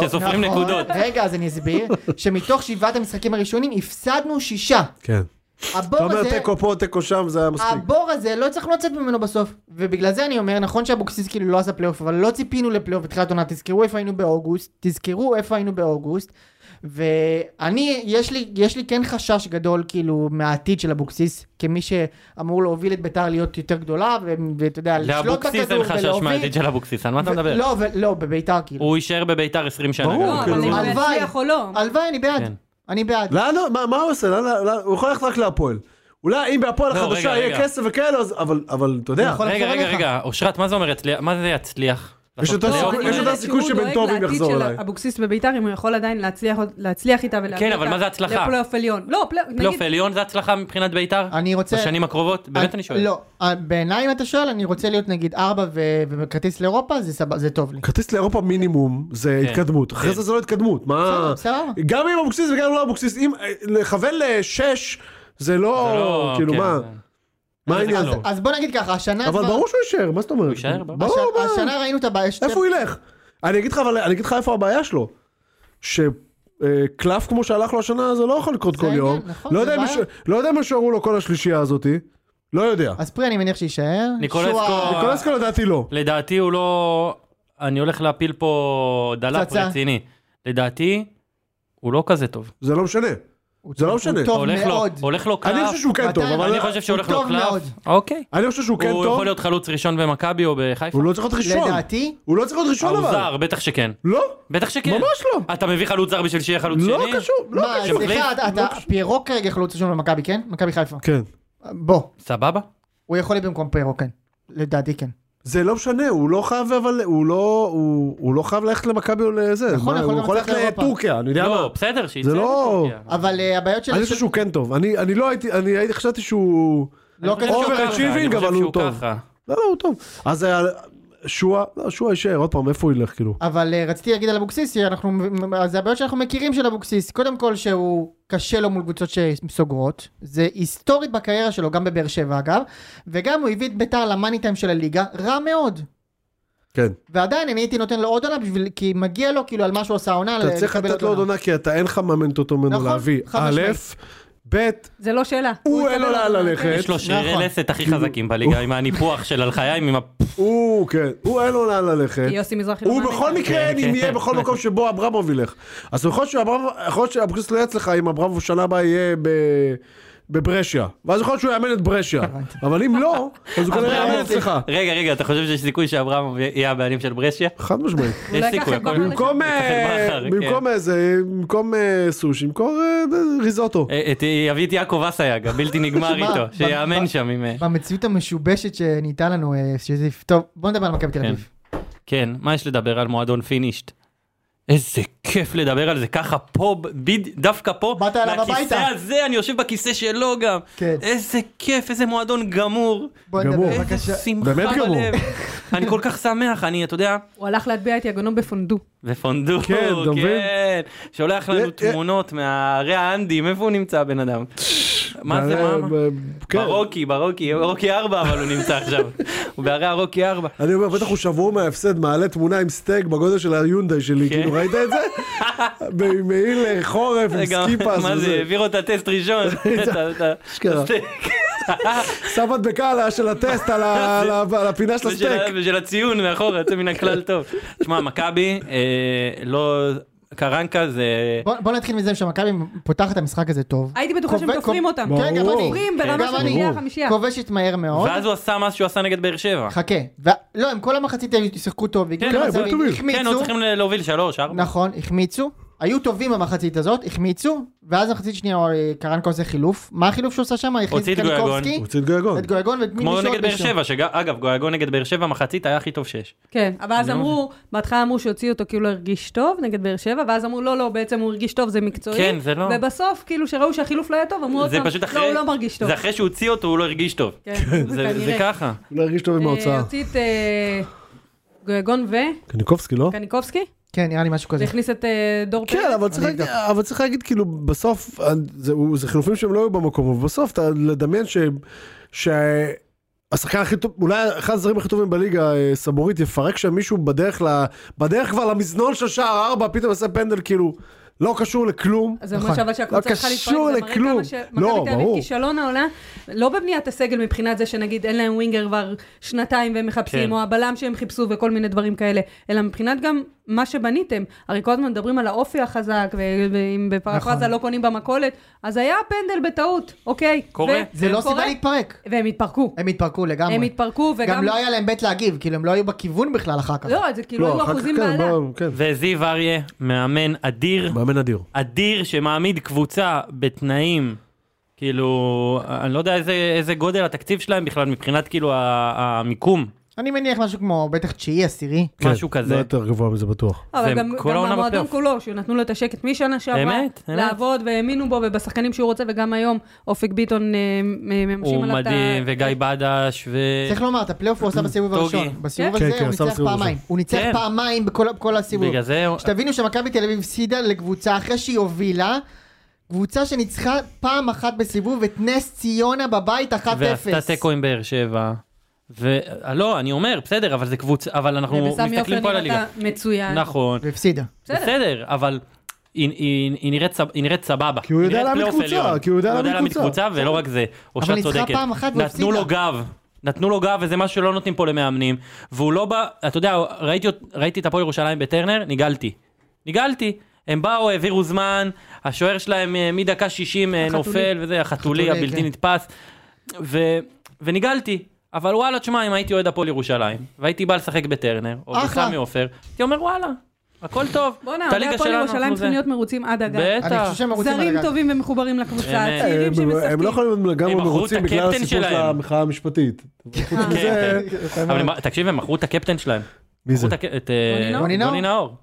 S1: שסופרים נקודות.
S2: רגע, אז אני אסביר, שמתוך שבעת המשחקים הראשונים הפסדנו שישה.
S3: כן. אתה
S2: הבור
S3: אומר
S2: הזה,
S3: תיקו פה, תיקו שם, זה היה מספיק.
S2: הבור הזה, לא הצלחנו לצאת ממנו בסוף. ובגלל זה אני אומר, נכון שאבוקסיס כאילו לא עשה פלייאוף, אבל לא ציפינו לפלייאוף בתחילת עונה, תזכרו איפה היינו באוגוסט, תזכרו איפה היינו באוגוסט. ואני, יש לי, יש לי כן חשש גדול כאילו מהעתיד של אבוקסיס, כמי שאמור להוביל את ביתר להיות יותר גדולה, ו- ואתה יודע, לשלוט
S1: לאבוקסיס
S2: בכדור
S1: אין חשש מהעתיד של אבוקסיס, על מה אתה מדבר?
S2: לא, ו- לא, בביתר כאילו.
S1: הוא יישאר בביתר 20 שנה.
S3: ברור,
S1: גם.
S4: לא, אבל
S3: כאילו,
S4: אם הוא
S2: הלוואי.
S4: יצליח או לא.
S2: הלוואי,
S1: כן.
S2: אני בעד. אני בעד.
S3: לאן, הוא- מה- מה הוא עושה? לאן- לאן- הוא יכול ללכת רק להפועל. אולי אם בהפועל
S1: לא,
S3: החדשה
S1: רגע,
S3: יהיה
S1: רגע.
S3: כסף וכאלה, אז- אבל- אבל אתה יודע,
S2: יכול
S1: רגע,
S2: לחזור
S1: רגע,
S2: אליך.
S1: רגע, אושרת, מה זה אומר יצליח? מה זה יצליח?
S3: יש
S1: לעשות
S3: יותר
S4: לא,
S1: פלייאוף?
S3: סיכוי-
S4: אני
S3: יש יותר
S4: אומרת
S3: סיכוי
S4: שהוא
S3: שבן
S4: דואג
S3: טובים
S4: לעתיד
S3: יחזור
S4: של
S3: אליי.
S4: אבוקסיס בביתר, אם הוא יכול עדיין להצליח- להצליח איתה ולהביא
S1: כן,
S4: אותה
S1: אבל מה זה הצלחה?
S4: לפלייאוף עליון. לא, פלייאוף, נגיד,
S1: פלייאוף עליון זה הצלחה מבחינת ביתר?
S2: אני רוצה...
S1: בשנים הקרובות? באמת אני שואל.
S2: לא, אה, בעיניי אם אתה שואל, אני רוצה להיות נגיד ארבע ו- וכרטיס לאירופה, זה סבבה, זה טוב לי.
S3: כרטיס לאירופה מינימום זה
S1: כן,
S3: התקדמות, אחרי
S1: כן.
S3: זה זה לא התקדמות, מה...
S2: בסדר, בסדר.
S3: גם עם אבוקסיס וגם לא אבוקסיס, אם לכוון לשש זה
S1: זה
S3: לא,
S1: לא-
S3: כאילו
S1: כן,
S3: מה,
S1: זה-
S3: מה
S1: זה
S3: העניין?
S1: כלום.
S2: אז בוא נגיד ככה, השנה
S3: אבל
S2: כבר-
S3: ברור שהוא יישאר, מה זאת אומרת? הוא
S1: יישאר, ברור.
S3: ברור,
S2: השנה-
S3: ברור.
S2: השנה ראינו את הבעיה, שתי-
S3: איפה הוא ילך? אני אגיד לך, אבל אני אגיד לך איפה הבעיה שלו. שקלף כמו שהלך לו השנה זה לא יכול לקרות
S2: זה
S3: כל
S2: העניין,
S3: יום.
S2: נכון,
S3: לא
S2: זה
S3: יודע אם
S2: בעיה.
S3: יש- לא יודע אם ישארו לו כל השלישייה הזאתי. לא יודע.
S2: אז פרי אני מניח שיישאר.
S1: ניקולסקו-
S2: שועה-
S3: ניקולסקו לדעתי לא.
S1: לדעתי הוא לא... אני הולך להפיל פה דלאפ
S2: פצצה.
S1: רציני. לדעתי, הוא לא כזה טוב.
S3: זה לא משנה.
S2: הוא
S3: זה לא
S2: טוב-
S3: משנה.
S2: הוא טוב
S1: הולך לו-
S2: מאוד.
S1: הולך לו קלף.
S3: אני חושב שהוא כן טוב,
S2: מתי?
S3: אבל
S1: אה. אני חושב שהולך
S2: הוא
S1: לו
S2: טוב מאוד.
S1: קלף. אוקיי.
S3: אני חושב שהוא כן
S1: הוא
S3: טוב.
S1: יכול להיות חלוץ ראשון במכבי או בחיפה?
S3: הוא לא צריך להיות ראשון.
S2: לדעתי,
S3: הוא לא צריך להיות ראשון
S1: הוא
S3: אבל.
S1: זר, בטח שכן.
S3: לא.
S1: בטח שכן.
S3: ממש לא.
S1: אתה מביא חלוץ זר בשביל שיהיה חלוץ כן. שני?
S3: לא קשור. לא
S2: מה,
S3: קשור.
S2: סליחה, אתה- אתה,
S3: לא קשור.
S2: פיירו כרגע חלוץ ראשון במכבי, כן? מכבי חיפה.
S3: כן.
S2: בוא,
S1: סבבה?
S2: הוא יכול להיות במקום פיירו, כן. לדעתי כן.
S3: זה לא משנה, הוא לא חייב אבל, הוא לא, הוא, הוא לא חייב ללכת למכבי או לזה.
S2: נכון,
S3: מה,
S2: יכול
S3: הוא
S2: גם
S3: יכול
S2: לצאת
S3: ללכת
S2: לאירופה.
S3: לטורקיה, אני יודע מה.
S1: לא, בסדר, שיצא.
S3: זה לא-
S1: לטורקיה.
S2: אבל אה, הבעיות
S3: אני
S2: שלי...
S3: חושב שהוא כן טוב. אני, אני לא הייתי, אני הייתי, חשבתי שהוא...
S2: לא
S1: אני
S2: כזה
S1: חושב שהוא
S2: שהוא
S3: אובר-
S1: ככה, אני
S3: overachieving, אבל
S1: חושב
S3: הוא
S1: שהוא
S3: טוב.
S1: ככה.
S3: לא, לא, הוא טוב. אז היה... שועה, לא, שועה יישאר, עוד פעם, איפה הוא ילך כאילו?
S2: אבל אה, רציתי להגיד על אבוקסיס, שאנחנו- אז זה הבעיות שאנחנו מכירים של אבוקסיס. קודם כל שהוא קשה לו מול קבוצות שסוגרות, זה היסטורית בקריירה שלו, גם בבאר שבע אגב, וגם הוא הביא את ביתר למאני טיים של הליגה, רע מאוד.
S3: כן.
S2: ועדיין אני הייתי נותן לו עוד עונה בשביל, כי מגיע לו כאילו על מה שהוא עשה העונה,
S3: אתה צריך
S2: לקבל
S3: לתת לו עוד עונה, כי אתה אין לך ממנת אותו ממנו
S2: נכון,
S3: להביא.
S2: חד
S3: א',
S2: משמעית.
S3: ב',
S4: זה לא שאלה.
S3: הוא אין לו
S4: יקבל
S3: לאן
S4: אותה.
S3: ללכת.
S1: יש לו שרירי
S2: נכון.
S1: לסת הכי חזקים בליגה, עם הניפוח של אלחיים, עם ה...
S3: הוא, כן, הוא אין לו לאן ללכת.
S4: כי יוסי מזרחי לא
S3: הוא
S4: מאמין.
S3: בכל מקרה,
S1: כן,
S3: אם
S1: כן.
S3: יהיה בכל מקום שבו אברמוב ילך. אז יכול להיות שאברמוב- יכול להיות שאבוקסיס לא יהיה אצלך אם אברמוב שנה הבאה יהיה ב... בברשיה, ואז יכול להיות שהוא יאמן את ברשיה, אבל אם לא, אז הוא כנראה יאמן
S2: אה.
S3: אצלך.
S1: רגע, רגע, אתה חושב שיש סיכוי שאברהם יהיה הבעלים של ברשיה?
S3: חד משמעית.
S4: הוא
S1: יש
S4: לקח
S1: סיכוי,
S4: את
S1: הכל-
S4: בכר
S3: במקום אה,
S1: בכר, כן.
S3: במקום איזה, במקום אה, סושי, במקום אה, ריזוטו.
S1: אה, את- יביא את יעקב אסייג, הבלתי נגמר
S2: שמע,
S1: איתו,
S2: ב-
S1: שיאמן
S2: ב-
S1: שם עם... אה,
S2: במציאות המשובשת שנהייתה לנו, אה, שזה... טוב, בוא נדבר על מכבי תל אביב.
S1: כן, מה יש לדבר על מועדון פינישט? איזה כיף לדבר על זה ככה פה, ב- בד- דווקא פה,
S2: באת אליו
S1: מהכיסא
S2: הביתה.
S1: הזה, אני יושב בכיסא שלו גם.
S2: כן.
S1: איזה כיף, איזה מועדון גמור.
S2: בוא
S3: גמור.
S2: נדבר בבקשה.
S1: איזה שמחה
S3: באמת גמור.
S1: בלב. אני כל כך שמח, אני, אתה יודע,
S4: הוא הלך להטביע את יגונום בפונדו.
S1: ופונדור,
S3: כן, אתה מבין?
S1: כן, שולח
S3: יה-
S1: לנו
S3: יה-
S1: תמונות מהרי האנדים, איפה הוא נמצא הבן אדם?
S3: ממש.
S1: מה זה,
S3: בערי-
S1: מה?
S3: ב- כן.
S1: ברוקי, ברוקי, ברוקי 4 אבל הוא נמצא עכשיו. הוא בערי הרוקי 4.
S3: אני אומר, בטח הוא שבור מההפסד, מעלה תמונה עם סטייק בגודל של היונדאי שלי,
S1: כן.
S3: כאילו, ראית את זה? במעיל אה, חורף,
S1: זה
S3: עם
S1: גם-
S3: סקיפס
S1: מה זה,
S3: וזה.
S1: העביר אותה טסט ראשון. אתה- אתה-
S3: אשכרה. שם מדבקה על ה- של הטסט על ה- על ה- על הפינה של
S1: ושל ה-
S3: הסטייק.
S1: ושל הציון מאחורה, יוצא מן הכלל טוב. תשמע, מכבי, אה, לא... קרנקה זה...
S2: בוא בוא נתחיל מזה שמכבי פותחת את המשחק הזה
S1: אה,
S2: טוב.
S4: הייתי בטוחה שהם
S2: כובש-
S4: תופרים אותם.
S3: ברור.
S2: כן, גם אני.
S4: תופרים ברמה
S2: גם
S4: של
S2: אני.
S4: חמישייה חמישייה.
S2: כובשת מהר
S3: נכון.
S2: מאוד.
S1: ואז הוא עשה מה שהוא עשה נגד באר שבע.
S2: חכה. ו- לא, הם כל המחצית היו- שיחקו טוב, הגיעו
S1: כן,
S3: בוא
S2: למצבים,
S3: תוביל.
S1: כן, היו
S2: החמיצו.
S1: צריכים ל- להוביל שלוש, ארבע.
S2: נכון, החמיצו. היו טובים במחצית הזאת, החמיצו, ואז במחצית שנייה אה, קרנקו עושה חילוף. מה החילוף שהוא עשה שם? הכניס
S1: הוציא
S2: את
S1: את גויגון.
S2: קניקובסקי,
S3: הוא הוציא את גויגון.
S2: את גויגון ואת
S1: כמו
S2: מי- מישהו עוד
S1: נגד באר
S2: מישהו.
S1: שבע, שאגב, גויגון נגד באר שבע, מחצית היה הכי טוב שיש.
S4: כן, אבל אז
S1: לא
S4: אמרו, בהתחלה אמרו שהוציאו אותו כאילו הרגיש טוב נגד באר שבע, ואז אמרו, לא, לא, בעצם הוא הרגיש טוב, זה מקצועי.
S1: כן, זה לא-
S4: ובסוף, כאילו, שראו שהחילוף לא היה טוב, אמרו עוד
S1: זה
S4: פעם,
S1: פשוט אחרי...
S4: לא, הוא לא מרגיש טוב.
S1: זה אחרי שהוא הוציא אותו, הוא לא הרגיש טוב.
S4: כן,
S1: זה- זה
S4: כנראה.
S1: ככה.
S3: לא הרגיש טוב עם
S4: אה,
S3: ההוצאה.
S4: הוציא את אה, גויגון
S3: קניקובסקי, לא?
S4: וקניקובסקי,
S2: כן, נראה לי משהו כזה.
S4: והכניס את אה, דור פרץ.
S3: כן, אבל צריך, להגיד, אבל צריך להגיד, כאילו, בסוף, אה, זה, הוא- זה חילופים שהם לא היו במקום, אבל בסוף, אתה לדמיין ש... שהשחקן הכי טוב, אולי אחד הזרים הכי טובים בליגה, אה, סבורית, יפרק שם מישהו בדרך ל... בדרך כבר למזנון של שער ארבע, פתאום עושה פנדל, כאילו, לא קשור לכלום.
S4: אז זה אומר
S2: נכון.
S4: שאבל
S3: לא
S4: שהקבוצה צריכה להתפרק,
S3: קשור
S4: זה מראה
S3: לכלום.
S4: כמה
S3: לא,
S4: שמכבי תל
S3: ברור.
S4: אביב כישלון העונה, לא בבניית הסגל מבחינת זה שנגיד אין להם ווינגר כבר שנתיים והם
S1: כן.
S4: מחפשים, או הבלם שהם חיפשו וכל מיני דברים כאלה, אלא מבחינת גם מה שבניתם. הרי כל הזמן מדברים על האופי החזק, ו- ואם בפרפרזה
S2: נכון.
S4: לא קונים במכולת, אז היה פנדל בטעות, אוקיי.
S1: קורה.
S4: ו-
S2: זה לא
S4: קורה,
S2: סיבה להתפרק.
S4: והם התפרקו.
S2: הם התפרקו לגמרי.
S4: הם התפרקו
S2: גם
S4: וגם...
S2: לא היה להם בית להגיב, כאילו הם לא היו בכיוון בכלל אחר כך.
S4: לא, זה כאילו היו
S3: אחר כך
S4: אחוזים
S3: כן,
S4: בעלה.
S3: בוא, כן.
S1: וזיו אריה, מאמן אדיר,
S3: מאמן אדיר.
S1: אדיר שמעמיד קבוצה בתנאים, כאילו, אני לא יודע איזה, איזה גודל התקציב שלהם בכלל מבחינת כאילו ה- המיקום,
S2: אני מניח משהו כמו בטח תשיעי, עשירי.
S3: כן,
S1: משהו כזה.
S3: לא יותר גבוה מזה בטוח.
S1: זה
S4: אבל גם,
S1: כל
S4: גם
S1: העונה
S4: המועדון
S1: בפלייאוף.
S4: כולו, שנתנו לו את השקט משנה שעברה,
S1: אמת, אמת.
S4: לעבוד והאמינו בו ובשחקנים שהוא רוצה, וגם היום אופק ביטון אה, מ- מממשים
S1: הוא
S4: עליו את ה...
S1: מדהים, וגיא בדש, ו...
S2: צריך לומר, את הפלייאוף הוא עשה בסיבוב
S1: טוגי.
S2: הראשון. בסיבוב
S3: כן,
S2: הזה
S3: כן,
S2: הוא
S3: עשה
S2: ניצח
S3: בסיבוב
S2: פעמיים. הוא ניצח
S1: כן.
S2: פעמיים בכל- בכל הסיבוב.
S1: בגלל זה...
S2: שתבינו שמכבי תל אביב הפסידה לקבוצה אחרי שהיא הובילה, קבוצה שניצחה פעם אחת בסיבוב את נס ציונה בבית 1-0.
S1: ועשתה תיקו עם באר שבע. ו... לא, אני אומר, בסדר, אבל זה קבוצה, אבל אנחנו
S4: ובסמי
S1: מסתכלים
S4: עופר
S1: פה על הליגה.
S4: נראית מצוין.
S1: נכון,
S2: והפסידה.
S4: בסדר.
S1: בסדר, אבל היא- היא היא נראית סב- היא נראית סבבה.
S3: כי הוא יודע
S1: היא נראית
S3: להעמיד
S1: פלייאוף
S3: קבוצה,
S1: עליון.
S3: כי הוא יודע להעמיד קבוצה.
S1: קבוצה, ולא רק זה,
S2: אבל
S1: אושרת
S2: ניצחה
S1: צודקת.
S2: פעם אחת
S1: נתנו
S2: והפסידה.
S1: לו גב. נתנו לו גב, וזה משהו שלא נותנים פה למאמנים. והוא לא בא, אתה יודע, ראיתי, אות- ראיתי את הפועל ירושלים בטרנר, נגעלתי. נגעלתי. הם באו, העבירו זמן, השוער שלהם אה, מדקה 60 אה,
S4: החתולי.
S1: נופל, וזה, החתולי
S2: החתולי,
S1: הבלתי
S2: כן.
S1: נתפס. ו... ונגעלתי. אבל וואלה, תשמע, אם הייתי אוהד הפועל ירושלים, והייתי בא לשחק בטרנר, או
S2: אחלה.
S1: בסמי עופר, הייתי אומר וואלה, הכל טוב.
S4: בואנה,
S1: את
S4: אוהדי
S1: הליגה
S4: הפועל
S1: שלנו,
S4: ירושלים
S1: אנחנו זה."
S4: צריכים להיות מרוצים עד הגג.
S2: אני
S1: בטח.
S2: חושב שהם מרוצים על
S4: זרים
S2: הגג.
S4: טובים ומחוברים לקבוצה,
S1: אמת.
S4: צעירים
S3: הם- הם לא
S4: שמשחקים.
S3: יכולים לגמרי
S1: הם מכרו את
S3: מרוצים בגלל
S1: הקפטן
S3: הסיפור של
S1: שלהם.
S3: המחאה המשפטית. חוץ
S1: כן,
S3: מזה,
S1: אבל הם- תקשיב, הם מכרו את הקפטן שלהם.
S3: מי זה?
S1: מכרו את הק- את אה,
S4: רוני נאור?
S1: רוני
S2: רוני
S1: נאור.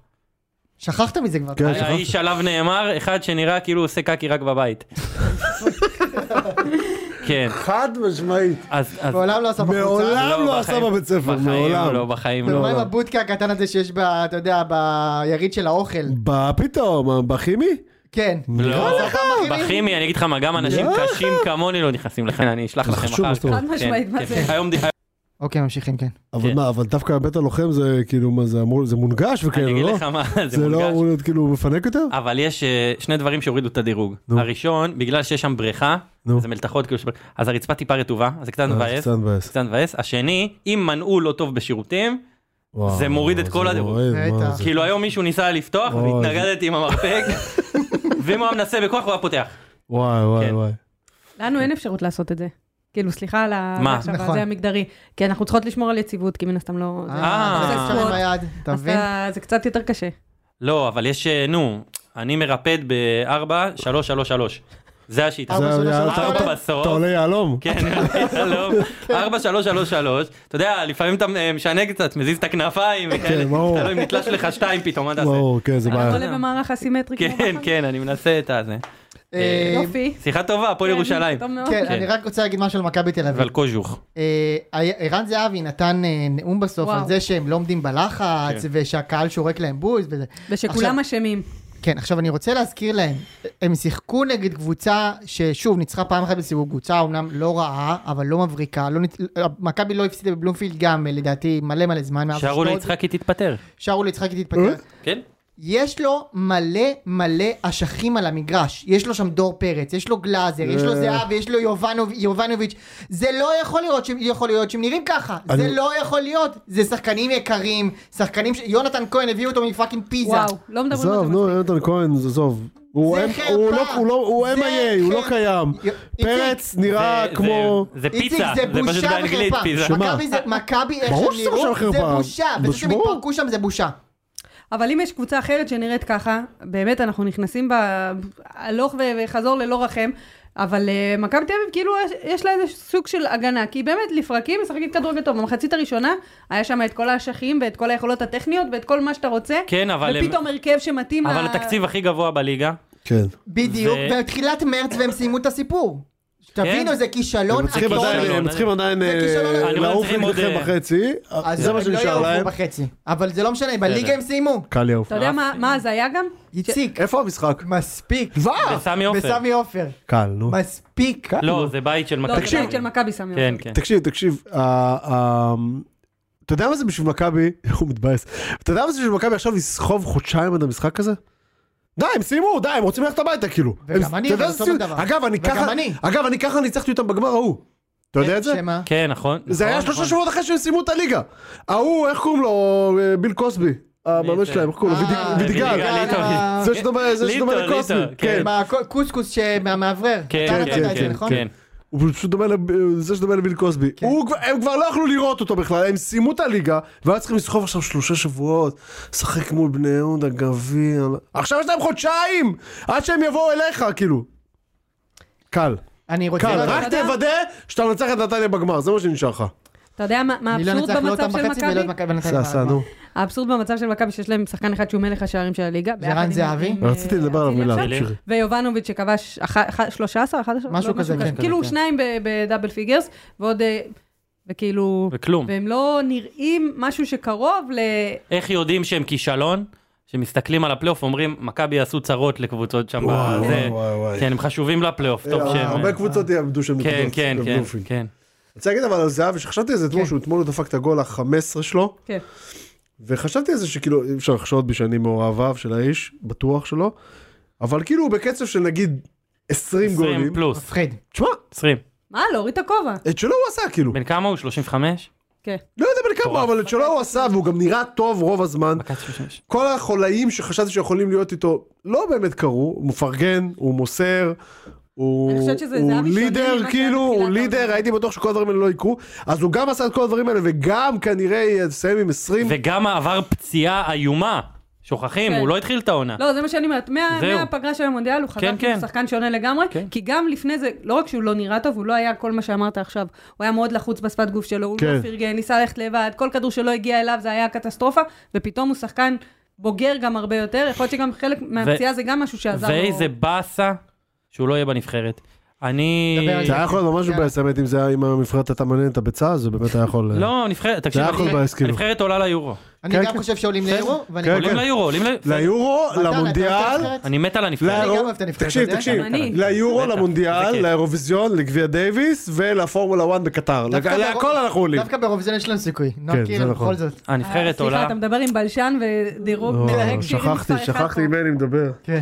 S2: שכחת מזה כבר.
S3: כן, שכחתי.
S1: האיש עליו נאמר, אחד שנראה כאילו הוא עושה קקי רק בבית. כן,
S3: חד משמעית.
S1: אז... אז-
S2: מעולם לא עשה בחוצה.
S3: מעולם
S1: לא,
S3: לא עשה
S1: בחיים-
S3: בבית ספר,
S1: בחיים
S3: מעולם.
S1: לא, בחיים לא.
S2: ומה עם הבודקה הקטן הזה שיש ב... אתה יודע, ביריד של האוכל?
S3: ב- פתאום, ה- בכימי?
S2: כן.
S1: לא,
S2: זה אחד מהכימי.
S1: בכימי, אני אגיד לך מה, גם אנשים קשים כמוני לא נכנסים לכאן, אני אשלח
S3: זה
S1: לכם אחר
S3: חשוב, מה
S1: כך.
S3: זאת אומרת.
S4: חד משמעית,
S1: כן,
S4: מה
S1: כן.
S4: זה?
S1: היום די-
S2: אוקיי, ממשיכים, כן.
S3: אבל
S1: כן.
S3: מה, אבל דווקא בית הלוחם זה כאילו, מה זה אמור, זה מונגש
S1: אני
S3: וכאלה,
S1: אגיד
S3: לא?
S1: לך מה,
S3: זה
S1: זה
S3: לא
S1: מונגש.
S3: אמור להיות כאילו מפנק יותר?
S1: אבל יש אה, שני דברים שהורידו את הדירוג.
S3: נו.
S1: הראשון, בגלל שיש שם בריכה,
S3: נו.
S1: זה מלתחות כאילו, שבר- אז הרצפה טיפה רטובה, אז זה קצת
S3: אה,
S1: מבאס.
S3: קצת מבאס.
S1: קצת מבאס. השני, אם מנעול לא טוב בשירותים,
S3: וואו,
S1: זה מוריד את
S3: זה
S1: כל הדירוג.
S3: מוריד,
S2: בטח.
S3: מה זה?
S1: כאילו היום מישהו ניסה לפתוח
S3: אוי.
S1: והתנגדתי עם המרפק, ואם הוא היה מנסה בכוח הוא היה פותח.
S3: וואי, וואי,
S1: כן.
S3: וואי.
S4: לנו אין אפשרות לעשות את זה. כאילו, סליחה על ה...
S1: מה?
S4: עכשיו,
S2: נכון.
S4: זה המגדרי. כי אנחנו צריכות לשמור על יציבות, כי מן הסתם לא... זה-
S1: אה.
S2: זה אפשר עם היד, אתה
S4: אז
S2: מבין?
S4: אתה- זה קצת יותר קשה.
S1: לא, אבל יש, אה, נו, אני מרפד ב-4, 3, 3, 3. זה השיטה.
S2: ארבע,
S3: זה-
S2: שלוש,
S3: אתה-
S2: שלוש,
S1: ארבע
S3: אתה-
S1: בסוף.
S3: אתה עולה יהלום?
S1: כן, שלום. 4, 3, 3, 3. אתה יודע, לפעמים אתה אה, משנה קצת, מזיז את הכנפיים, וכאלה.
S3: כן, ברור.
S1: תלוי אם נתלש לך 2 פתאום, מה תעשה?
S3: ברור, כן, זה בעיה.
S4: אתה עולה במערך אסימטרי. כמו
S1: כן,
S4: בחיים.
S1: כן, אני מנסה את הזה.
S2: אה,
S4: יופי.
S1: שיחה טובה, הפועל
S4: אוקיי. כן,
S1: ירושלים.
S4: טוב מאוד.
S2: כן,
S1: אוקיי.
S2: אני רק רוצה להגיד משהו על מכבי תל אביב.
S1: אבל קוז'וך.
S2: אה, ערן זהבי נתן אה, נאום בסוף
S4: וואו.
S2: על זה שהם לא עומדים בלחץ,
S1: כן.
S2: ושהקהל שורק להם בוז וזה.
S4: ושכולם
S2: עכשיו-
S4: אשמים.
S2: כן, עכשיו אני רוצה להזכיר להם, הם שיחקו נגד קבוצה ששוב ניצחה פעם אחת בסיבוב, קבוצה אמנם לא רעה, אבל לא מבריקה, לא נת... מכבי לא הפסידה בבלומפילד גם לדעתי מלא מלא זמן, מאז
S1: שאולי
S2: אשדוד.
S1: יצחקי תתפטר.
S2: שרו ליצחקי תתפטר.
S1: כן?
S2: יש לו מלא מלא אשכים על המגרש. יש לו שם דור פרץ, יש לו גלאזר, יש
S3: אה.
S2: לו זהב, יש לו יובנוב, יובנוביץ'. זה לא יכול להיות שהם, יכול להיות שהם נראים ככה. זה
S3: אני-
S2: לא יכול להיות. זה שחקנים יקרים, שחקנים ש... יונתן כהן הביא אותו מפאקינג פיזה.
S4: וואו, לא מדברים על
S3: עזוב,
S4: זה. מספיק.
S3: נו, יונתן כהן, עזוב. הוא
S2: זה
S3: M-
S2: חרפה.
S3: הוא לא- הוא לא- הוא
S2: זה
S3: MIA, הוא לא
S2: חרפה.
S3: קיים.
S2: י- איציק,
S3: פרץ נראה
S1: זה-
S3: כמו...
S1: זה- זה
S2: איציק,
S1: פיצה, זה פשוט
S2: בושה
S1: באנגלית
S2: וחרפה.
S1: פיזה.
S3: שמה?
S2: מכבי זה- מכבי איך
S3: ברור
S2: שהם
S3: שזה בושה
S2: נראו, זה
S3: וחרפה.
S2: בושה. וזה שהם
S3: ברור.
S2: התפרקו שם זה בושה.
S4: אבל אם יש קבוצה אחרת שנראית ככה, באמת אנחנו נכנסים בהלוך ו- וחזור ללא רחם, אבל uh, מכבי תל אביב כאילו יש, יש לה איזה סוג של הגנה, כי היא באמת לפרקים משחקת כדורגל טוב, במחצית הראשונה היה שם את כל האשכים ואת כל היכולות הטכניות ואת כל מה שאתה רוצה,
S1: כן, אבל הם-
S4: ופתאום הרכב שמתאים,
S1: אבל התקציב הכי גבוה בליגה.
S3: כן.
S2: בדיוק,
S1: ו- כן.
S2: בתחילת מרץ והם סיימו את הסיפור. תבינו, זה
S3: הם
S2: כישלון
S3: צריכים
S1: הכישלון.
S3: עדיין-
S2: אטומי.
S3: הם צריכים עדיין
S2: זה
S3: אה,
S2: כישלון. אני
S1: אומר,
S3: לעוף
S1: צריכים עוד,
S3: נגדכם
S1: אה,
S3: בחצי,
S2: אז
S3: זה מה שנשאר
S2: הם לא
S3: להם.
S2: יעופו בחצי, אבל זה לא משנה, בליגה הם סיימו.
S3: קל יעוף.
S4: אתה יודע מה- מה הזיה גם?
S2: איציק,
S3: איפה המשחק?
S2: מספיק.
S1: וסמי עופר.
S2: וסמי עופר.
S3: קל, נו.
S2: מספיק.
S3: כן.
S1: לא, זה בית של
S4: לא,
S1: מכבי.
S4: זה בית של מכבי סמי.
S1: כן,
S4: עופר.
S1: כן.
S3: תקשיב, תקשיב, ה- ה- אתה יודע מה זה בשביל מכבי? הוא מתבאס. אתה יודע מה זה בשביל מכבי עכשיו לסחוב חודשיים עד המשחק הזה? די, הם סיימו, די, הם רוצים ללכת הביתה, כאילו.
S2: וגם
S3: הם-
S2: אני,
S3: אתה יודע
S2: אבל
S3: איזה
S2: אותו
S3: ציון-
S2: דבר.
S3: אגב, אני
S2: וגם
S3: ככה,
S2: אני.
S3: אגב, אני ככה ניצחתי אותם בגמר ההוא. אתה יודע את זה?
S2: שמה?
S1: כן, נכון.
S3: זה היה
S1: נכון,
S3: שלושה
S1: נכון.
S3: שבועות אחרי שהם סיימו את הליגה. ההוא, איך קוראים לו? אה, ביל קוסבי. המאמן
S1: ליטל.
S3: שלהם, איך קוראים לו? וידיג-
S2: אה,
S3: וידיגל. כן,
S1: וידיגל, ליטל.
S2: אה,
S3: זה שדומה זה שדומה
S1: ליטל,
S3: לקוסבי.
S1: ליטל,
S3: כן.
S1: כן.
S2: מה, הקו- קוסקוס שמהמאוורר.
S1: כן,
S2: אתה
S1: כן,
S2: נתת את זה,
S1: כן,
S2: נכון?
S1: כן.
S3: הוא פשוט דומה לזה שדומה לביל קוסבי. הוא כבר- הם כבר לא יכלו לראות אותו בכלל, הם סיימו את הליגה, והיו צריכים לסחוב עכשיו שלושה שבועות, לשחק מול בני יהודה, גביע. לא- עכשיו יש להם חודשיים! עד שהם יבואו אליך, כאילו. קל,
S2: אני
S1: כן,
S2: רוצה...
S3: קל,
S2: לדעת-
S3: רק
S4: אתה יודע-
S3: תוודא שאתה מנצח את נתניה בגמר, זה מה שנשאר לך.
S4: אתה יודע מה מה
S2: אני לא
S4: האבסורד
S2: נצח לא
S4: במצב
S2: אותם
S4: של
S2: בחצי ולא את
S4: מכבי?
S2: מכבי
S1: כן,
S2: בנתניה.
S3: סע, סע, נו.
S4: האבסורד במצב של מכבי שיש להם שחקן אחד שהוא מלך השערים של הליגה. ביחד
S2: רן
S4: עם-
S2: זהבי?
S4: עם, אה,
S3: רציתי לדבר עליו
S4: אצילי
S3: מילה,
S4: עכשיו.
S3: תמשיכי.
S4: ויובנוביץ' שכבש אח- אח- 13, 11,
S2: משהו כזה, כן.
S4: כאילו
S2: כן.
S4: שניים ב- בדאבל פיגרס, ועוד, אה, וכאילו,
S1: וכלום.
S4: והם לא נראים משהו שקרוב ל...
S1: איך יודעים שהם כישלון? שמסתכלים על הפלייאוף אומרים, מכבי יעשו צרות לקבוצות שם.
S3: וואו,
S1: בזה."
S3: וואו, וואו, וואו.
S1: כן, הם חשובים לפלייאוף. טוב
S3: אה,
S1: שהם...
S3: הרבה קבוצות יעמדו שם
S1: כן,
S3: בבלומפילד,
S1: כן, כן,
S3: בבלומפילד.
S1: כן.
S3: אני רוצה להגיד אבל על זהבי, שחשבתי על זה אתמול,
S2: כן.
S3: שהוא אתמול הוא דפק את הגול ה-15 שלו,
S4: כן.
S3: וחשבתי על זה שכאילו אי אפשר לחשוד בי שאני מאוהביו של האיש, בטוח שלא, אבל כאילו הוא בקצב של נגיד 20
S1: 20
S3: גולים.
S1: פלוס.
S2: מפחיד.
S3: תשמע,
S1: 20.
S4: מה, להוריד את הכובע.
S3: את שלו הוא עשה כאילו,
S1: בן כמה הוא? 35?
S4: כן.
S3: לא יודע בין כמה, אבל את שלו הוא עשה והוא גם נראה טוב רוב הזמן.
S1: מכבי 36.
S3: כל החולאים שחשבתי שיכולים להיות איתו לא באמת קרו, הוא מפרגן, הוא מוסר, הוא,
S4: אני חושבת שזה זהבי
S3: הוא
S4: שונה
S3: לידר
S4: ממה שהיה
S3: כאילו, הוא
S4: בתחילת
S3: לידר,
S4: העונה.
S3: הייתי בטוח שכל הדברים האלה לא יקרו, אז הוא גם עשה את כל הדברים האלה וגם כנראה יסיים עם 20,
S1: וגם עבר פציעה איומה. שוכחים,
S4: כן.
S1: הוא לא התחיל את העונה.
S4: לא, זה מה שאני אומרת, מה-
S1: זהו.
S4: מהפגרה של המונדיאל הוא חזר
S1: כן,
S4: כאילו
S1: כן.
S4: שחקן שונה לגמרי,
S1: כן.
S4: כי גם לפני זה, לא רק שהוא לא נראה טוב, הוא לא היה כל מה שאמרת עכשיו. הוא היה מאוד לחוץ בשפת גוף שלו, הוא
S3: כן.
S4: לא פרגן, ניסה ללכת לבד, כל כדור שלא הגיע אליו זה היה קטסטרופה, ופתאום הוא שחקן בוגר גם הרבה יותר, יכול להיות שגם חלק מהפציעה זה גם משהו שעזר לו.
S1: ואיזה באסה שהוא לא יהיה בנבחרת. אני...
S2: דבר על
S3: זה היה יכול להיות ממש
S4: כן.
S3: מבאס, האמת, אם זה היה, אם המבחרת הייתה מעניינת את הביצה, אז זה באמת היה יכול... אה,
S1: לא, נבחרת, תקשיב,
S3: היה יכול
S1: אני-
S3: לבאס, כאילו.
S1: הנבחרת עולה ליורו.
S2: אני
S3: כן,
S2: גם
S3: כן.
S2: חושב שעולים לאירו, ואני
S3: כן,
S1: עולים
S3: כן.
S1: ליורו, עולים ליורו.
S3: ליורו,
S2: מתן, אתה אוהב את
S3: למונדיאל,
S2: הנבחרת?
S1: אני מת על
S2: אני
S1: הנבחרת.
S2: גם אוהב את הנבחרת.
S3: תקשיב,
S2: אתה יודע?
S3: תקשיב,
S4: גם אני.
S3: ליורו,
S1: בטח,
S3: למונדיאל,
S1: זה כיף.
S3: לאירוויזיון, לגביע דייוויס ולפורמולה 1 בקטר.
S2: דווקא ברוב-
S3: להכל אנחנו עולים.
S2: דווקא באירוויזיון יש להם סיכוי.
S3: כן,
S2: נועה
S3: זה
S2: קירל,
S3: נכון.
S2: בכל זאת.
S4: אה,
S1: הנבחרת
S4: סליחה,
S1: עולה,
S4: אתה מדבר עם בלשן ודירוג
S3: או,
S4: מלהג שירים
S3: לא, אה, שכחתי,
S4: מספר אחד
S3: שכחתי
S4: פה.
S3: עם מני מדבר.
S2: כן.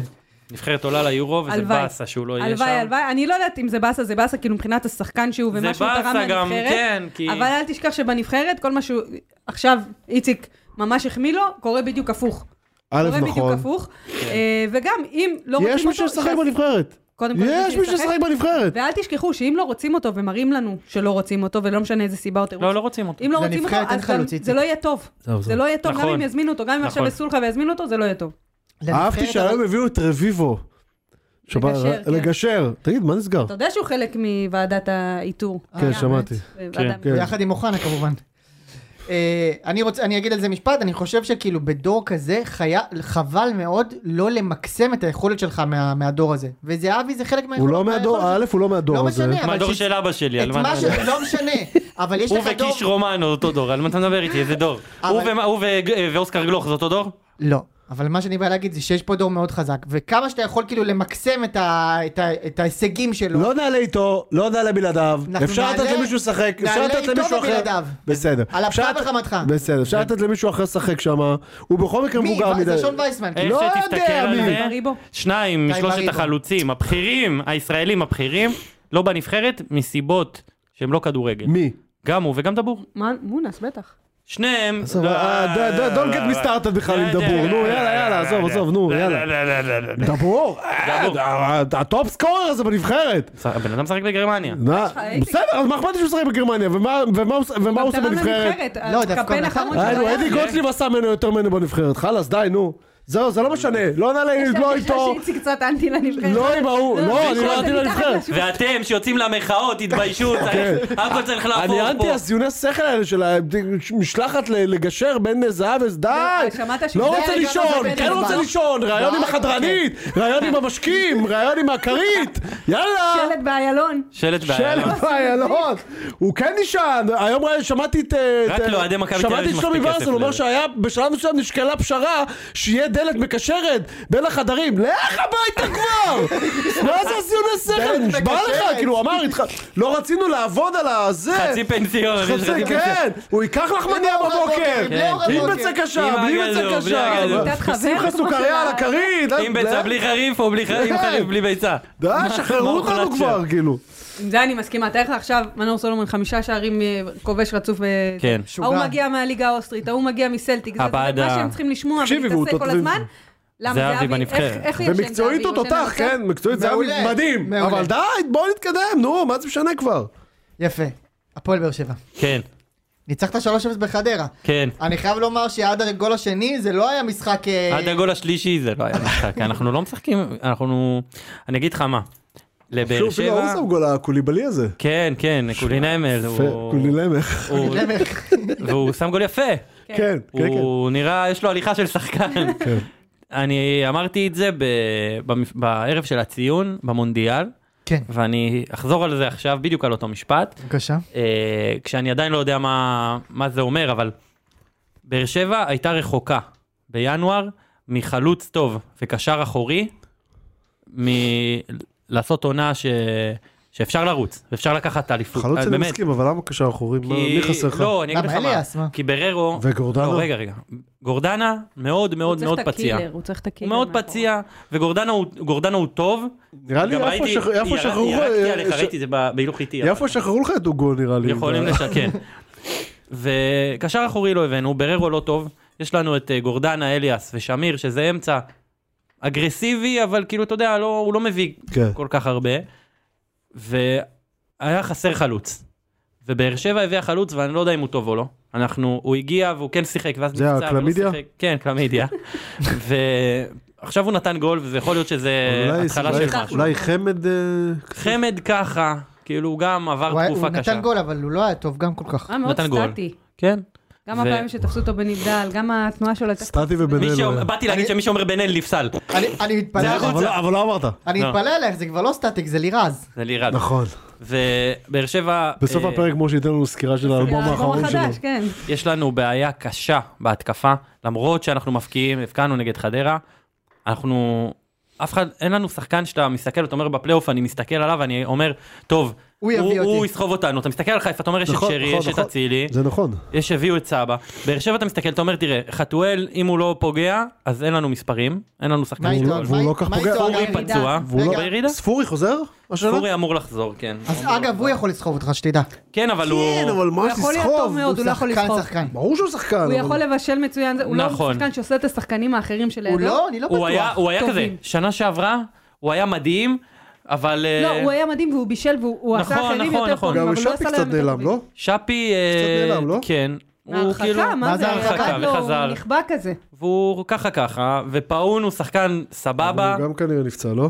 S1: נבחרת עולה ליורו, וזה
S4: הלוואי.
S1: באסה שהוא לא יהיה שם.
S4: הלוואי, הלוואי, אני לא יודעת אם זה באסה, זה באסה כאילו מבחינת השחקן שהוא
S1: זה
S4: ומה שהוא תרם
S1: באסה גם,
S4: לנבחרת,
S1: כן, כי...
S4: אבל אל תשכח שבנבחרת כל מה שהוא, עכשיו איציק ממש החמיא לו, קורה בדיוק הפוך.
S3: א',
S4: קורה בדיוק
S3: נכון.
S4: הפוך,
S1: כן.
S4: אה, וגם אם לא רוצים
S3: יש
S4: אותו,
S3: מי ששחק
S4: שאז-
S3: בנבחרת.
S4: קודם כל
S3: יש מי ששחק בנבחרת.
S4: ואל תשכחו שאם לא רוצים אותו ומראים לנו שלא רוצים אותו, ולא משנה איזה סיבה או תירוץ,
S1: לא, לא רוצים אותו.
S4: אם לא רוצים אותו,
S2: לנבחרת אין
S4: אז גם
S2: חלוץ, איציק.
S4: זה לא יהיה טוב.
S3: זהו,
S4: זה לא יהיה טוב, גם
S1: נכון.
S4: אם יזמינו אותו, גם אם עכשיו
S1: נכון.
S4: יעשו לך ויזמינו אותו, זה לא יהיה טוב.
S3: אהבתי
S2: לנבחרת,
S3: שהיום
S2: אבל-
S3: הביאו את רביבו. שבא-
S4: לגשר, כן.
S3: לגשר. תגיד, מה נסגר?
S4: אתה יודע שהוא חלק מוועדת האיתור.
S3: כן,
S2: אה,
S3: שמעתי.
S4: ועדה-
S1: כן.
S3: כן.
S2: ביחד עם אוחנה כמובן. אה, אני רוצה, אני אגיד על זה משפט, אני חושב שכאילו בדור כזה חיה, חבל מאוד לא למקסם את היכולת שלך מה, מהדור הזה. וזהבי זה חלק
S3: הוא
S2: מהיכולת
S3: לא מהדור,
S2: מהיכולת
S3: א', הוא לא
S2: שלך. לא
S3: מהדור הזה.
S2: משנה, אבל
S1: מהדור
S2: ש-
S1: של אבא שלי, על
S2: את
S1: מה אתה
S2: מה ש...
S1: מדבר?
S2: לא משנה, אבל יש
S1: הוא
S2: לך דור...
S1: וקיש רומן אותו דור, על מה אתה מדבר איתי, איזה דור?
S2: אבל-
S1: הוא ומה- הוא ו- ואוסקר גלוך אה, זה אותו דור?
S2: לא. אבל מה שאני בא להגיד זה שיש פה דור מאוד חזק, וכמה שאתה יכול כאילו למקסם את, ה, את, ה, את ההישגים שלו.
S3: לא נעלה איתו, לא נעלה בלעדיו.
S2: אנחנו
S3: אפשר לתת
S2: נעלה-
S3: למישהו לשחק,
S2: נעלה
S3: אפשר לתת
S2: איתו
S3: למישהו אחר.
S2: ובלעדיו.
S3: בסדר.
S2: על
S3: אפשר
S2: אפך
S3: לתת-
S2: וחמתך.
S3: בסדר, אפשר לתת למישהו אחר לשחק שם. הוא בכל מקרה
S2: מי?
S3: מבוגר מדי.
S2: זה שון וייסמן.
S1: איך
S3: לא
S1: אה, שתסתכל
S3: יודע
S1: על
S3: מי.
S1: זה,
S4: בריבו.
S1: שניים
S2: די
S1: משלושת
S2: בריבו.
S1: החלוצים הבכירים, הישראלים הבכירים, לא בנבחרת, מסיבות שהם לא כדורגל.
S3: מי?
S1: גם הוא וגם דבור.
S3: כן.
S4: מה, מונס, בטח.
S1: שניהם...
S3: עזוב, אה, ד- ד- don't get me started בכלל עם דבור. נו, יאללה, יאללה, עזוב, עזוב, נו, יאללה. דבור? אה,
S1: דבור.
S3: ה- ה- הטופ סקורר הזה בנבחרת.
S1: הבן אדם משחק בגרמניה.
S3: מה?
S4: ראיתי.
S3: בסדר, אז מה אכפת לי שהוא משחק בגרמניה? ומה- ומה הוא עושה- ומה הוא עושה בנבחרת?
S2: לא, דווקא
S4: הקמפיין
S2: נתן-
S4: האחרון
S3: אה,
S4: שלו
S3: נו,
S4: היה-
S3: אדי גוטליב עשה ממנו יותר ממנו בנבחרת. חלאס, די, נו. זהו, זה לא משנה. לא נעלה, לא
S4: יש הרגשה
S3: איתו.
S4: שאיציק קצת אנטי לנבחרת.
S3: לא עם ההוא, לא, אני לא
S4: זה
S3: אנטי
S4: מתחת
S3: לנבחרת.
S4: לשולחן.
S1: ואתם שיוצאים למחאות, תתביישו, צריך- הכל צריך
S3: אוקיי. אני
S1: להפוך
S3: אנטי
S1: פה.
S3: הזיוני השכל האלה של המשלחת לגשר בין אה, זהב די!
S4: שמעת שזה
S3: לא
S4: היה
S3: רוצה
S4: גם
S3: לישון,
S4: בבן
S3: כן
S4: הזמן.
S3: רוצה לישון, ראיון עם החדרנית, ראיון עם המשקים, ראיון עם הכרית, יאללה!
S4: שלט באיילון.
S1: שלט בעיה.
S3: שלט באיילון, הוא כן נשען, היום ראי- שמעתי את... אה,
S1: רק
S3: את-
S1: לאוהדי מכבי תל אביב
S3: שמעתי את
S1: יש
S3: שלומי
S1: מספיק
S3: ורסון
S1: כסף
S3: אומר
S1: לזה.
S3: שהיה, בשלב מסוים נשקלה פשרה, שיהיה דלת מקשרת בין החדרים, לך הביתה כבר! מה זה הסיון השכל?
S2: דלת
S3: נשבע לך,
S2: מקשרת.
S3: כאילו, הוא אמר, "התח- לא רצינו לעבוד על הזה!
S1: חצי פנסיון. יש
S3: חצי,
S1: חצי פנסיון.
S3: כן, הוא ייקח לחמניה
S2: לאור
S3: בבוקר,
S2: הבוקר, לאור
S3: עם
S2: הבוקר.
S3: ביצה קשה,
S1: כן, עם
S3: בלי
S1: הגזור,
S3: ביצה
S1: בלי
S3: קשה,
S1: הגזור.
S4: קצת חבר,
S3: שים לך
S4: כמו
S3: סוכריה על
S4: של ה-
S3: הכרית, אה,
S1: עם ביצה בלי חריף או בלי חריף,
S3: כן.
S1: עם חריף בלי ביצה.
S3: די, שחררו אותנו
S1: הוחלט שם?
S3: כבר, כאילו.
S4: עם זה אני מסכימה. תאר לך עכשיו, מנור סולומון חמישה שערים אה, כובש רצוף. ב-
S1: כן.
S2: משוגע.
S4: ההוא מגיע מהליגה האוסטרית, ההוא מגיע מסלטיק. זה- זה
S1: הבאדה.
S4: מה שהם צריכים לשמוע
S3: תקשיבי, והוא
S4: ולהתעסק כל
S3: תותחים.
S4: הזמן. למה
S1: זהבי
S4: זהבי?
S1: בנבחרת.
S4: איך- איך הוא ישן
S3: ומקצועית
S4: זהבי?
S3: הוא
S4: ישן על
S3: תותח,
S4: הספסל?
S3: כן, מקצועית זה
S2: מעולה,
S3: היה מדהים,
S2: מעולה.
S3: אבל די, בואו נתקדם, נו, מה זה משנה כבר?
S2: יפה. הפועל באר שבע.
S1: כן,
S2: ניצחת 3-0 בחדרה.
S1: כן.
S2: אני חייב לומר שעד הגול השני זה לא היה משחק... אה,
S1: עד הגול השלישי זה לא היה משחק, אנחנו לא משחקים, אנחנו... אני אגיד לך מה, לבאר
S3: שוב, אפילו
S1: שבע...
S3: הוא שם גול הקוליבלי הזה.
S1: כן, כן, קולינמל, הוא-
S3: קולילמך.
S1: הוא-
S2: למך.
S1: והוא שם גול יפה.
S3: כן, כן, כן.
S1: הוא נראה, יש לו הליכה של שחקן.
S3: כן.
S1: אני אמרתי את זה ב- במפ- בערב של הציון במונדיאל,
S2: כן,
S1: ואני אחזור על זה עכשיו, בדיוק על אותו משפט,
S2: בבקשה.
S1: אה, כשאני עדיין לא יודע מה, מה זה אומר, אבל באר שבע הייתה רחוקה בינואר מחלוץ טוב וקשר אחורי, מלעשות עונה ש... שאפשר לרוץ, ואפשר לקחת את האליפות.
S3: חלוץ
S1: אז
S3: אני
S1: באמת,
S3: מסכים, לא אבל למה קשר אחורי? מה-
S1: כי-
S3: מי חסר לך?
S1: לא, אני אגיד לך
S2: למה,
S1: מה.
S2: אליאס, מה?
S1: כי בררו...
S3: וגורדנה?
S1: לא, רגע, רגע. גורדנה מאוד מאוד מאוד
S4: הוא צריך את
S1: פציע.
S4: הקילר, הוא צריך את
S1: הוא
S4: הקילר.
S1: מאוד
S4: מאחורי.
S1: פציע, וגורדנה הוא- גורדנה הוא טוב.
S3: נראה לי
S1: גם
S3: איפה
S1: ראיתי-
S3: שח- איפה
S1: יר-
S3: שחררו-
S1: ירקתי
S3: אה,
S1: עליך,
S3: ש-
S1: ראיתי את זה ב- בהילוך איטי. אבל-
S3: יפה שחררו לך את אוגו נראה לי. כן.
S1: יכולים
S3: ב-
S1: לשקר. וקשר אחורי לא הבאנו, בררו לא טוב. יש לנו את אה, גורדנה, אליאס ושמיר, שזה אמצע אגרסיבי, אבל כאילו, אתה יודע, לא, הוא לא מביא
S3: כן.
S1: כל כך הרבה. והיה חסר חלוץ. ובאר שבע הביאה חלוץ, ואני לא יודע אם הוא טוב או לא. אנחנו, הוא הגיע והוא כן שיחק, ואז
S3: זה
S1: נפצע, ולא
S3: הקלמידיה?
S1: שיחק. כן, קלמידיה. ועכשיו הוא נתן גול, וזה יכול להיות שזה
S3: אולי-
S1: אה,
S3: לא
S1: התחלה
S3: אולי-
S1: של משהו.
S3: אולי חמד... אה,
S1: חמד ככה, כאילו, הוא גם
S2: הוא
S1: עבר
S2: היה-
S1: תקופה
S2: הוא
S1: קשה.
S2: נתן גול, אבל הוא לא היה טוב גם כל כך.
S4: אה, מאוד
S1: נתן גול.
S4: סטטי.
S1: כן.
S4: גם
S1: ו-
S4: הפעמים שתפסו אותו בנבדל, גם התנועה שלו הייתה...
S3: סטטי ובן
S1: מי
S3: אל. אה.
S1: שאומר- באתי להגיד
S2: אני-
S1: שמי שאומר בן אל נפסל.
S2: אני- אני מתפלא
S1: זה
S2: עליך.
S1: החוצה.
S3: אבל לא- אבל לא אמרת.
S2: אני
S1: לא.
S2: מתפלא עליך, זה כבר לא סטטיק, זה לירז.
S1: זה לירד.
S3: נכון.
S1: ובאר שבע,
S3: בסוף
S1: אה,
S3: הפרק משה ייתן לנו סקירה של האלבום האחרון שלו.
S4: החדש, כן.
S1: יש לנו בעיה קשה בהתקפה, למרות שאנחנו מפקיעים, הבקענו נגד חדרה, אנחנו, אף אחד, אין לנו שחקן שאתה מסתכל, אתה אומר בפלייאוף, אני מסתכל עליו, אני אומר, טוב,
S2: הוא יביא אותי."
S1: הוא יסחוב אותנו, אתה מסתכל על חיפה, אתה אומר, יש את
S3: נכון,
S1: שרי,
S3: נכון,
S1: יש את
S3: נכון.
S1: אצילי,
S3: זה נכון.
S1: יש הביאו את סבא, באר שבע אתה מסתכל, אתה אומר, תראה, חתואל, אם הוא לא פוגע, אז אין לנו מספרים, אין לנו
S2: מה
S1: שחקנים,
S2: איתו?
S3: לא- והוא
S2: מה-
S3: לא כך
S2: מה
S3: פוגע.
S2: איתו,
S1: פורי
S2: אגב?
S1: פצוע,
S3: והוא
S1: הוא
S3: לא-
S1: בירידה,
S3: ספורי חוזר? השנה?
S1: פורי אמור לחזור, כן,
S2: אז אגב, הוא לא יכול לסחוב אותך, שתדע.
S1: כן, אבל הוא,
S3: כן, אבל מה
S4: יכול להיות טוב
S3: שסחוב?
S4: מאוד, הוא לא יכול
S2: שחקן,
S4: לסחוב.
S2: שחקן.
S3: ברור שהוא שחקן.
S4: הוא
S3: אבל-
S4: יכול לבשל מצוין, זה- הוא לא
S1: נכון.
S4: שחקן שעושה את השחקנים האחרים שלידו.
S2: הוא לא, אני לא
S1: הוא היה,
S2: בטוח.
S1: הוא היה כזה,
S4: טובים.
S1: שנה שעברה הוא היה מדהים, אבל
S4: לא,
S1: אה,
S4: הוא היה מדהים והוא בישל והוא הוא עשה
S1: נכון,
S4: אחרים
S1: נכון,
S4: יותר
S1: נכון.
S4: טובים,
S3: גם
S4: אבל הוא לא
S3: שפי
S4: עשה
S3: קצת
S4: להם יותר
S3: נעלם, לא?
S4: טובים.
S1: שפי, אה,
S3: קצת נעלם, לא?
S1: כן, הוא כאילו,
S4: ההרחקה, מה זה
S2: הרחקה?
S4: הרחקה? לא,
S1: וחזר.
S4: הוא נכבה כזה.
S1: והוא ככה ככה, ופאון הוא שחקן סבבה,
S3: הוא גם כנראה נפצע, לא?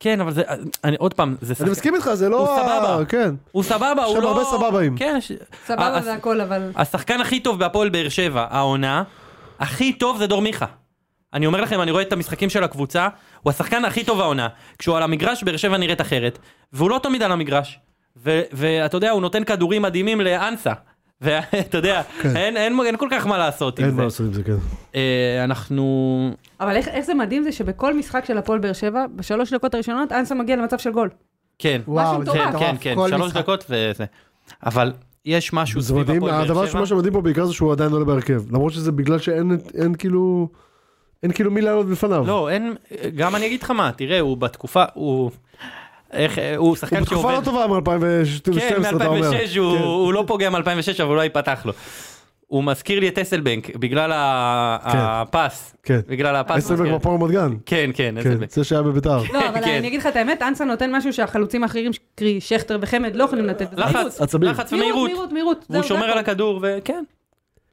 S1: כן, אבל זה, אני עוד פעם, זה
S3: אני
S1: שחקן,
S3: מסכים איתך, זה לא...
S1: הוא סבבה.
S3: ה- כן.
S1: הוא סבבה, הוא
S3: שם
S1: לא,
S3: הרבה סבבים.
S1: כן, ש-
S4: סבבה
S1: הס-
S4: זה הכל, אבל...
S1: השחקן הכי טוב בהפועל באר שבע, העונה, הכי טוב זה דור מיכה. אני אומר לכם, אני רואה את המשחקים של הקבוצה, הוא השחקן הכי טוב העונה. כשהוא על המגרש, באר שבע נראית אחרת, והוא לא תמיד על המגרש. ו- ואתה יודע, הוא נותן כדורים מדהימים לאנסה. ואתה יודע, אין, אין, אין כל כך מה לעשות עם
S3: אין
S1: זה.
S3: מה לעשות עם זה, כן.
S1: אה, אנחנו
S4: אבל איך, איך זה מדהים זה שבכל משחק של הפועל באר שבע, בשלוש דקות הראשונות, אנסה מגיע למצב של גול.
S1: כן,
S2: וואו, זה
S4: מטורף.
S1: כן,
S2: מטורף.
S1: כן, כן,
S2: כל
S1: שלוש
S2: משחק.
S1: דקות וזה. אבל יש משהו
S3: זה
S1: סביב
S3: מדהים,
S1: הפועל
S3: הדבר
S1: באר שבע.
S3: שמה שמדהים פה בעיקר זה שהוא עדיין עולה בהרכב. למרות שזה בגלל שאין את- אין כאילו... אין כאילו מי לעלות בפניו.
S1: לא, אין, גם אני אגיד לך מה, תראה, הוא בתקופה, הוא... איך, הוא
S3: הוא
S1: שחקן
S3: בתקופה
S1: שעובד...
S3: לא טובה מ-2012,
S1: כן,
S3: אתה אומר.
S1: מ-2006, הוא, הוא לא פוגע מ-2006, אבל אולי ייפתח לו. הוא מזכיר לי את טסלבנק, בגלל ה...
S3: כן.
S1: הפס.
S3: כן.
S1: בגלל הפס. הוא
S3: אסלבק
S1: מזכיר.
S3: בפועל רמת גן.
S1: כן, כן,
S3: כן,
S1: טסלבנק.
S3: זה שהיה בביתר.
S4: לא, אבל
S1: כן.
S4: אני אגיד לך את האמת, אנסה נותן משהו שהחלוצים האחרים, קרי שכטר וחמד, לא יכולים לתת. זה מהירות.
S1: לחץ,
S3: עצבים.
S1: לחץ
S4: מהירות,
S1: ומהירות.
S4: מהירות, מהירות.
S1: והוא
S4: זהו,
S1: שומר
S4: זה
S1: על
S4: הכל.
S1: הכדור, וכן.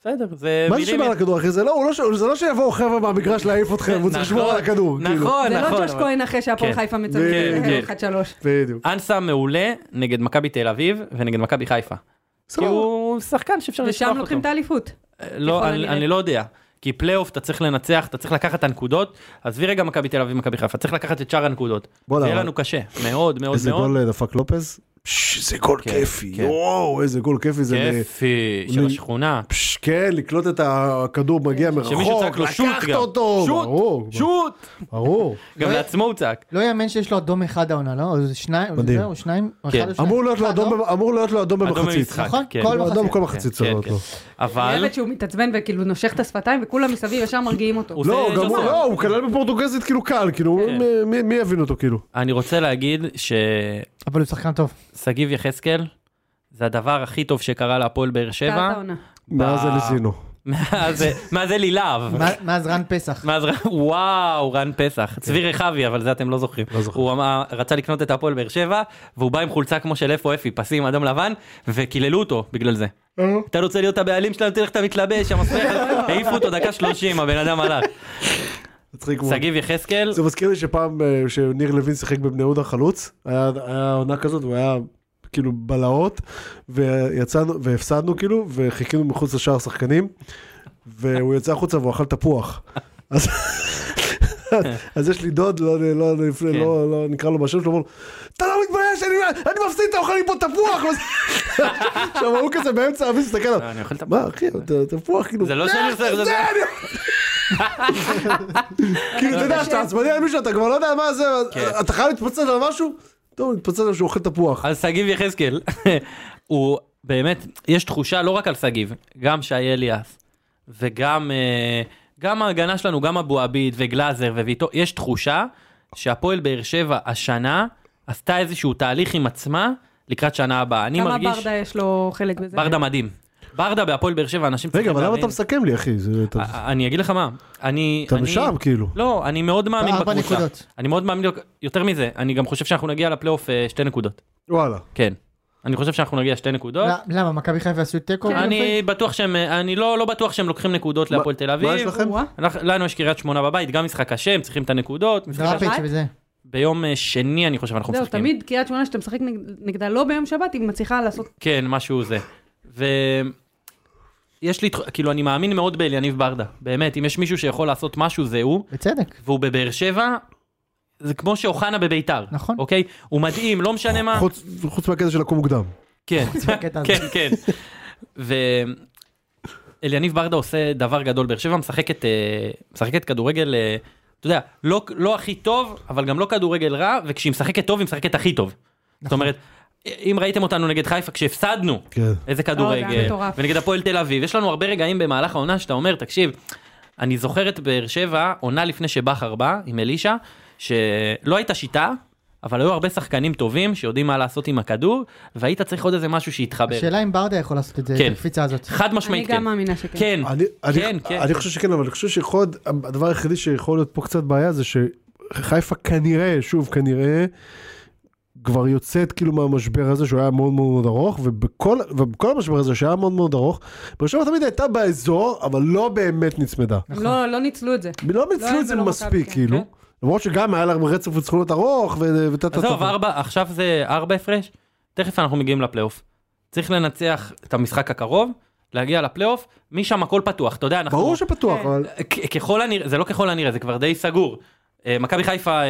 S1: בסדר, זה
S3: מה זה
S1: מילים-
S3: שומר על הכדור אחי? זה לא- הוא לא ש- זה לא שיבואו חבר'ה מהמגרש להעיף אתכם, הוא צריך לשמור
S1: נכון,
S3: על הכדור. כאילו.
S1: נכון,
S4: זה
S1: נכון.
S4: לא ג'וש
S1: אבל-
S4: כהן אחרי שהפועל
S1: כן.
S4: חיפה
S1: כן,
S4: מצמצם
S1: כן.
S4: 1-3.
S3: בדיוק.
S1: אנסה מעולה נגד מכבי תל אביב ונגד מכבי חיפה. כי
S3: סבבה.
S1: הוא שחקן שאפשר לשלוח
S4: ושם
S1: אותו.
S4: לוקחים את האליפות.
S1: לא,
S4: ככל
S1: אני,
S4: הנראה.
S1: אני לא יודע. כי פלייאוף אתה צריך לנצח, אתה צריך לקחת את הנקודות. עזבי רגע מכבי תל אביב ומכבי חיפה, צריך לקחת את שאר הנקודות.
S3: בואנה,
S1: זה יהיה
S3: אבל-
S1: לנו קשה, מאוד מאוד
S3: איזה
S1: מאוד.
S3: גול אה, דפק לופז? פש, איזה גול
S1: כן,
S3: כיפי.
S1: כן.
S3: יואו, איזה גול כיפי זה. ל-
S1: כיפי של
S3: ל-
S1: השכונה.
S3: פש, כן, לקלוט את הכדור מגיע
S1: שמישהו
S3: מרחוק,
S1: צעק לו שוט
S3: נכון, לקחת
S1: גם.
S3: אותו.
S1: שוט,
S3: ברור,
S1: שוט!
S3: ברור.
S1: גם לעצמו הוא צעק.
S2: לא יאמן שיש לו אדום אחד העונה, לא? או זה שניים,
S3: מדהים.
S2: או שניים, או
S1: כן.
S2: אחד או שניים.
S3: אמור להיות לו
S2: אחד,
S3: אדום
S2: לא?
S3: במ- אמור להיות לו אדום
S1: אדום
S3: במחצית.
S1: במשחק,
S2: נכון,
S1: כן.
S2: כל
S3: לא, אדום
S2: מחצית.
S3: כל מחצית
S1: כן,
S3: צריך להיות
S1: כן.
S3: לו.
S4: אני
S1: אבל...
S4: אוהבת שהוא מתעצבן וכאילו נושך את השפתיים וכולם מסביב ישר מרגיעים אותו.
S1: הוא
S3: לא,
S1: עושה
S3: גם הוא,
S1: ג'וסון.
S3: לא, הוא כלל בפורטוגזית כאילו קל, כאילו,
S1: כן.
S3: מי- מי- מי יבין אותו כאילו?
S1: אני רוצה להגיד ששגיב
S2: אבל הוא שחקן טוב.
S1: יחזקאל זה הדבר הכי טוב שקרה להפועל באר
S4: קטעת
S1: שבע.
S4: העונה.
S3: מאז אליסינו.
S1: מאז- מאז אלי להב.
S2: מה- מאז רן פסח.
S1: מאז ר- וואו, רן פסח. צבי רחבי, אבל זה אתם לא זוכרים.
S3: כן. לא זוכר.
S1: הוא אמר, רצה לקנות את הפועל באר שבע, והוא בא עם חולצה כמו של איפה אפי, פסים אדום לבן, וקיללו אותו בגלל זה.
S3: אה?
S1: אתה רוצה להיות הבעלים שלנו, תלך אתה מתלבש, המספר, העיפו אותו דקה שלושים, הבן אדם הלך.
S3: מצחיק מאוד.
S1: שגיב יחזקאל,
S3: זה מזכיר לי שפעם אה, שניר לוין שיחק בבני יהודה חלוץ, היה היה עונה כזאת, הוא היה כאילו בלהות, ויצאנו, והפסדנו כאילו, וחיכינו מחוץ לשאר השחקנים, והוא יצא החוצה והוא אכל תפוח. אז- אז יש לי דוד, לא, לא, לא,
S1: כן.
S3: לא, לא, לא נקרא לו בשם שלו, הוא אומר, אתה לא מתבייש, אני, אני מפסיד, אתה אוכל לי פה תפוח. עכשיו, הוא כזה באמצע, אבי מסתכל עליו,
S1: אה, אני אוכל את
S3: מה אחי, אתה- תפוח, כאילו,
S1: זה לא שאני עושה, זה-
S3: זה אני כאילו, אתה יודע, שאתה עצבני על מישהו, אתה כבר לא יודע מה זה,
S1: כן.
S3: אתה חייב להתפוצץ על משהו? טוב, הוא מתפוצץ על שהוא אוכל תפוח.
S1: אז שגיב יחזקאל, הוא באמת, יש תחושה לא רק על שגיב, גם שי אליאס, וגם אה, גם ההגנה שלנו, גם אבו עביד וגלאזר וויטו, יש תחושה שהפועל באר שבע השנה עשתה איזשהו תהליך עם עצמה לקראת שנה הבאה. אני
S4: כמה
S1: מרגיש...
S4: ברדה יש לו חלק בזה?
S1: ברדה מדהים. ברדה בהפועל באר שבע, אנשים
S3: רגע, אבל למה
S1: להבין.
S3: אתה מסכם לי, אחי? זה- אתה-
S1: א- אני אגיד לך מה, אני...
S3: אתה
S1: אני-
S3: משם, כאילו.
S1: לא, אני מאוד מאמין
S2: ארבע
S1: בקבוצה.
S2: נקודות.
S1: אני מאוד מאמין, יותר מזה, אני גם חושב שאנחנו נגיע לפלייאוף אה, שתי נקודות.
S3: וואלה.
S1: כן. אני חושב שאנחנו נגיע שתי נקודות.
S3: לא.
S2: ל- למה, מכבי חיפה עשו תיקו?
S1: כן. אני בטוח שהם, אני לא, לא בטוח שהם לוקחים נקודות
S3: כן, מה-
S1: להפועל תל אביב.
S3: מה יש לכם?
S4: וואה.
S1: אנחנו- לנו יש קריית שמונה בבית, גם משחק קשה, הם צריכים את הנקודות. משחק קשה.
S2: דראפיץ'
S4: שבת?
S2: וזה.
S1: ביום אה, שני אני חושב אנחנו
S4: זהו,
S1: משחקים.
S4: תמיד קריית שמונה שאתה משחק נג- נגדה לא ביום שבת, היא מצליחה לעשות...
S1: כן, משהו זה. ו... יש לי, תח- כאילו, אני מאמין מאוד באליניב ברדה. באמת, אם יש מישהו שיכול לעשות משהו, זה הוא.
S2: בצדק.
S1: והוא בבאר שבע, זה כמו שאוחנה בביתר.
S2: נכון.
S1: אוקיי? הוא מדהים, לא משנה מה.
S3: חוץ- חוץ מהקטע של לקום מוקדם.
S1: כן,
S2: מהקטע הזה.
S1: כן, כן. ואליניב ברדה עושה דבר גדול, באר שבע משחקת, אה, משחקת כדורגל, אה, אתה יודע, לא, לא הכי טוב, אבל גם לא כדורגל רע, וכשהיא משחקת טוב, היא משחקת הכי טוב. זאת אומרת, אם ראיתם אותנו נגד חיפה כשהפסדנו,
S3: כן.
S1: איזה
S4: לא, זה היה
S1: כדורגל,
S4: מטורף.
S1: ונגד הפועל תל אביב, יש לנו הרבה רגעים במהלך העונה שאתה אומר, תקשיב, אני זוכר את באר שבע, עונה לפני שבכר בא עם אלישע, שלא הייתה שיטה, אבל היו הרבה שחקנים טובים שיודעים מה לעשות עם הכדור, והיית צריך עוד איזה משהו שיתחבר.
S2: השאלה אם ברדה יכול לעשות את זה,
S1: כן.
S2: את הקפיצה הזאת.
S1: חד
S4: אני
S1: משמעית כן.
S4: גם מאמינה שכן.
S1: כן,
S3: אני- אני-
S1: כן, כן.
S3: אני חושב שכן, אבל אני חושב שיכול להיות, הדבר היחידי שיכול להיות פה קצת בעיה זה שחיפה כנראה, שוב כנראה, כבר יוצאת כאילו מהמשבר הזה שהוא היה מאוד מאוד מאוד ארוך, ובכל, ובכל המשבר הזה שהיה מאוד מאוד ארוך, באר שבע תמיד הייתה באזור, אבל לא באמת נצמדה.
S4: הם לא- לא ניצלו את זה.
S3: לא
S4: היה
S3: ניצלו את זה
S4: ולא מכבי,
S3: מספיק
S4: כן.
S3: כאילו, למרות שגם היה להם רצף ניצחונות ארוך, ו- וטה טה
S1: עזוב,
S3: טה.
S1: ארבע, עכשיו זה ארבע הפרש, תכף אנחנו מגיעים לפלייאוף. צריך לנצח את המשחק הקרוב, להגיע לפלייאוף, משם הכל פתוח, אתה יודע, אנחנו...
S3: ברור שפתוח,
S4: כן.
S3: אבל
S1: כ- ככל הנראה, זה לא ככל הנראה, זה כבר די סגור. אה, מכבי חיפה אה,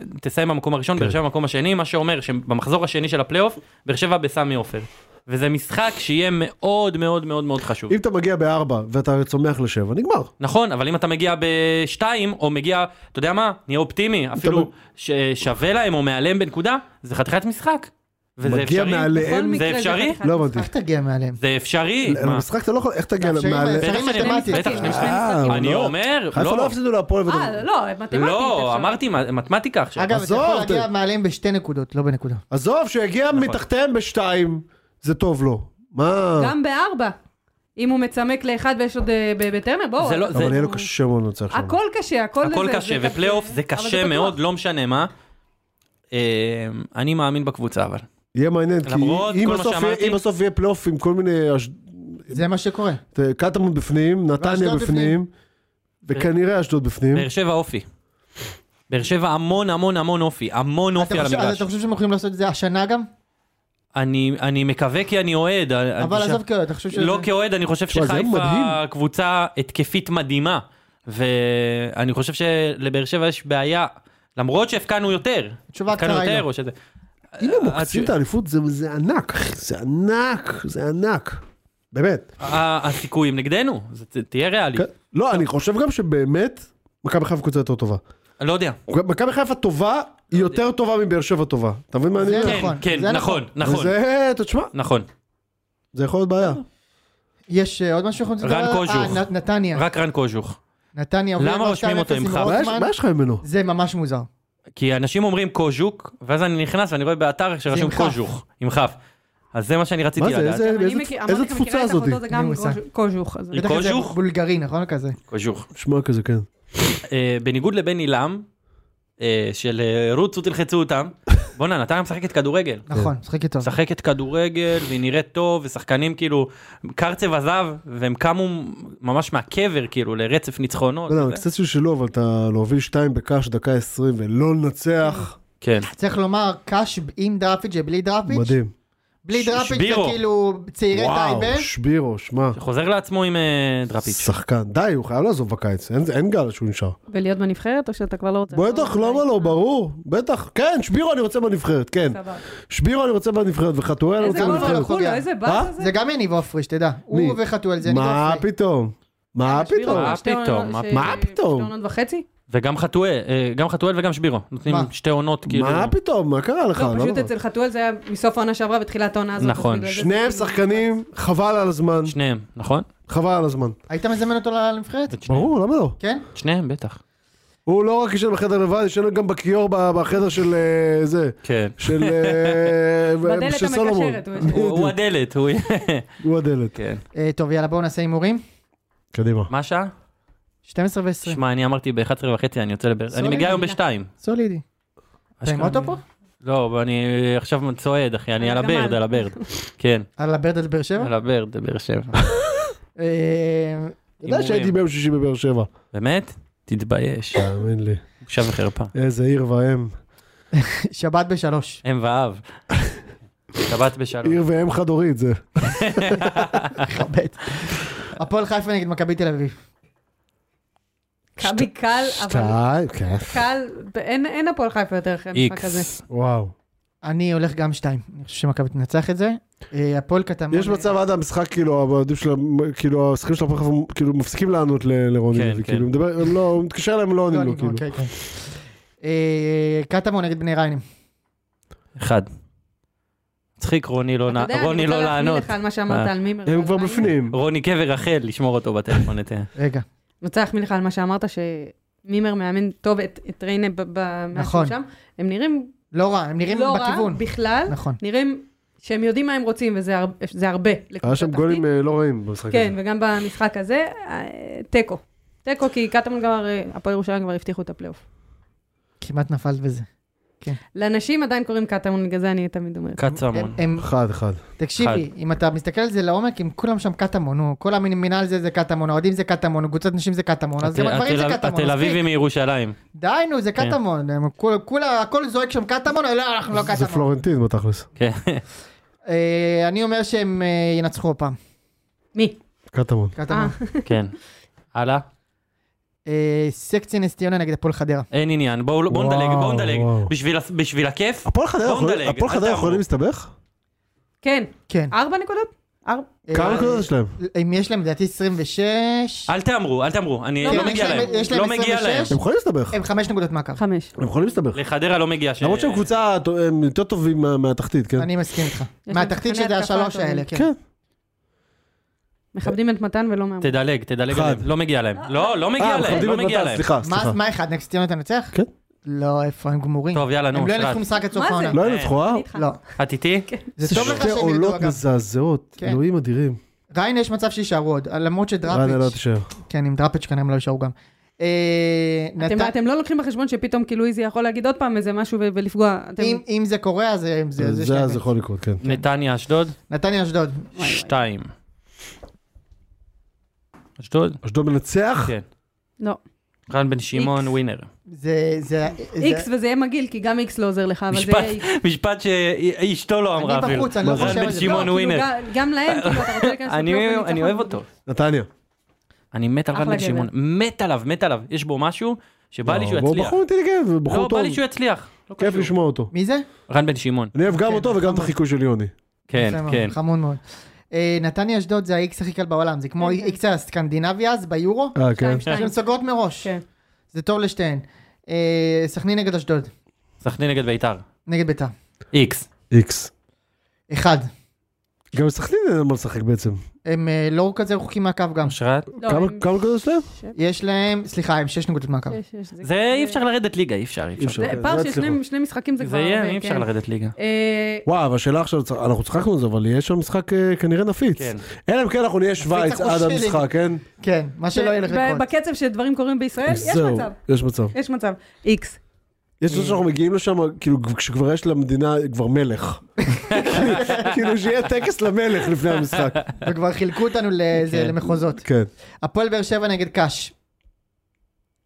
S3: כן.
S1: תסיים במקום הראשון, באר שבע במקום השני, מה שאומר שבמחזור השני של הפלייאוף, באר שבע בסמי עופר. וזה משחק שיהיה מאוד מאוד מאוד מאוד חשוב.
S3: אם אתה מגיע בארבע ואתה צומח לשבע, נגמר.
S1: נכון, אבל אם אתה מגיע בשתיים, או מגיע, אתה יודע מה, נהיה אופטימי, אפילו ש- שווה להם או מעליהם בנקודה, זה חתיכת משחק. וזה
S3: מגיע
S1: אפשרי.
S3: מעליהם?
S4: בכל מקרה
S1: זה אפשרי?
S4: חתיכת
S3: לא
S4: משחק.
S3: הבנתי.
S2: איך תגיע מעליהם?
S1: זה אפשרי. מה?
S3: למשחק אתה לא יכול, איך תגיע
S2: מאפשרים
S3: למעלה?
S2: להם.
S1: בטח
S2: אפשרי
S1: שני-
S2: מתמטית.
S1: בטח שני
S4: אה,
S1: משחקים.
S3: אה, הוא
S1: אני
S3: לא-
S1: אומר,
S3: חיפה לא
S1: לא.
S3: הפסידו להפועל ודאי.
S4: אה, לא, מתמטית.
S1: לא,
S4: אפשר.
S1: אמרתי מה- מתמטיקה עכשיו.
S2: אגב, אתה יכול
S3: עזוב,
S2: להגיע
S3: ת-
S2: מעליהם בשתי נקודות, לא בנקודה.
S3: עזוב, שיגיע
S1: נכון.
S3: מתחתיהם בשתיים, זה טוב לו. מה?
S4: גם בארבע. אם הוא מצמק לאחד ויש עוד אה, ב- בטרנר, בואו.
S1: זה לא-
S4: אז-
S1: זה-
S3: אבל יהיה לו קשה מאוד לנצח שם.
S4: הכל קשה, הכל...
S1: הכל
S4: זה-
S1: קשה,
S4: זה-
S1: ופלייאוף זה
S4: אבל
S1: קשה
S4: פתוח.
S1: מאוד, לא משנה מה. אה, אני מאמין בקבוצה אבל.
S3: יהיה מעניין, כי
S1: למרות
S3: אם
S1: כל מה
S3: בסוף יהיה-
S1: שאמרתי-
S3: אם בסוף יהיה פלייאוף עם כל מיני... אש-
S2: זה מה שקורה.
S1: לא
S3: ת- קטמון בפנים, נתניה
S2: ואשדוד בפנים.
S3: בפנים, וכנראה אשדוד בפנים.
S1: באר שבע אופי. באר שבע המון המון המון אופי, המון
S2: אתה
S1: אופי על
S2: חושב- אז
S1: המגרש.
S2: אתה חושב שהם יכולים לעשות את זה השנה גם?
S1: אני אני מקווה כי אני אוהד. אני-
S2: אבל
S1: אני
S2: עזוב
S1: שם-
S2: כאוהד, אתה חושב שזה...
S1: לא כאוהד, אני חושב
S3: תשמע, זה היה
S1: שחיפה
S3: מדהים.
S1: קבוצה התקפית מדהימה. ואני חושב שלבאר שבע יש בעיה, למרות שהפקענו יותר.
S2: התשובה
S1: הפקענו
S2: הקצרה היא
S1: יותר,
S2: לא.
S1: או שזה... אה,
S3: אם הם עוקצים
S1: התש-
S3: את האליפות זה- זה ענק, אחי, זה ענק, זה ענק. באמת.
S1: ה- אה, הסיכויים נגדנו, זה- זה- תהיה ריאלי.
S3: כן. לא, אני חושב גם שבאמת, מכבי חיפה קבוצה יותר טובה.
S1: אני לא
S3: כן,
S1: יודע.
S3: מכבי חיפה טובה, היא יותר טובה מבאר שבע טובה. אתה מבין מה אני
S2: זה
S3: אומר?
S1: כן,
S2: נכון,
S1: כן,
S2: זה
S1: נכון, נכון,
S3: וזה, תשמע,
S1: נכון.
S3: זה יכול להיות בעיה.
S2: יש אה, עוד משהו שאנחנו רוצים
S1: רן קוז'וך.
S2: אה, נ-
S3: כן.
S2: נתניה.
S1: רק רן קוז'וך.
S2: נתניה. הובילה
S1: למה רושמים
S2: 2-0
S1: אותו עם חרא?
S3: מה יש-
S2: רוטמן.
S3: מה יש לך ממנו?
S2: זה ממש מוזר.
S1: כי אנשים אומרים קוז'וק, ואז אני נכנס ואני רואה באתר
S2: זה עם
S1: שרשום
S2: כף.
S1: קוז'וך, עם כף. אז זה מה שאני רציתי
S3: מה זה,
S1: לדעת.
S3: איזה-
S4: אני
S3: איזה-
S4: מכיר-
S3: איזה
S4: אמרתי לך, מכירה
S3: תפוצה
S4: את
S3: זאתי?
S4: אחותו, זה גם
S2: אני מוסר.
S4: קוז'- קוז'וך. אז-
S1: היא
S2: בטח איזה
S1: קוז'וך?
S2: בולגרי, נכון? כזה.
S3: כן.
S1: קוז'וך.
S3: שמע כזה, כן.
S1: אה, בניגוד לבן עילם, אה, של אה, רוצו תלחצו אותם, בואנה, נתניה משחקת כדורגל.
S2: נכון, משחק איתו.
S1: משחקת כדורגל, והיא נראית טוב, ושחקנים כאילו, קרצב עזב, והם קמו ממש מהקבר כאילו לרצף ניצחונות.
S3: לא יודע,
S1: וזה.
S3: אבל קצת שלו, אבל אתה להוביל שתיים בקש דקה עשרים ולא לנצח,
S1: כן.
S2: צריך לומר, קאש עם דראפיג' ובלי דראפיג'.
S3: מדהים.
S2: בלי
S1: ש-
S2: דראפיג' זה
S1: שבירו.
S2: כאילו
S4: אה,
S2: צעירי
S3: וואו,
S2: טייבה.
S3: שבירו, שמע.
S1: חוזר לעצמו עם אה, דראפיץ'.
S3: שחקן. די, הוא חייב לעזוב בקיץ, אין- אין גל שהוא נשאר.
S4: ולהיות בנבחרת, או שאתה כבר לא רוצה?
S3: בטח, למה לא, ברור. בטח. כן, שבירו אני רוצה בנבחרת, כן.
S4: סבבה.
S3: שבירו אני רוצה בנבחרת, וחתואל אני
S4: איזה
S3: רוצה
S4: גול
S2: לא,
S3: בנבחרת.
S4: לקחו לו,
S2: פוגע.
S4: איזה
S3: אה?
S4: באסה זה.
S2: זה גם יניב עופרי, שתדע. הוא וחתואל זה יניב
S3: מה
S2: עופרי.
S3: פתאום? מה
S4: שבירו,
S3: פתאום?
S1: מה
S4: שתי עונות-
S1: פתאום? מה
S4: אה, ש-
S1: פתאום?
S3: מה פתאום?
S4: שתי עונות וחצי?
S1: וגם חתואל, אה, גם חתואל וגם שבירו. נותנים
S2: מה?
S1: שתי עונות כאילו.
S3: מה פתאום? מה קרה לך?
S4: לא,
S3: לא
S4: פשוט
S3: נורא.
S4: אצל חתואל זה היה מסוף העונה שעברה ותחילת העונה הזאת. אז
S1: נכון.
S4: בגלל זה זה
S3: שניהם
S4: כאילו-
S3: שחקנים, חבל על הזמן.
S1: שניהם, נכון?
S3: חבל על הזמן.
S2: היית מזמן אותו לנבחרת?
S1: את שניהם.
S3: ברור, למה לא?
S2: כן?
S1: שניהם, בטח.
S3: הוא לא רק ישן בחדר לבד, ישן גם בכיור ב- בחדר של אה, זה.
S1: כן.
S3: של... אה,
S4: בדלת
S3: של סולומון.
S4: המקשרת. הוא יושב.
S1: הוא הוא הדלת, הוא...
S3: הוא הדלת.
S1: כן.
S2: אה, טוב, יאללה, בואו נעשה הימורים.
S3: קדימה.
S1: מה השעה?
S2: 12 ו-20.
S1: שמע, אני אמרתי ב-11 וחצי, אני יוצא לבאר... אני
S2: סולידי.
S1: מגיע היום ב-2.
S2: סולידי. אתה עם אוטו פה?
S1: לא, אבל אני עכשיו צועד, אחי, אני
S4: על
S1: על הברד,
S4: הגמל.
S1: על הברד. כן,
S2: על הברד עד באר שבע?
S1: על הברד, בבאר שבע.
S2: אה,
S3: אתה יודע שהייתי ביום שישי בבאר שבע.
S1: באמת? תתבייש.
S3: תאמין לי.
S1: בושה וחרפה.
S3: איזה עיר ואם.
S2: שבת בשלוש.
S1: אם ואב. שבת בשלום.
S3: עיר ואם חד הורית זה.
S2: מכבד. הפועל חיפה נגד מכבי תל אביב.
S4: מכבי קל, אבל
S3: שתיים, כן. כיף.
S4: קל, אין אין הפועל חיפה יותר אחרי המשחק הזה.
S1: איקס.
S3: וואו.
S2: אני הולך גם שתיים. אני חושב שמכבי תנצח את זה. אה, הפועל קטמון.
S3: יש מצב עד המשחק, כאילו, האוהדים של, ה- כאילו, השחקנים של הפועל חיפה, כאילו, מפסיקים לענות ל- לרוני
S1: כן,
S3: לוי,
S1: כן.
S3: כאילו, מדבר, לא, הוא מתקשר אליהם, לא
S2: לא,
S3: עונים
S2: אני-
S3: לו, כאילו.
S2: אוקיי, כן. אה, קטמון נגד בני ריינים.
S1: אחד. מצחיק, רוני לא
S4: אתה יודע,
S1: נע-
S4: אני
S1: רוני
S4: רוצה
S1: לא
S4: להחמיא
S1: לענות.
S4: לך על מה שאמרת
S1: אה.
S4: על מימר.
S3: הם
S4: ועל
S3: כבר
S4: ריינה.
S3: בפנים.
S1: רוני קבר רחל, לשמור אותו בטלפון. את-
S2: רגע.
S4: אני רוצה להחמיא לך על מה שאמרת, שמימר מאמן טוב את את ריינה ב- ב-
S2: נכון.
S4: מהשם שם. הם נראים
S2: לא רע, הם נראים
S4: לא רע
S2: בכיוון.
S4: בכלל,
S2: נכון.
S4: נראים שהם יודעים מה הם רוצים, וזה הר- זה הרבה.
S3: היה
S4: לקבוצה
S3: שם
S4: תחתית.
S3: גולים אה, לא רעים במשחק הזה.
S4: כן, וגם במשחק הזה, אה, תיקו. תיקו, כי קטמון כבר, אה, הפועל ירושלים כבר הבטיחו את הפלייאוף.
S2: כמעט נפלת בזה.
S4: לנשים עדיין קוראים קטמון, בגלל זה אני תמיד אומרת.
S1: קצמון.
S2: הם- הם-
S3: אחד, אחד.
S4: לא
S2: תקשיבי, אם אתה מסתכל על זה לעומק, הם כולם שם קטמון, נו, כל המינהל זה זה קטמון, האוהדים זה קטמון, קבוצת נשים זה קטמון, אז גם הגברים זה קטמון,
S1: התל
S2: מספיק.
S1: אביבי מירושלים.
S2: די נו, זה
S1: כן.
S2: קטמון, הם כול- כולה, הכל זועק שם קטמון, לא, אנחנו לא
S3: זה
S2: קטמון.
S3: פלורנטין בתכלס.
S1: כן.
S2: אה, אני אומר שהם אה, ינצחו הפעם,
S4: מי?
S3: קטמון.
S2: קטמון.
S4: אה.
S1: כן. הלאה.
S2: אה, סקציה נס ציונה נגד הפועל חדרה.
S1: אין עניין, בואו בואו נדלג, בואו
S3: וואו,
S1: נדלג.
S3: וואו.
S1: בשביל הס- בשביל הכיף,
S3: הפועל חדרה
S1: בואו
S3: יכולים-
S1: נדלג,
S3: הפועל
S1: אל
S3: חדרה
S1: תעברו.
S3: יכולים להסתבך?
S4: כן,
S2: כן.
S4: ארבע נקודות? ארבע?
S3: כמה
S2: אה,
S3: נקודות יש אה. להם?
S2: אם יש להם לדעתי 26...
S1: אל תאמרו, אל תאמרו, אני
S4: כן,
S1: לא
S4: יש
S1: מגיע
S4: להם-
S1: להם.
S2: יש להם
S1: לא מגיע
S2: 26?
S1: להם.
S3: הם יכולים להסתבך.
S2: הם חמש נקודות מהקו.
S4: חמש.
S3: הם יכולים להסתבך.
S1: לחדרה לא מגיע ש...
S3: למרות שהם קבוצה, הם יותר טובים מה- מהתחתית, כן?
S2: אני מסכים איתך.
S4: להם
S2: מהתחתית
S4: שחקני
S2: שזה
S4: התקפה
S2: השלוש
S4: טובים.
S2: האלה, כן.
S3: כן.
S4: מכבדים את מתן ולא מאמן.
S1: תדלג, תדלג
S3: אחד.
S1: עליהם. לא מגיע להם. לא, לא מגיע
S3: אה,
S1: להם,
S3: מכבדים
S1: לא
S3: את
S1: מגיע
S3: מתן,
S1: להם.
S3: סליחה,
S2: מה-
S3: סליחה.
S2: מה אחד? נקס ציונות הנצח?
S3: כן.
S2: לא, איפה הם גמורים.
S1: טוב, יאללה, נו,
S2: הם לא
S1: שרק.
S2: ינצחו משחק עד סוף
S4: מה זה?
S2: העונה.
S3: לא
S1: אה,
S3: היינו צחורה?
S4: אני איתך.
S2: לא.
S1: את איתי?
S2: זה לא? טוב לך
S3: שתי
S2: שהם ידעו
S3: עולות
S2: אגב.
S3: מזעזעות,
S2: כן.
S3: אלוהים אדירים.
S2: ריינה יש מצב שיישארו עוד, אה, למרות
S3: רנה לא
S2: שדראפיץ',
S3: תישאר.
S2: כן עם דראפיץ' כנראה הם לא יישארו גם. אה,
S4: אתם-
S2: נת-
S4: אתם לא לוקחים בחשבון שפתאום כאילו איזי יכול להגיד עוד פעם איזה משהו ו- ולפגוע. אתם-
S2: אם- אם זה קורה אז זה- זה זה
S3: זה
S2: שלהם.
S3: זה יכול לקרות, כן.
S1: נתניה, אשדוד?
S2: נתניה אשדוד.
S4: וואי, וואי.
S1: שתיים. אשדוד?
S3: אשדוד מנצח?
S1: כן.
S4: לא.
S1: רן בן שמעון, ווינר.
S2: זה... זה... זה-
S4: איקס וזה יהיה מגעיל, כי גם איקס לא עוזר לך, אבל זה...
S1: משפט- משפט שאשתו לא אמרה
S2: אני
S1: אפילו.
S2: בחוץ, אני לא
S1: רן
S2: חושב על
S1: בן
S2: זה.
S1: שמעון,
S4: לא, כאילו,
S1: ווינר.
S4: גם- גם להם, כאילו, אתה רוצה להיכנס...
S1: אני-
S4: לפלייאוף בניצחון.
S1: אני אוהב אותו.
S3: נתניה.
S1: אני מת על רן
S4: אחלה
S1: בן שמעון. מת עליו, מת עליו. יש בו משהו שבא לי שהוא
S3: הוא
S1: יצליח.
S3: לא, בחור אינטליגנט, הוא בחור
S1: לא,
S3: טוב.
S1: בא לי שהוא יצליח. לא
S3: כיף
S1: קשור.
S3: לשמוע אותו.
S2: מי זה?
S1: רן בן שמעון.
S3: אני אוהב גם
S2: כן,
S3: אותו וגם את
S2: חמוד.
S3: החיקוי של יוני.
S1: כן,
S2: יפה מאוד,
S1: כן.
S2: חמוד מאוד. אה, נתניה אשדוד זה האיקס הכי קל בעולם, זה כמו
S4: כן, כן.
S2: איקס על הסקנדינבי אז ביורו,
S3: אה, כן.
S4: שתיים, שתיים.
S2: שהן סוגרות מראש.
S4: כן.
S2: זה טוב לשתיהן. אה, סכנין נגד אשדוד,
S1: סכנין נגד ביתר.
S2: נגד ביתר.
S1: איקס.
S3: איקס.
S2: אחד.
S3: גם סכנין אין על מה לשחק בעצם. הם-
S2: הם אה, לא כזה רחוקים מהקו גם.
S1: אשרת.
S4: לא,
S3: כמה
S4: הם-
S3: כמה נקודות יש להם?
S2: יש להם, סליחה, הם שש נקודות מהקו.
S4: שש, שש,
S1: זה אי אפשר לרדת ליגה, אי אפשר, אי
S3: אי
S1: אפשר.
S3: אפשר.
S4: זה
S3: כן, זה
S4: פער
S3: לא
S4: של
S3: יצליחו.
S4: שני- שני משחקים זה כבר...
S1: זה יהיה,
S4: הרבה,
S1: אי
S4: כן.
S1: אפשר לרדת ליגה.
S4: אה,
S3: וואו, אבל השאלה עכשיו, צריך- אנחנו צחקנו על זה, אבל יהיה שם משחק אה, כנראה נפיץ.
S1: כן.
S3: אלא אם כן אנחנו נהיה שווייץ
S2: החוש
S3: עד
S2: שלי.
S3: המשחק, כן?
S2: כן, מה שלא ילך
S4: ב-
S2: לקרות.
S4: בקצב שדברים קורים בישראל, כן, יש
S3: זהו,
S4: מצב.
S3: יש מצב.
S4: יש מצב. איקס.
S3: יש מצב שאנחנו מגיעים לשם, כאילו, כשכבר יש למדינה כבר מלך. כאילו, שיהיה טקס למלך לפני המשחק.
S2: וכבר חילקו אותנו לזה,
S1: כן.
S2: למחוזות.
S3: כן.
S2: הפועל באר שבע נגד קאש.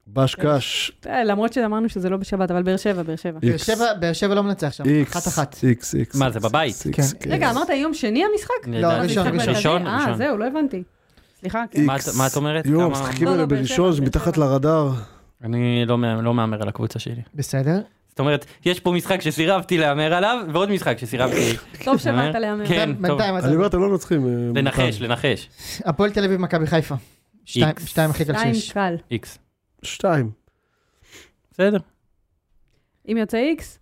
S3: בש קש.
S4: אה, למרות שאמרנו שזה לא בשבת, אבל באר שבע, באר שבע.
S2: באר
S3: איקס.
S2: שבע- באר שבע לא מנצח שם,
S3: איקס.
S2: אחת אחת.
S3: איקס, איקס.
S1: מה, זה
S3: איקס,
S1: בבית?
S3: איקס, איקס,
S2: כן.
S3: איקס.
S4: רגע, אמרת יום שני המשחק?
S1: אני
S2: לא,
S1: יודע.
S2: ראשון,
S4: המשחק
S2: ראשון.
S1: ראשון,
S4: מרכזי? אה,
S1: ראשון.
S4: זהו, לא הבנתי. סליחה, כן.
S1: מה את- מה את אומרת?
S3: יואו,
S1: כמה-
S3: המשחקים
S4: לא, לא,
S3: האלה
S4: באר
S3: בראשון, זה
S4: שבע, באר
S3: מתחת
S4: שבע.
S3: לרדאר.
S1: אני לא מה- לא מהמר על הקבוצה שלי.
S2: בסדר.
S1: זאת אומרת, יש פה משחק שסירבתי להמר עליו, ועוד משחק שסירבתי.
S4: טוב שבאת
S1: מהמר?
S4: להמר.
S1: כן,
S2: בינתיים-
S1: טוב.
S2: בינתיים אז
S3: אני אומר, אתם לא מנצחים. אה,
S1: לנחש,
S3: מכבי.
S1: לנחש.
S2: הפועל תל אביב מכבי חיפה. שתיים-
S1: איקס.
S2: שתיים הכי קל
S4: שתיים
S2: שיש.
S4: קל.
S1: איקס.
S3: שתיים.
S1: בסדר.
S4: אם יוצא איקס,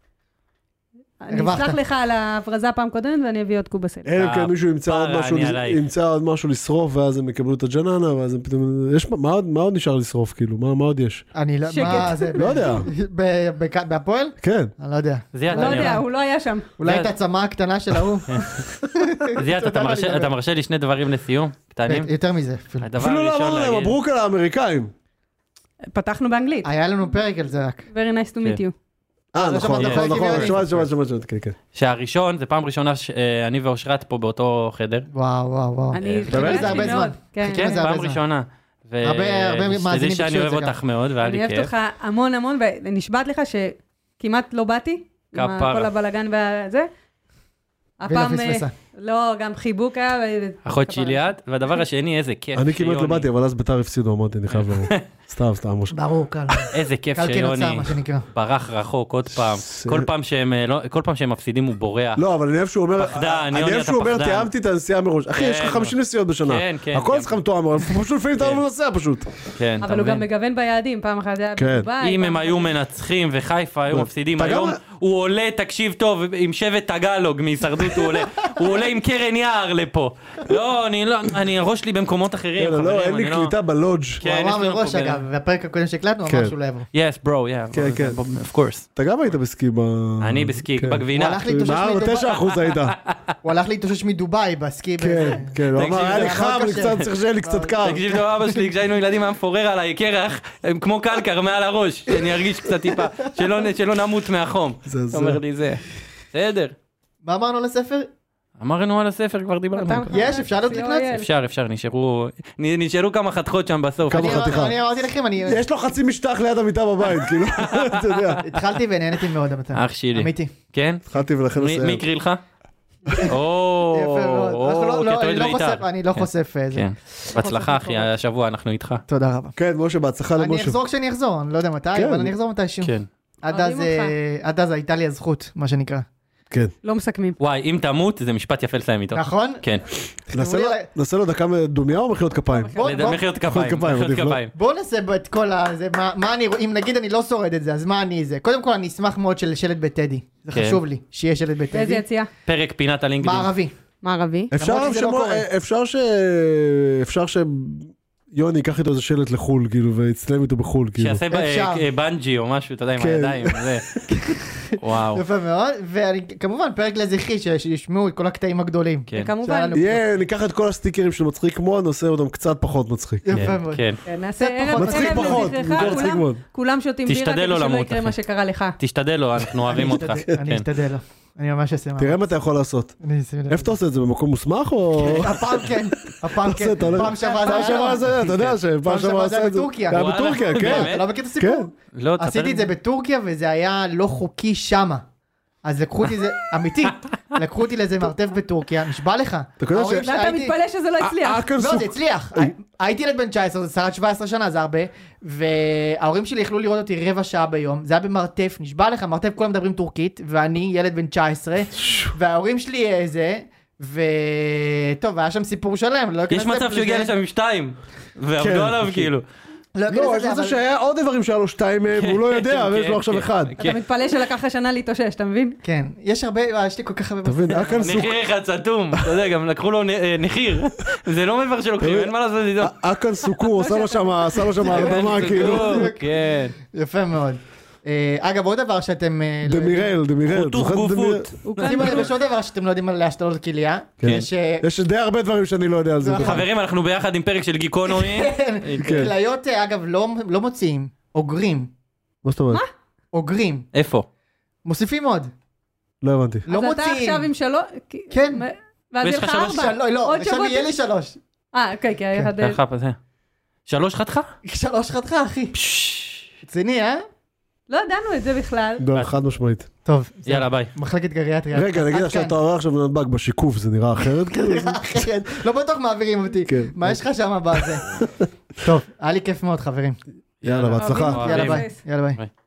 S4: אני
S2: הרווחת.
S4: אסלח לך על ההברזה הפעם קודמת ואני אביא עוד קובה סלע.
S3: אלא אם כן מישהו ימצא עוד
S1: הפרה,
S3: משהו-
S1: אה, אני עלייך.
S3: ימצא עוד משהו לשרוף, ואז הם יקבלו את הג'ננה, ואז הם פתאום... יש- מה עוד- מה עוד נשאר לשרוף, כאילו? מה מה עוד יש?
S2: אני לא, מה
S4: שקט.
S2: זה,
S3: לא יודע.
S2: ב- בק- בהפועל?
S3: כן.
S2: אני לא יודע.
S1: זיאת,
S4: לא
S1: אני-
S4: יודע, הוא לא היה שם.
S2: אולי
S1: זה-
S2: את הצמה הקטנה של ההוא.
S1: זיאת, אתה
S2: תודה, אני
S1: מרשה-
S2: אדבר.
S1: אתה מרשה לי שני דברים לסיום? קטנים?
S2: יותר מזה אפילו.
S1: הדבר
S3: אה, אפילו לא
S1: הראשון
S3: אמרנו להם,
S1: להגיד-
S3: מברוק על האמריקאים.
S4: פתחנו באנגלית.
S2: היה לנו פרק על זה רק.
S4: Very nice to meet
S1: כן.
S4: you.
S3: אה,
S2: לא
S3: נכון,
S2: שמעת
S3: נכון,
S2: את
S3: נכון,
S2: הגיוני.
S3: שמעתי, שמעתי, שמעתי, שמעתי, כן, כן.
S1: שהראשון, זה פעם ראשונה שאני ואושרת פה באותו חדר.
S2: וואו וואו וואו.
S4: אני
S1: אה, באמת?
S4: התרגשתי
S2: כן, זה הרבה
S4: מאוד.
S2: זמן.
S4: כן,
S2: חיכינו
S1: כן,
S2: לזה
S1: פעם
S2: הרבה זמן.
S1: ראשונה. ו-
S2: הרבה- הרבה
S1: שתדעי
S2: מאזינים
S1: שאני
S2: ביקשו את
S1: אוהב
S2: זה גם.
S1: אותך מאוד, והיה
S4: אני
S1: לי
S4: אוהבת
S1: כיף.
S4: אותך המון המון, ונשבעת לך שכמעט לא באתי. עם
S1: כפרה.
S4: כל הבלגן והזה. הפעם, אה,
S2: ולפספסה.
S4: לא, גם חיבוק היה. ו-
S1: אחות אה,
S4: כפרה.
S1: שליית, והדבר השני, איזה כיף
S3: אני
S1: שיוני-
S3: כמעט לא באתי, אבל אז ביתר הפסידו, אמרתי, אני חייב לבוא. סתם, סתם, משה.
S2: ברור, קל.
S1: איזה כיף
S2: קל כנוצר
S1: שיוני
S2: מה שנקרא.
S1: ברח רחוק עוד פעם.
S3: זה-
S1: כל פעם שהם, אה, לא- כל פעם שהם מפסידים הוא בורח.
S3: לא, אבל אני אוהב שהוא אומר,
S1: פחדן,
S3: אני
S1: יוני,
S3: אוהב
S1: אתה
S3: שהוא אומר,
S1: פחדן.
S3: תיאמתי את הנסיעה מראש. אחי,
S1: כן.
S3: יש לך 50 נסיעות בשנה.
S1: כן, כן,
S3: הכל
S1: כן.
S3: אצלך מתואם, אבל פשוט לפעמים אתה
S1: כן.
S3: לא נוסע פשוט.
S1: כן, אתה
S4: אבל הוא גם
S1: מבין?
S4: מגוון ביעדים, פעם אחת זה היה
S3: כן.
S4: בדובאי.
S1: אם
S4: פעם
S1: הם
S4: אחת-
S1: היו מנצחים וחיפה היו
S3: לא. אתה
S1: מפסידים
S3: גם-
S1: היום, הוא עולה, תקשיב טוב, עם שבט טגלוג מהישרדות הוא עולה. הוא עולה עם קרן יער לפה. לא, אני לא, אני, הראש שלי במקומות אחרים,
S3: לא, לא,
S1: חברים,
S3: אין לי
S1: אני לא...
S3: קליטה בלודג'.
S1: כן,
S2: הוא
S1: יש
S2: אמר
S1: לנו
S2: מראש
S1: פה
S2: אגב,
S1: בין-
S2: והפרק הקודם שהקלטנו
S3: כן.
S2: אמר שהוא לא יבוא.
S1: Yes, bro, yeah.
S3: כן,
S1: bro,
S3: כן.
S1: Of course.
S3: אתה גם היית בסקי ב...
S1: אני בסקי,
S3: כן.
S2: הוא
S1: בגבינה.
S2: הלך להתאושש
S3: בארבע,
S2: מדובאי.
S3: תשע אחוז היית.
S2: הוא הלך להתאושש מדובאי בסקי. בזה.
S3: כן, כן, הוא אמר,
S1: תקשיב,
S3: היה לי
S2: זה
S3: חם,
S2: מאוד
S3: אני
S2: קשה.
S3: קצת צריך שיהיה לי קצת קר.
S1: תקשיב טוב, אבא שלי, כשהיינו ילדים היה מפורר עליי קרח, הם כמו קלקר מעל הראש, שאני ארגיש קצת טיפה, שלא נ- שלא נמות מהחום.
S3: זה
S1: אתה
S3: זה.
S1: אומר לי זה. בסדר.
S2: מה אמרנו על הספר?
S1: אמרנו על הספר, כבר דיברנו.
S4: אתה-
S2: יש, אפשר עוד לקנות?
S4: COIL.
S1: אפשר, אפשר, נשארו נ- נשארו כמה חתכות שם בסוף.
S3: כמה
S2: אני אמר-
S3: חתיכה.
S2: אני אמרתי לכם, אני
S3: יש לו חצי משטח ליד המיטה בבית, כאילו, אתה יודע.
S2: התחלתי ונהניתי מאוד. המתן.
S1: אח שלי.
S2: אמיתי.
S1: כן?
S3: התחלתי ולכן
S1: מי מי
S3: נסיים.
S1: הקריא לך? או,
S2: יפה מאוד. אנחנו לא-
S1: או,
S2: לא-
S1: כי אתה
S2: אני
S1: אוהד
S2: לא
S1: בית"ר.
S2: חושף- אני לא
S1: כן,
S2: חושף אה, זה.
S1: כן. בהצלחה אחי, השבוע אנחנו איתך.
S2: תודה רבה.
S3: כן, משה, בהצלחה
S2: אני
S3: למשה.
S2: אחזור כשאני אחזור, אני לא יודע מתי,
S3: כן.
S2: אבל אני אחזור מתישהו.
S1: כן.
S2: עד
S4: אוהבים
S2: אז, אה, עד אז הייתה לי הזכות, מה שנקרא.
S3: כן.
S4: לא מסכמים.
S1: וואי, אם תמות, זה משפט יפה לסיים איתו.
S2: נכון?
S1: כן.
S3: נעשה לו- נעשה לו דקה דומייה או מחיאות כפיים?
S2: בוא-
S1: לד-
S2: בוא-
S1: מחיאות כפיים,
S3: כפיים,
S1: מחיאות
S3: עדיף, לא?
S1: כפיים.
S2: בואו נעשה בו את כל ה... זה, מה, מה אני... אם נגיד אני לא שורד את זה, אז מה אני זה? קודם כל, אני אשמח מאוד של שלט בטדי. זה
S1: כן.
S2: חשוב לי, שיהיה שלט
S4: איזה
S2: בטדי.
S4: יציאה?
S1: פרק פינת הלינקדאין.
S2: מערבי.
S4: מערבי.
S2: למרות
S3: אפשר
S2: שזה לא
S3: שמו-
S2: קורה.
S3: אפשר ש... אפשר ש... יוני ייקח איתו איזה שלט לחו"ל, כאילו, ויצטלם איתו בחו"ל, כאילו.
S1: שיעשה ב-
S2: אפשר.
S1: אה, בנג'י או משהו, אתה יודע, עם
S3: כן.
S1: הידיים. זה. וואו.
S2: יפה מאוד, וכמובן פרק לזכרי ש- שישמעו את כל הקטעים הגדולים.
S1: כן.
S4: וכמובן,
S2: שלנו.
S3: יהיה, ניקח את כל הסטיקרים של מצחיק מון, נעשה אותם קצת פחות מצחיק.
S2: יפה
S1: כן,
S2: מאוד.
S1: כן.
S4: כן, נעשה ערב
S2: פחות.
S3: מצחיק
S4: ערב
S3: פחות,
S4: לזכרך,
S3: במקום מצחיק
S4: כולם-
S3: מאוד.
S4: כולם שותים בירה
S1: תשתדל לא
S4: כדי שלא
S1: למות,
S4: יקרה
S1: אחי.
S4: מה שקרה לך.
S1: תשתדל לו, אנחנו אוהבים אותך.
S2: אשתדל- אני
S1: כן.
S2: אשתדל לא. אני ממש אעשה מה.
S3: תראה מה אתה יכול לעשות.
S2: אני אשים לב.
S3: איפה אתה עושה את זה? במקום מוסמך או...
S2: הפעם כן, הפעם
S3: אתה
S2: כן.
S3: עושה, אתה הולך-
S2: פעם שעברה זה
S3: פעם
S2: היה
S3: שעברה
S2: שם.
S3: זה, אתה יודע שפעם
S2: כן. פעם
S3: שעברה
S2: שעברה
S3: עשה
S2: זה
S3: את זה.
S2: בטורקיה.
S3: זה היה
S1: וואלה.
S3: בטורקיה,
S1: באמת?
S3: כן.
S2: אתה לא מכיר את הסיפור?
S1: לא, תספר
S2: עשיתי את זה
S1: לנו.
S2: בטורקיה וזה היה לא חוקי שמה. אז לקחו אותי זה, אמיתי, לקחו אותי לאיזה מרתף בטורקיה, נשבע לך.
S3: אתה קולט
S2: ההורים
S3: ש-
S2: שלי
S4: ואתה
S2: הייתי-
S4: מתפלא שזה לא
S3: אה,
S4: הצליח.
S3: כן,
S2: לא,
S3: סוג-
S2: זה הצליח. הי- הייתי ילד בן 19, זה שרד 17 שנה, זה הרבה. וההורים שלי יכלו לראות אותי רבע שעה ביום. זה היה במרתף, נשבע לך, מרתף כולם מדברים טורקית, ואני ילד בן 19, וההורים שלי אה, זה, ו... טוב, היה שם סיפור שלם, לא אכנס
S1: יש מצב שהוא הגיע
S2: לזה.
S1: לשם עם שתיים,
S3: כן,
S1: ועבדו עליו
S3: פשוט.
S1: כאילו.
S2: לא, אכנס
S3: לא,
S2: לזה,
S3: יש מצב
S2: אבל-
S3: שהיה עוד איברים שהיה לו שתיים מהם, הוא לא יודע,
S1: כן,
S3: ויש לו עכשיו
S1: כן,
S3: אחד.
S1: כן.
S4: אתה מתפלא שלקח לך שנה להתאושש, אתה מבין?
S2: כן, יש הרבה, אה, יש לי כל כך הרבה...
S3: אתה מבין, היה כאן סוג...
S1: נחיר אחד סתום, אתה יודע, גם לקחו לו נ- אה, נחיר. זה לא מעבר שלוקחים, אין מה לעשות
S2: אה,
S1: איתו.
S3: היה כאן סוכור, עשה לו שם, עשה לו שם הרדמה, כאילו.
S1: כן.
S2: יפה מאוד. אה, אגב, עוד דבר שאתם... אה, לא יודעים-
S3: דמירל, דמירל.
S1: חותוך
S3: זוכר את דמירל?
S1: גופות.
S4: הוא כאן.
S2: שימו לב, יש עוד דבר שאתם לא יודעים על השתלות כליה.
S1: כן.
S2: ש...
S3: יש די הרבה דברים שאני לא יודע על זה.
S2: זה
S3: דרך
S1: חברים, אנחנו ביחד עם פרק של גיקונומי.
S3: כן.
S2: כליות, אה, אגב, לא לא מוציאים, אוגרים.
S3: מה זאת אומרת?
S2: אוגרים.
S1: איפה?
S2: מוסיפים עוד.
S3: לא הבנתי.
S2: לא
S4: אז אתה
S2: מוציאים.
S4: עכשיו עם שלוש...
S2: כן.
S4: ואז
S1: ויש לך
S4: יהיה לך
S1: שלוש-
S4: ארבע.
S2: שלוש, לא,
S4: עוד
S2: עכשיו
S4: שבוע
S2: יהיה
S4: ת-
S2: לי שלוש.
S4: אה, כן, כן, היה
S2: כן.
S4: אחד...
S1: ככה, זה. אה? שלוש חתך?
S2: שלוש חתיכה, אחי. רציני, אה?
S4: לא ידענו את זה בכלל.
S3: לא, חד משמעית.
S2: טוב.
S1: יאללה, ביי.
S2: מחלקת גריאטריה.
S3: רגע, נגיד
S2: עד
S3: עכשיו
S2: כאן.
S3: אתה עורר עכשיו בנתב"ג בשיקוף, זה נראה אחרת? כאילו?
S2: אחרת, לא בטוח מעבירים אותי.
S3: כן.
S2: מה יש לך שם בזה? טוב, היה לי כיף מאוד, חברים.
S3: יאללה, בהצלחה.
S1: אוהבים.
S2: יאללה ביי. יאללה ביי.
S1: ביי.